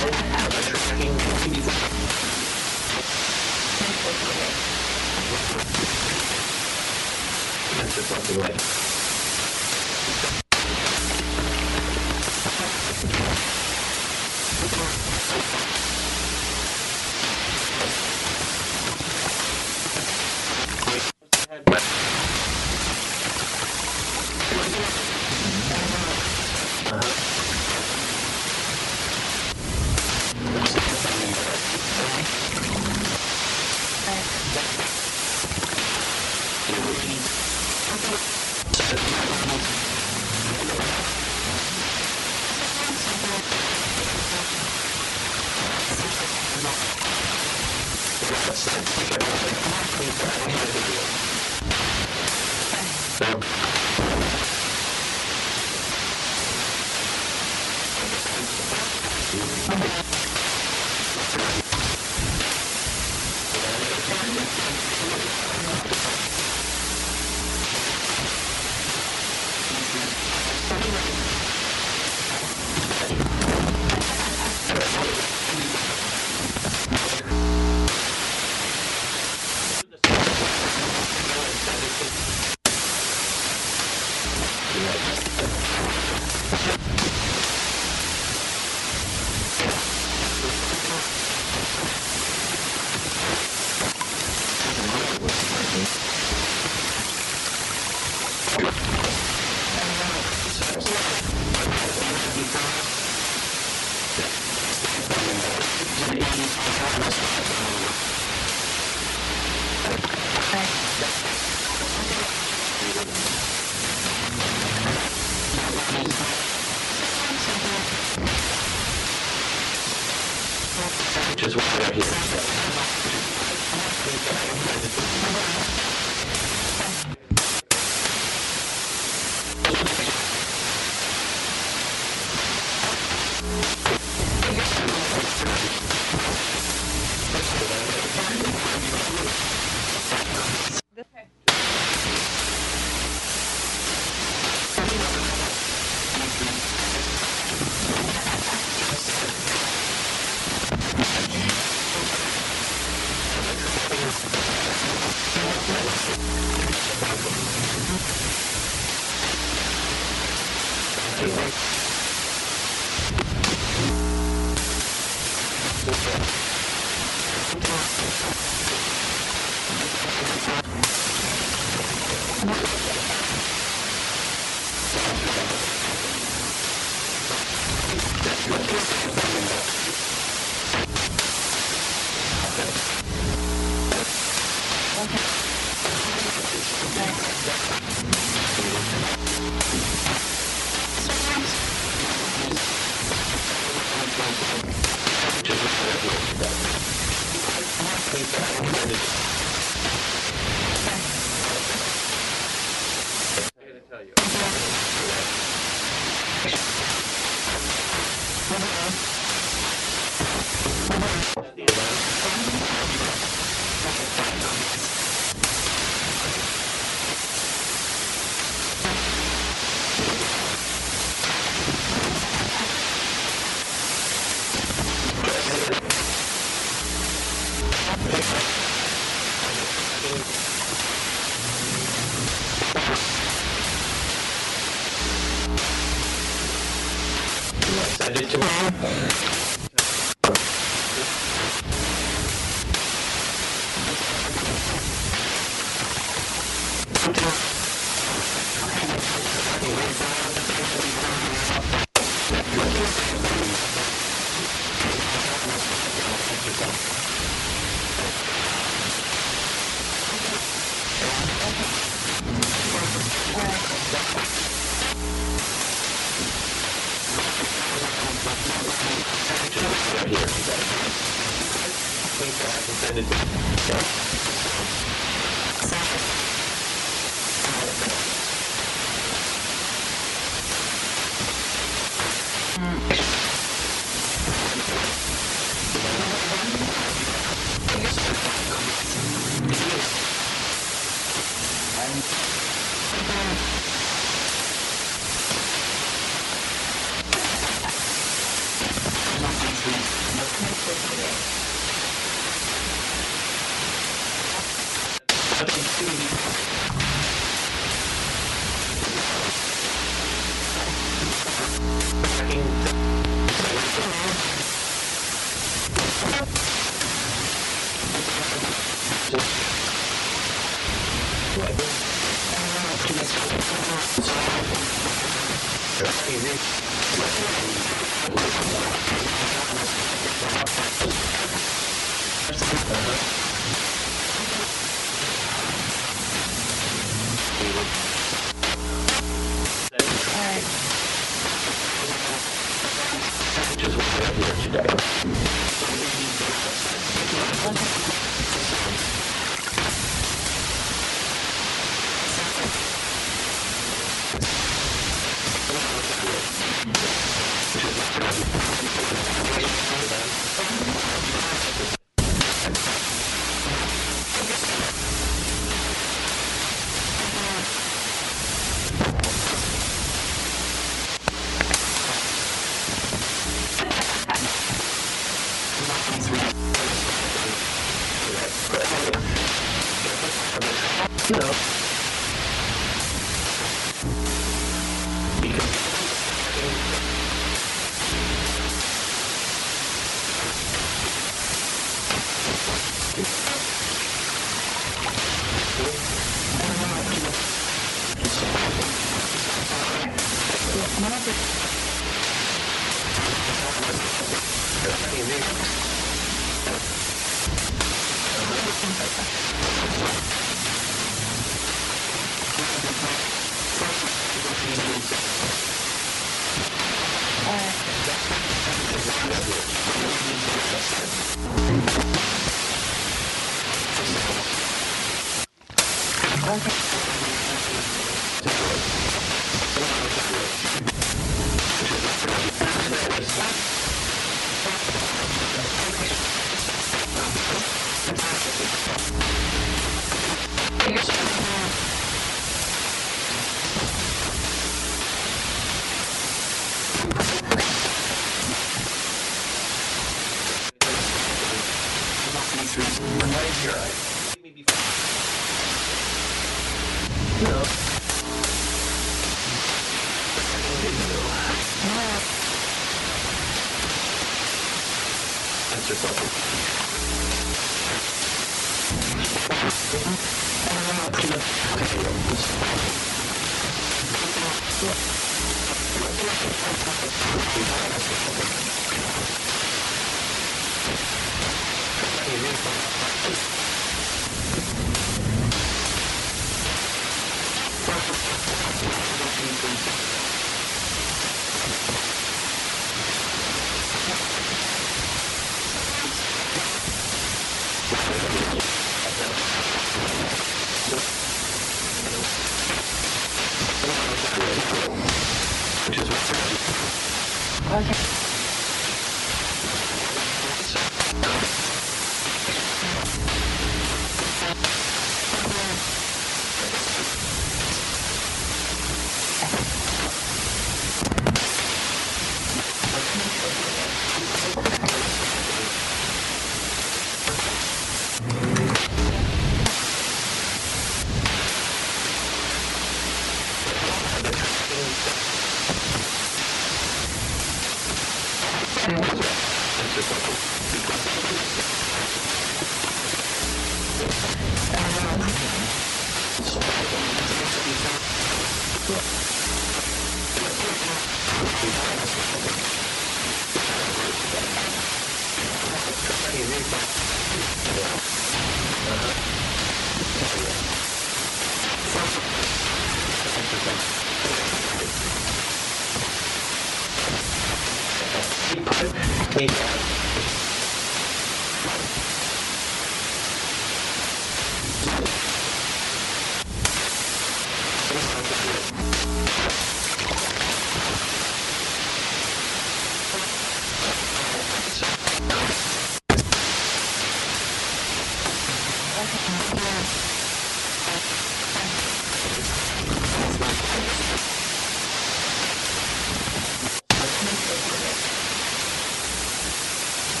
Thank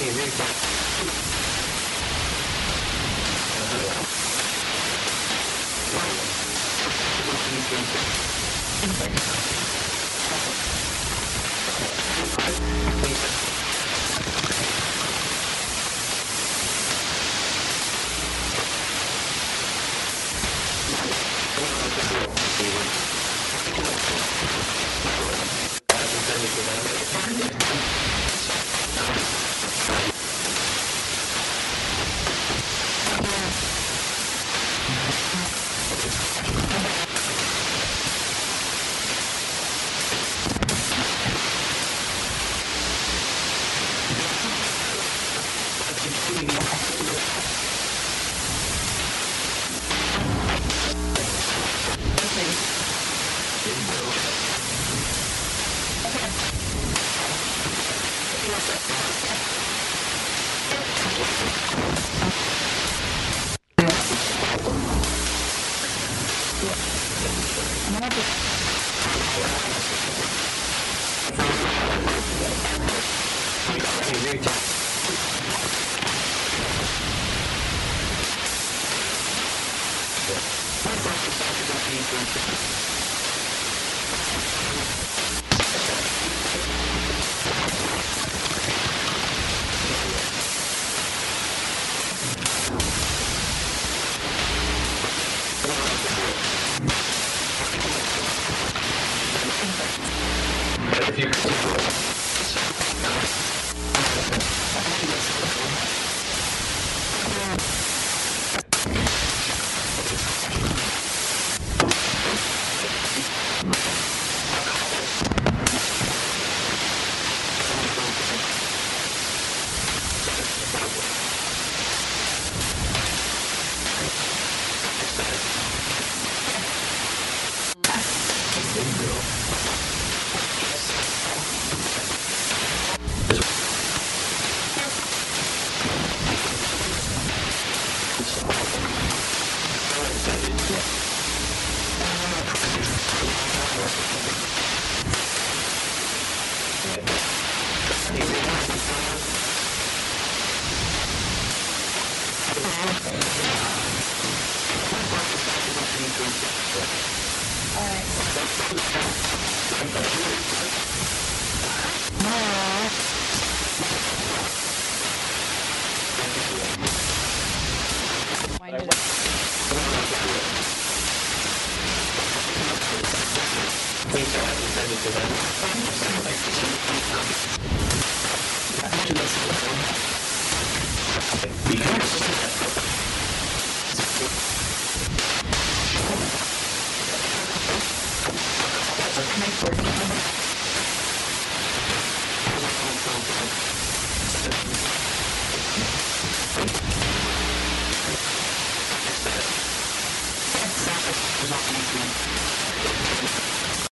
can't eat them.